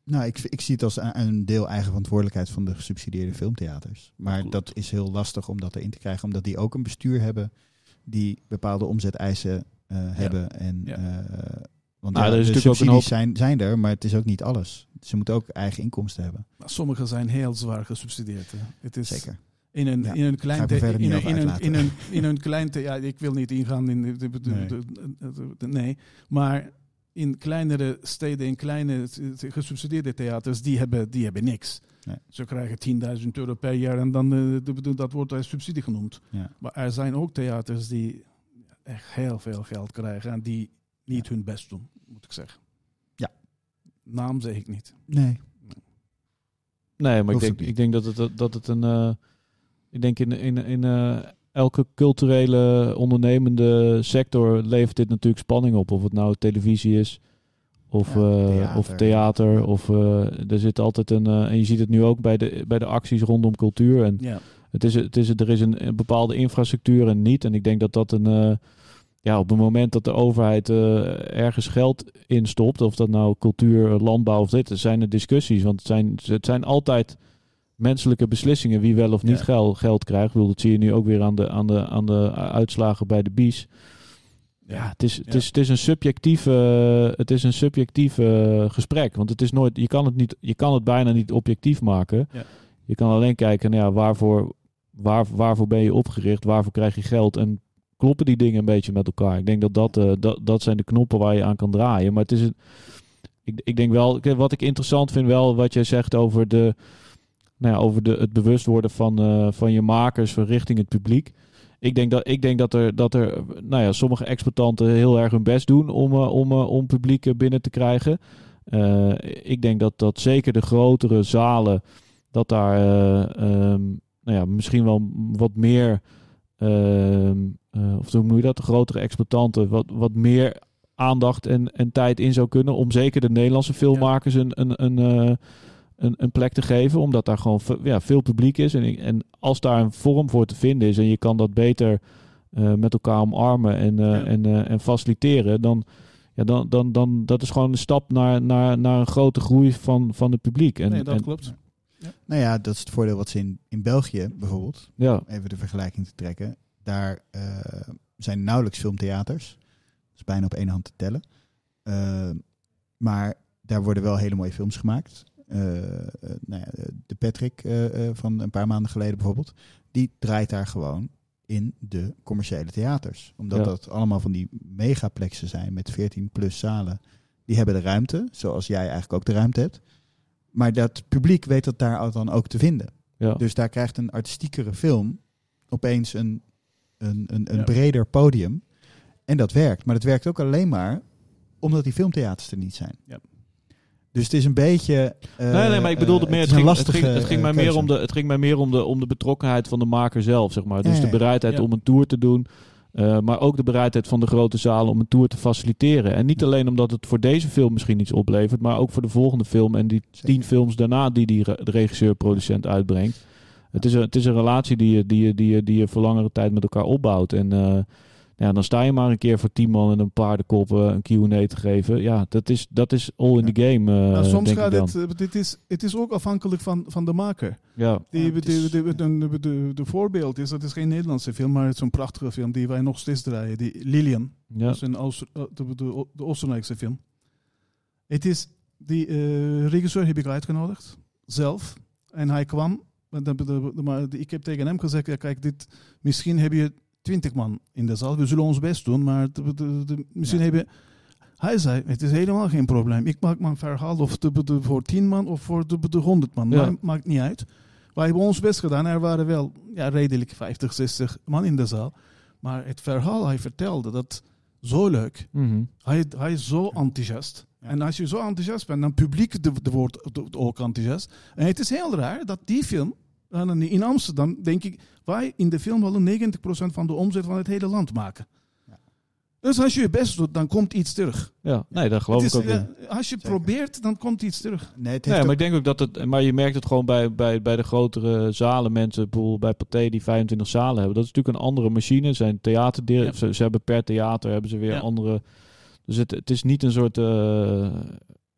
B: Nou, ik, ik zie het als een een deel eigen verantwoordelijkheid van de gesubsidieerde filmtheaters. Maar
D: Klopt.
B: dat is heel lastig om dat erin te krijgen, omdat die ook een bestuur hebben die bepaalde omzeteisen eh, hebben. En,
D: Ja.
B: eh, want
A: Nou,
B: ja,
A: er is
B: de
A: natuurlijk ook een
B: subsidies
A: hoop-
B: zijn, zijn er, maar het is ook niet alles. Ze moeten ook eigen inkomsten hebben.
D: maar sommigen zijn heel zwaar gesubsidieerd. hè. Het
A: Dus-
D: is
B: Zeker.
D: In een,
B: Ja.
D: in een
B: Ga
D: klein
B: ik me
D: the-
B: verder
D: in
B: niet
D: een- in
B: over
D: een-
B: uitlaten.
D: in een- in een klein the- ja, ik wil niet ingaan in de, de, de-
B: Nee.
D: de- de- de- de- nee, maar in kleinere steden, in kleine eh, gesubsidieerde theaters, die hebben, die hebben niks.
B: Nee.
D: Ze krijgen 10.000 euro per jaar en dan, eh, de- de- dat wordt als subsidie genoemd.
B: Ja.
D: Maar er zijn ook theaters die echt heel veel geld krijgen en die niet hun best doen, moet ik zeggen.
B: Ja.
D: Naam zeg ik niet.
B: Nee.
A: nee, maar ik
B: Hoeft
A: denk,
B: ook niet.
A: ik denk dat het, dat- dat het een. eh, ik denk in, in, in eh, elke culturele ondernemende sector levert dit natuurlijk spanning op. Of het nou televisie is Of,
B: Ja,
A: eh,
B: theater.
A: of theater. Of eh, er zit altijd een. eh, en je ziet het nu ook bij de, bij de acties rondom cultuur. En
D: Ja.
A: het is, het is, er is een, een bepaalde infrastructuur en niet. En ik denk dat dat een. eh, ja, op het moment dat de overheid eh, ergens geld instopt, of dat nou cultuur, eh, landbouw of dit, er zijn er discussies. Want het zijn, het zijn altijd menselijke beslissingen wie wel of niet
D: Ja.
A: gel- geld krijgt. Ik bedoel, dat zie je nu ook weer aan de, aan de, aan de eh, uitslagen bij de BIES. Ja, het is, het
D: Ja.
A: is, het is een subjectief, eh, het is een subjectief eh, gesprek. Want het is nooit, je, kan het niet, je kan het bijna niet objectief maken.
D: Ja.
A: Je kan alleen kijken, nou ja, waarvoor, waar, waarvoor ben je opgericht? Waarvoor krijg je geld? En kloppen die dingen een beetje met elkaar? Ik denk dat dat, eh, dat, dat zijn de knoppen waar je aan kan draaien. Maar het is een, ik, ik denk wel, kijk, wat ik interessant vind wel, wat jij zegt over, de, nou ja, over de, het bewust worden van, eh, van je makers van richting het publiek. Ik denk dat, ik denk dat er, dat er nou ja, sommige exploitanten heel erg hun best doen om, eh, om, eh, om publiek eh, binnen te krijgen. Eh, ik denk dat, dat zeker de grotere zalen, dat daar eh, ehm, nou ja, misschien wel wat meer, ehm, eh, of hoe noem je dat, de grotere exploitanten, wat, wat meer aandacht en, en tijd in zou kunnen om zeker de Nederlandse filmmakers een, een, een, eh, een, een plek te geven, omdat daar gewoon ve- ja, veel publiek is. En, ik- en als daar een vorm voor te vinden is en je kan dat beter eh, met elkaar omarmen en, eh,
D: Ja.
A: en, eh, en faciliteren, dan, ja, dan, dan, dan dat is gewoon een stap naar, naar, naar een grote groei van, van het publiek. En,
D: nee, dat
A: en-
D: klopt.
B: Nou ja, dat is het voordeel wat ze in, in België bijvoorbeeld,
A: ja,
B: even de vergelijking te trekken. Daar eh, zijn nauwelijks filmtheaters. Dat is bijna op één hand te tellen. Eh, maar daar worden wel hele mooie films gemaakt. Eh, eh, nou ja, de Patrick eh, eh, van een paar maanden geleden bijvoorbeeld. Die draait daar gewoon in de commerciële theaters. Omdat
A: Ja.
B: dat allemaal van die megaplexen zijn met 14 plus zalen. Die hebben de ruimte, zoals jij eigenlijk ook de ruimte hebt. Maar dat publiek weet dat daar dan ook te vinden.
A: ja.
B: Dus daar krijgt een artistiekere film opeens een, een, een, een
D: Ja.
B: breder podium. En dat werkt. Maar dat werkt ook alleen maar omdat die filmtheaters er niet zijn.
D: Ja.
B: Dus het is een beetje. eh,
A: nee, nee, maar ik bedoelde
B: eh,
A: meer,
B: is
A: het
B: een
A: ging,
B: lastige,
A: het ging, het ging
B: eh,
A: mij meer
B: keuze.
A: om de, het ging mij meer om de, om de betrokkenheid van de maker zelf, zeg maar.
B: Ja,
A: Dus
B: ja,
A: de
B: ja.
A: bereidheid
D: Ja.
A: om een tour te doen, eh, maar ook de bereidheid van de grote zalen om een tour te faciliteren. En niet alleen omdat het voor deze film misschien iets oplevert, maar ook voor de volgende film en die
B: Zeker.
A: tien films daarna die die re- de regisseur-producent uitbrengt. Het is, een, het is een relatie die je, die, je, die, je, die je voor langere tijd met elkaar opbouwt. En eh, ja, dan sta je maar een keer voor tien man en een paardenkop eh, een Q&A te geven. Ja, dat is, dat is all in the game, eh,
B: Nou,
D: Maar Nou, soms
A: denk ik
D: gaat
A: dan.
D: het, eh, dit is, het is ook afhankelijk van, van de maker.
A: Ja.
D: Die,
B: Ja,
D: de,
B: het is-
D: de, de, de- de- de voorbeeld is, dat is geen Nederlandse film, maar het is een prachtige film die wij nog steeds draaien. Die Lilian,
A: Ja.
D: dat is een Oost- eh, de, de, de Oostenrijkse film. Het is, die eh, regisseur heb ik uitgenodigd, zelf. En hij kwam, want de- de- de- maar ik heb tegen hem gezegd, ja, kijk, dit, misschien heb je twintig man in de zaal. We zullen ons best doen, maar de- de- de- misschien
B: Ja.
D: heb je... Hij zei, het is helemaal geen probleem. Ik maak mijn verhaal of de, de- voor tien man of voor de, de honderd man.
A: Ja.
D: Maar maakt niet uit. Wij hebben ons best gedaan. Er waren wel ja, redelijk 50, 60 man in de zaal. Maar het verhaal hij vertelde, dat zo leuk.
A: Mhm.
D: Hij, hij is zo enthousiast.
B: Ja.
D: En als je zo enthousiast bent, dan publiek de, de wordt de- de ook enthousiast. En het is heel raar dat die film, en in Amsterdam denk ik, wij in de film willen 90% van de omzet van het hele land maken.
B: Ja.
D: Dus als je je best doet, dan komt iets terug.
A: Ja, nee, dat geloof
D: Het
A: ik
D: is,
A: ook niet.
D: eh, als je
B: Zeker.
D: probeert, dan komt iets terug.
B: Nee, het
A: Nee,
B: heeft
A: maar
B: ook-
A: ik denk ook dat het. Maar je merkt het gewoon bij, bij, bij de grotere zalen. Mensen, bijvoorbeeld bij Pathé, die 25 zalen hebben. Dat is natuurlijk een andere machine. Zijn theater,
D: Ja.
A: ze, ze hebben per theater hebben ze weer
D: Ja.
A: andere. Dus het, het is niet een soort. eh,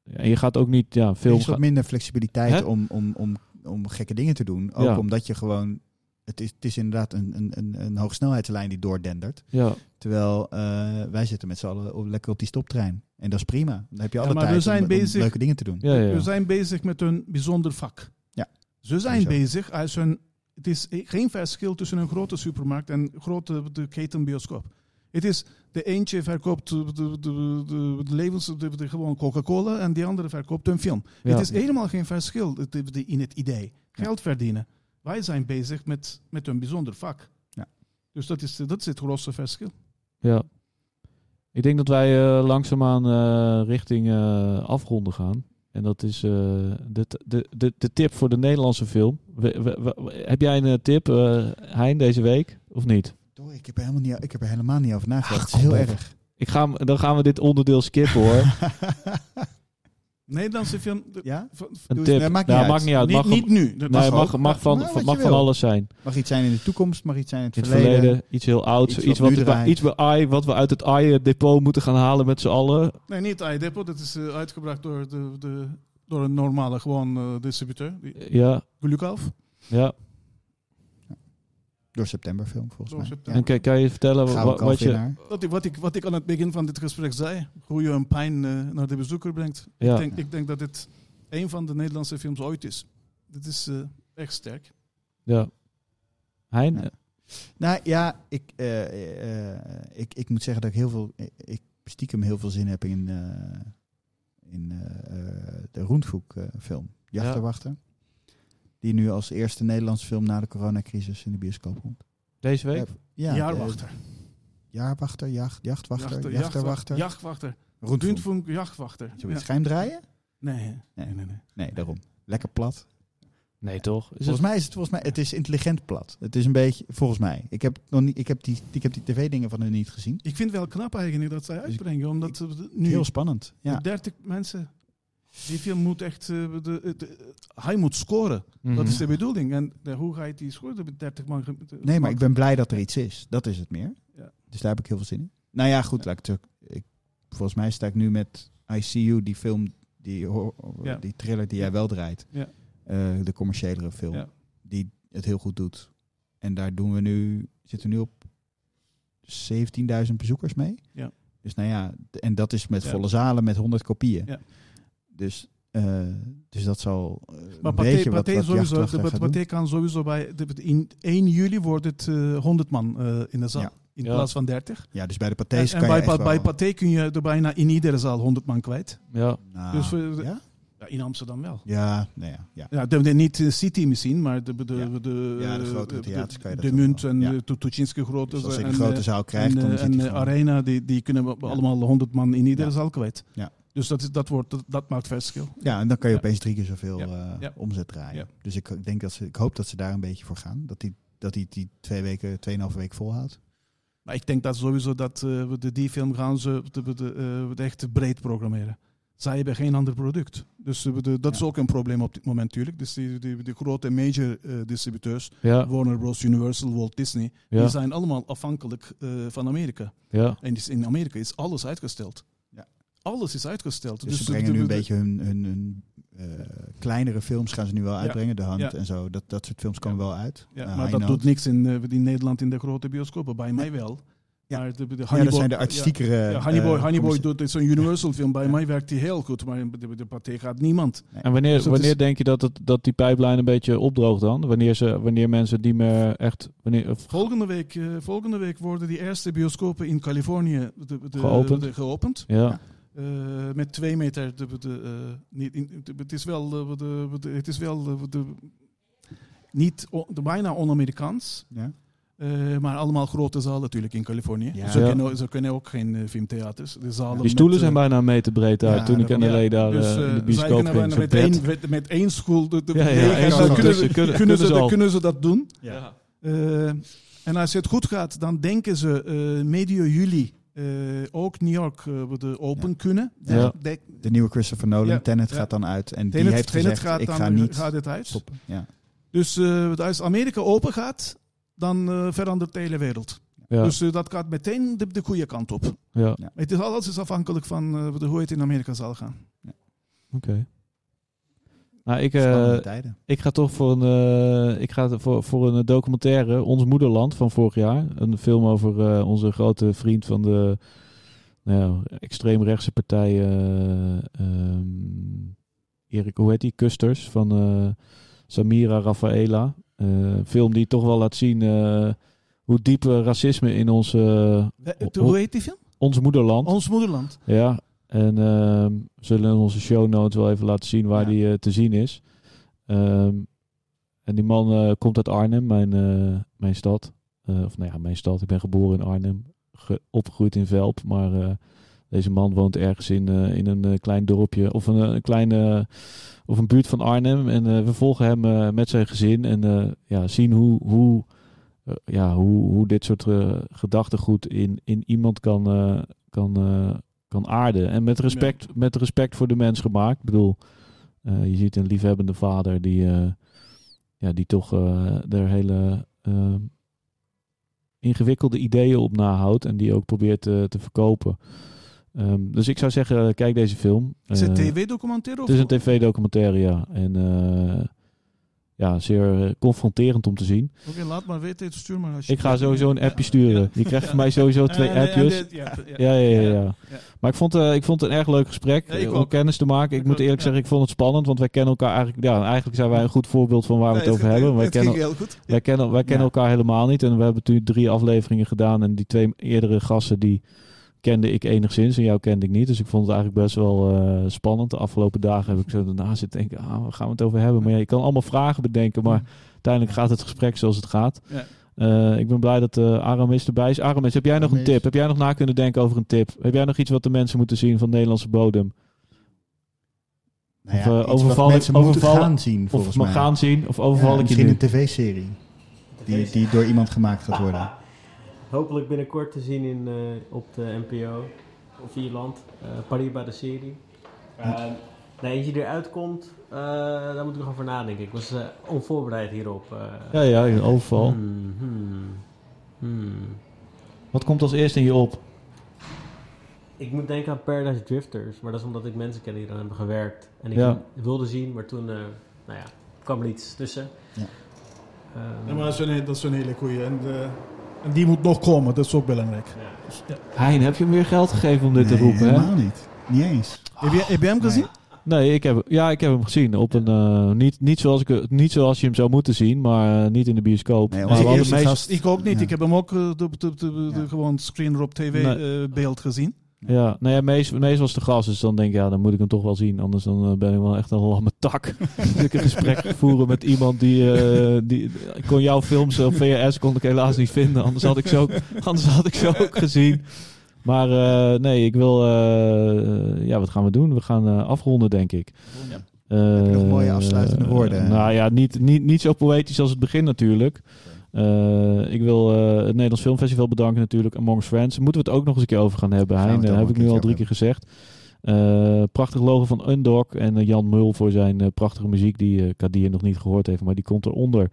A: en je gaat ook niet. Ja,
B: er
A: film.
B: is wat
A: ga-
B: minder flexibiliteit
A: Hè?
B: om, om, om, om gekke dingen te doen. Ook
A: Ja.
B: omdat je gewoon. Het is, het is inderdaad een, een, een, een hoogsnelheidslijn die doordendert.
A: ja.
B: Terwijl eh, wij zitten met z'n allen op- lekker op die stoptrein. En dat is prima. Dan heb je
D: Ja,
B: alle
D: maar we
B: tijd
D: zijn
B: om, om
D: bezig-
B: leuke dingen te doen.
A: Ja, ja,
D: We
A: ja.
D: zijn bezig met een bijzonder vak.
B: Ja.
D: Ze zijn
B: Sowieso.
D: bezig als een. Het is geen verschil tussen een grote supermarkt en een grote de ketenbioscoop. Het is de eentje verkoopt de, de, de, de, de levens, de, de- gewoon Coca-Cola en die andere verkoopt een film.
A: Ja.
D: Het is helemaal geen verschil de- de- de- in het idee. Geld verdienen. Wij zijn bezig met, met een bijzonder vak.
B: Ja.
D: Dus dat is, dat is het grootste verschil.
A: ja. Ik denk dat wij eh, langzaamaan eh, richting eh, afronden gaan. En dat is eh, de, de, de, de tip voor de Nederlandse film. We- we- we- heb jij een eh, tip, eh, Hein, deze week? Of niet?
B: Door, ik, heb er helemaal niet, ik heb er helemaal niet over nagedacht.
A: Ach,
B: het is heel
A: kom op.
B: erg.
A: Ik ga, hem- dan gaan we dit onderdeel skippen hoor.
D: Nederlandse film... de-
B: Ja?
D: van-
A: Een
B: Doe
A: tip.
B: het- nee, maakt niet
A: Ja,
B: uit.
A: maakt niet uit.
D: niet,
A: Mag,
D: niet nu. Dat
A: nee,
D: was
A: mag,
D: ook-
A: mag, van,
B: maar wat
A: mag
B: je
A: van
B: wil.
A: alles zijn.
B: Mag iets zijn in de toekomst, mag iets zijn in het,
A: In het
B: verleden.
A: verleden, iets heel ouds.
B: Iets
A: Iets,
B: wat
A: wat,
B: nu
A: we,
B: draait.
A: iets we AI, wat we uit het AI-depot moeten gaan halen met z'n allen.
D: Nee, niet iDepot. Dat is eh, uitgebracht door, de, de, door een normale gewoon eh, distributeur. Die-
A: Ja,
D: Glukauf.
A: ja.
B: Door septemberfilm, volgens
D: Door
B: mij.
D: september.
A: En kan, kan je vertellen
B: Gaan
A: wa-
B: we
A: wat, je...
B: kalfwinnaar.
D: Dat ik, wat, ik, wat ik aan het begin van dit gesprek zei. Hoe je een pijn eh, naar de bezoeker brengt. Ik,
A: Ja,
D: denk, ik denk dat dit een van de Nederlandse films ooit is. Dit is eh, echt sterk.
A: ja. Hein?
B: Ja. Nou ja, ik, eh, eh, eh, ik, ik moet zeggen dat ik heel veel, ik, ik stiekem heel veel zin heb in, eh, in eh, eh, de Roentvoek eh, film, Jachterwachter. Die nu als eerste Nederlandse film na de coronacrisis in de bioscoop komt.
A: Deze week?
B: Ja, de-
D: Jaarwachter.
B: jaarwachter, jacht, jachtwachter,
D: Jachter-
B: jachterwachter.
D: Jachtwachter.
B: Roentvoek.
D: Rundfunk, jachtwachter.
B: Zullen we het
D: Ja.
B: schuin draaien?
D: Nee, nee, nee. nee.
B: Nee, daarom. Lekker plat.
A: Nee, toch? Is het...
B: Volgens mij is het volgens mij, het is intelligent plat. Het is een beetje, volgens mij. Ik heb, nog niet, ik heb die, ik heb die tv-dingen van hun niet gezien.
D: Ik vind wel knap eigenlijk dat zij uitbrengen. Omdat ze nu
B: Heel spannend. Ja.
D: 30 mensen... Die film moet echt... eh, de, de- hij moet scoren.
A: Mhm.
D: Dat is de bedoeling. En eh, hoe ga je die scoren met 30 man?
B: Nee, maar ik ben blij dat er iets is. Dat is het meer.
D: Ja.
B: Dus daar heb ik heel veel zin in. Nou ja, goed. Laat ik het ook- ik, volgens mij sta ik nu met ICU, die film, die, hor-
D: Ja.
B: die thriller die jij wel draait.
D: Ja.
B: Eh, de commerciëlere film.
D: Ja.
B: Die het heel goed doet. En daar doen we nu, zitten we nu op 17.000 bezoekers mee.
D: Ja.
B: Dus nou ja, d- en dat is met
D: Ja.
B: volle zalen, met 100 kopieën.
D: Ja.
B: Dus, eh, dus dat zal eh,
D: Maar
B: een
D: Pathé,
B: beetje wat,
D: Pathé,
B: wat
D: sowieso,
B: Jachtwachter
D: de,
B: gaat doen.
D: Pathé kan sowieso bij... de- in 1 juli wordt het eh, 100 man eh, in de zaal.
B: Ja.
D: In
A: Ja.
D: plaats van 30.
B: Ja, dus bij de
D: En,
B: Pathés
D: en
B: kan
D: bij,
B: je echt
D: Pa-
B: wel-
D: bij Pathé kun je er bijna in iedere zaal 100 man kwijt.
A: Ja.
B: Nou,
D: Dus we-
B: ja?
D: Ja, in Amsterdam wel.
B: Ja, nou ja, ja.
D: Ja, de, de- niet eh, City misschien, maar de, de, de,
B: Ja.
D: de,
B: Ja, de grotere theaters kan je dat
D: de
B: wel
D: Munt
B: wel.
D: en
B: Ja.
D: de Tuchinske grote.
B: Dus als je
D: en,
B: de grote
D: eh,
B: zaal krijgt,
D: en,
B: dan
D: eh,
B: zit
D: en,
B: hij
D: eh,
B: gewoon-
D: Arena, die, die kunnen we
B: Ja.
D: allemaal 100 man in iedere
B: Ja.
D: zaal kwijt.
B: Ja.
D: Dus dat, is, dat, wordt, dat, dat maakt verschil.
B: Ja, en dan kan je
D: Ja.
B: opeens drie keer zoveel
D: Ja.
B: eh,
D: Ja.
B: omzet draaien.
D: Ja.
B: Dus ik, ik denk dat ze, ik hoop dat ze daar een beetje voor gaan. Dat die, dat die, die twee weken, tweeënhalve week volhoudt.
D: Maar ik denk dat sowieso dat eh, we de, die film gaan ze de, de, de, eh, het echt breed programmeren. Zij hebben geen ander product. Dus eh, de- dat is
B: Ja.
D: ook een probleem op dit moment natuurlijk. Dus die, die, die grote major eh, distributeurs,
A: Ja.
D: Warner Bros, Universal, Walt Disney, die
A: Ja.
D: zijn allemaal afhankelijk eh, van Amerika.
A: Ja.
D: En dus in Amerika is alles uitgesteld.
B: Ja.
D: Alles is uitgesteld.
B: Dus, ze
D: de-
B: brengen
D: de-
B: nu een
D: de-
B: beetje hun, hun, hun eh, kleinere films gaan ze nu wel uitbrengen. De Hand
D: Ja.
B: en zo. Dat, dat soort films komen wel uit.
D: Ja,
B: Eh,
D: maar
B: High
D: dat
B: Note.
D: doet niks in, eh, in Nederland in de grote bioscopen. Bij mij wel.
B: Ja.
D: Maar de, de
B: Ja, dat
D: Hannibal-
B: zijn de
D: ja,
B: artistiekere...
D: Ja,
B: eh,
D: Honeyboy, Honeyboy
B: commerci-
D: doet is zo'n Universal film. Bij mij werkt die heel goed, maar de, de partij gaat niemand.
A: En wanneer,
D: Dus dat
A: wanneer
D: is-
A: denk je dat, het, dat die pijplijn een beetje opdroogt dan? Wanneer, ze, wanneer mensen die meer echt... Wanneer, of-
D: Volgende week, eh, volgende week worden die eerste bioscopen in Californië de, de,
A: Geopend.
D: de- geopend.
A: ja.
D: Eh, met twee meter. De, de, eh, niet in, de- het is wel, eh, de, de- het is wel eh, de, niet o- de, bijna on-Amerikaans.
B: Ja.
D: eh, maar allemaal grote zalen natuurlijk in Californië.
B: Ja.
D: Ze,
A: Ja.
D: kennen, ze kennen ook geen eh, filmtheaters. De zalen
A: Die stoelen
D: met,
A: zijn
D: eh,
A: bijna een meter breed daar
B: Ja,
A: toen ik
B: dat-
A: en de
D: Ja,
A: daar
D: dus,
A: eh, in de
D: eh, zij
A: bioscoop
D: kunnen
A: ging.
D: bijna
A: Zo'n
D: met
A: bed.
D: één, met, met één school de, de
A: Ja, ja,
D: bewegen.
A: één
D: Dan
B: school
D: kunnen, ze,
A: ertussen. Kunnen-
D: kunnen,
A: kunnen
D: ze,
A: ze al.
D: kunnen ze dat doen.
A: Ja.
D: Eh, en als het goed gaat, dan denken ze eh, medio juli eh, ook New York eh, de open
B: Ja.
D: kunnen.
B: Ja.
A: Ja.
D: De,
B: De nieuwe Christopher Nolan,
D: Ja,
B: Tenet,
D: ja.
B: gaat dan uit. En die
D: Tenet-
B: heeft
D: Tenet
B: gezegd,
D: gaat
B: ik
D: dan
B: ga niet
D: gaat het uit.
B: stoppen. Ja.
D: Dus eh, als Amerika open gaat, dan eh, verandert de hele wereld.
A: Ja.
D: Dus eh, dat gaat meteen de, de goede kant op.
A: Ja. Oké.
D: Het is, alles is afhankelijk van eh, hoe het in Amerika zal gaan.
A: Nou, ik, eh,
B: Spannende tijden.
A: ik ga toch voor een, eh, ik ga voor, voor een documentaire, Ons Moederland van vorig jaar. Een film over eh, onze grote vriend van de nou, ja, extreemrechtse partij, eh, ehm, Erik, hoe heet die? Kusters van eh, Samira Rafaela. Eh, een film die toch wel laat zien eh, hoe diep eh, racisme in ons, eh,
D: Eh, Hoe heet die film?
A: ons moederland.
D: Ons moederland.
A: Ja, en ehm, we zullen in onze show notes wel even laten zien waar
B: Ja.
A: die eh, te zien is. Ehm, en die man eh, komt uit Arnhem, mijn, eh, mijn stad. Eh, of nou ja, mijn stad. Ik ben geboren in Arnhem, ge- opgegroeid in Velp. Maar eh, deze man woont ergens in, eh, in een eh, klein dorpje of een, eh, een kleine of een buurt van Arnhem. En eh, we volgen hem eh, met zijn gezin en eh, ja, zien hoe, hoe, eh, ja, hoe, hoe dit soort eh, gedachtegoed in, in iemand kan, eh, kan, eh, kan aarden. En met respect, met respect voor de mens gemaakt. Ik bedoel, eh, je ziet een liefhebbende vader die, eh, ja, die toch eh er hele eh, ingewikkelde ideeën op nahoudt. En die ook probeert eh, te verkopen. Ehm, dus ik zou zeggen, kijk deze film.
D: Is het
A: Eh,
D: tv-documentaire? of-
A: het is een tv-documentaire, ja. En eh, ja, zeer eh, confronterend om te zien.
D: Oké, laat maar weten. Stuur maar als je...
A: Ik ga sowieso een appje sturen. Je krijgt van mij sowieso twee
D: Eh, eh,
A: appjes.
D: dit- ja, ja.
A: Ja, ja, ja. ja.
D: Ja.
A: Maar ik vond, eh, ik vond het een erg leuk gesprek
D: Ja, ik
A: eh,
D: ook.
A: om kennis te maken. Ik,
D: Ik
A: moet
D: ook,
A: eerlijk
D: ja.
A: zeggen, ik vond het spannend, want wij kennen elkaar eigenlijk... Ja, eigenlijk zijn wij een goed voorbeeld van waar we
D: Nee,
A: het over hebben. Wij
D: het ging
A: kennen,
D: heel goed.
A: wij kennen, wij kennen
D: Ja.
A: elkaar helemaal niet. En we hebben natuurlijk drie afleveringen gedaan. En die twee eerdere gasten, die kende ik enigszins. En jou kende ik niet. Dus ik vond het eigenlijk best wel eh, spannend. De afgelopen dagen heb ik zo daarna zitten denken... Ah, waar gaan we het over hebben? Maar ja, je kan allemaal vragen bedenken. Maar uiteindelijk gaat het gesprek zoals het gaat.
D: Ja.
A: Eh, ik ben blij dat eh Aramis erbij is. Aramis, heb jij nog een
B: Aramis.
A: tip? Heb jij nog na kunnen denken over een tip? Heb jij nog iets wat de mensen moeten zien van Nederlandse bodem?
B: Nou
A: Of, eh,
B: iets
A: overval-
B: wat mensen moeten
A: overval-
B: gaan zien,
A: Of
B: volgens
A: me
B: mij.
A: gaan zien? Of overval
B: Ja,
A: ik je
B: misschien
A: nu?
B: een tv-serie die, die door iemand gemaakt gaat worden.
C: Hopelijk binnenkort te zien in, eh, op de NPO of Ierland. eh Paribas de serie. Eh, nee, eentje die eruit komt, eh, daar moet ik nog over nadenken. Ik was eh, onvoorbereid hierop. eh.
A: Ja, ja, een overval.
C: Hmm, hmm, hmm.
A: Wat komt als eerste in je op?
C: Ik moet denken aan Paradise Drifters, maar dat is omdat ik mensen ken die eraan hebben gewerkt. En ik
A: Ja.
C: wilde zien, maar toen eh, nou ja, kwam er iets tussen.
B: Ja.
C: Ehm,
D: Ja, maar dat is een, dat is een hele goeie. En, eh, en die moet nog komen, dat is ook belangrijk.
C: ja.
A: Hein, heb je hem weer geld gegeven om dit te
B: Nee,
A: roepen? Hè?
B: helemaal niet. Niet eens.
D: Heb, je, heb jij hem gezien?
A: Nee, ik heb, ja, ik heb hem gezien. Op een, eh, niet, niet, zoals ik, niet zoals je hem zou moeten zien, maar eh, niet in de bioscoop.
B: Nee,
A: Maar
B: want
A: we
B: de
A: hadden
B: eerste
A: meest-
B: gast-
D: Ik ook niet.
B: Ja.
D: Ik heb hem ook eh, de, de, de- de-
B: Ja.
D: gewoon screener op tv
A: Nee.
D: eh, beeld gezien.
A: Ja, nee, ja, Mees, Mees was de gast, dus dan denk ik, ja, dan moet ik hem toch wel zien. Anders dan eh, ben ik wel echt een lamme tak. ik een gesprek voeren met iemand die, eh, die... Ik kon jouw films op VHS kon ik helaas niet vinden, anders had ik ze ook, anders had ik ze ook gezien. Maar eh, nee, ik wil... eh, ja, wat gaan we doen? We gaan eh, afronden, denk ik.
D: Ja.
A: Eh,
B: Heb je nog mooie afsluitende woorden?
A: eh, nou ja, niet, niet, niet zo poëtisch als het begin natuurlijk. Eh, ik wil eh, het Nederlands Filmfestival bedanken natuurlijk. Amongst Friends. Moeten we het ook nog eens een keer over gaan hebben.
B: Gaan we
A: Hein,
B: het
A: dat heb
B: allemaal
A: ik nu al
B: een
A: drie keer gezegd. Eh, prachtig logo van Undoc. En eh, Jan Mul voor zijn eh, prachtige muziek. Die eh Kadir nog niet gehoord heeft. Maar die komt eronder.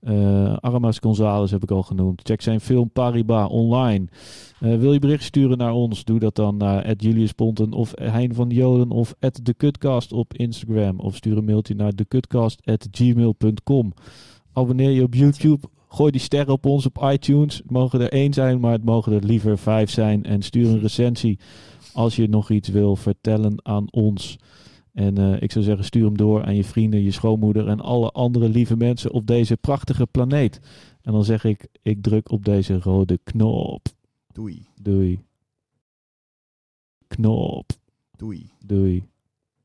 A: Eh Aramas Gonzalez heb ik al genoemd. Check zijn film Paribas online. Eh, wil je bericht sturen naar ons? Doe dat dan naar Julius Ponten of Hein van Joden of de Cutcast op Instagram. Of stuur een mailtje naar thecutcast.gmail.com. Abonneer je op YouTube. Gooi die sterren op ons op iTunes. Het mogen er één zijn, maar het mogen er liever vijf zijn. En stuur een recensie als je nog iets wil vertellen aan ons. En eh, ik zou zeggen, stuur hem door aan je vrienden, je schoonmoeder en alle andere lieve mensen op deze prachtige planeet. En dan zeg ik, ik druk op deze rode knop.
B: Doei,
A: Doei. Knop.
B: doei.
A: Doei.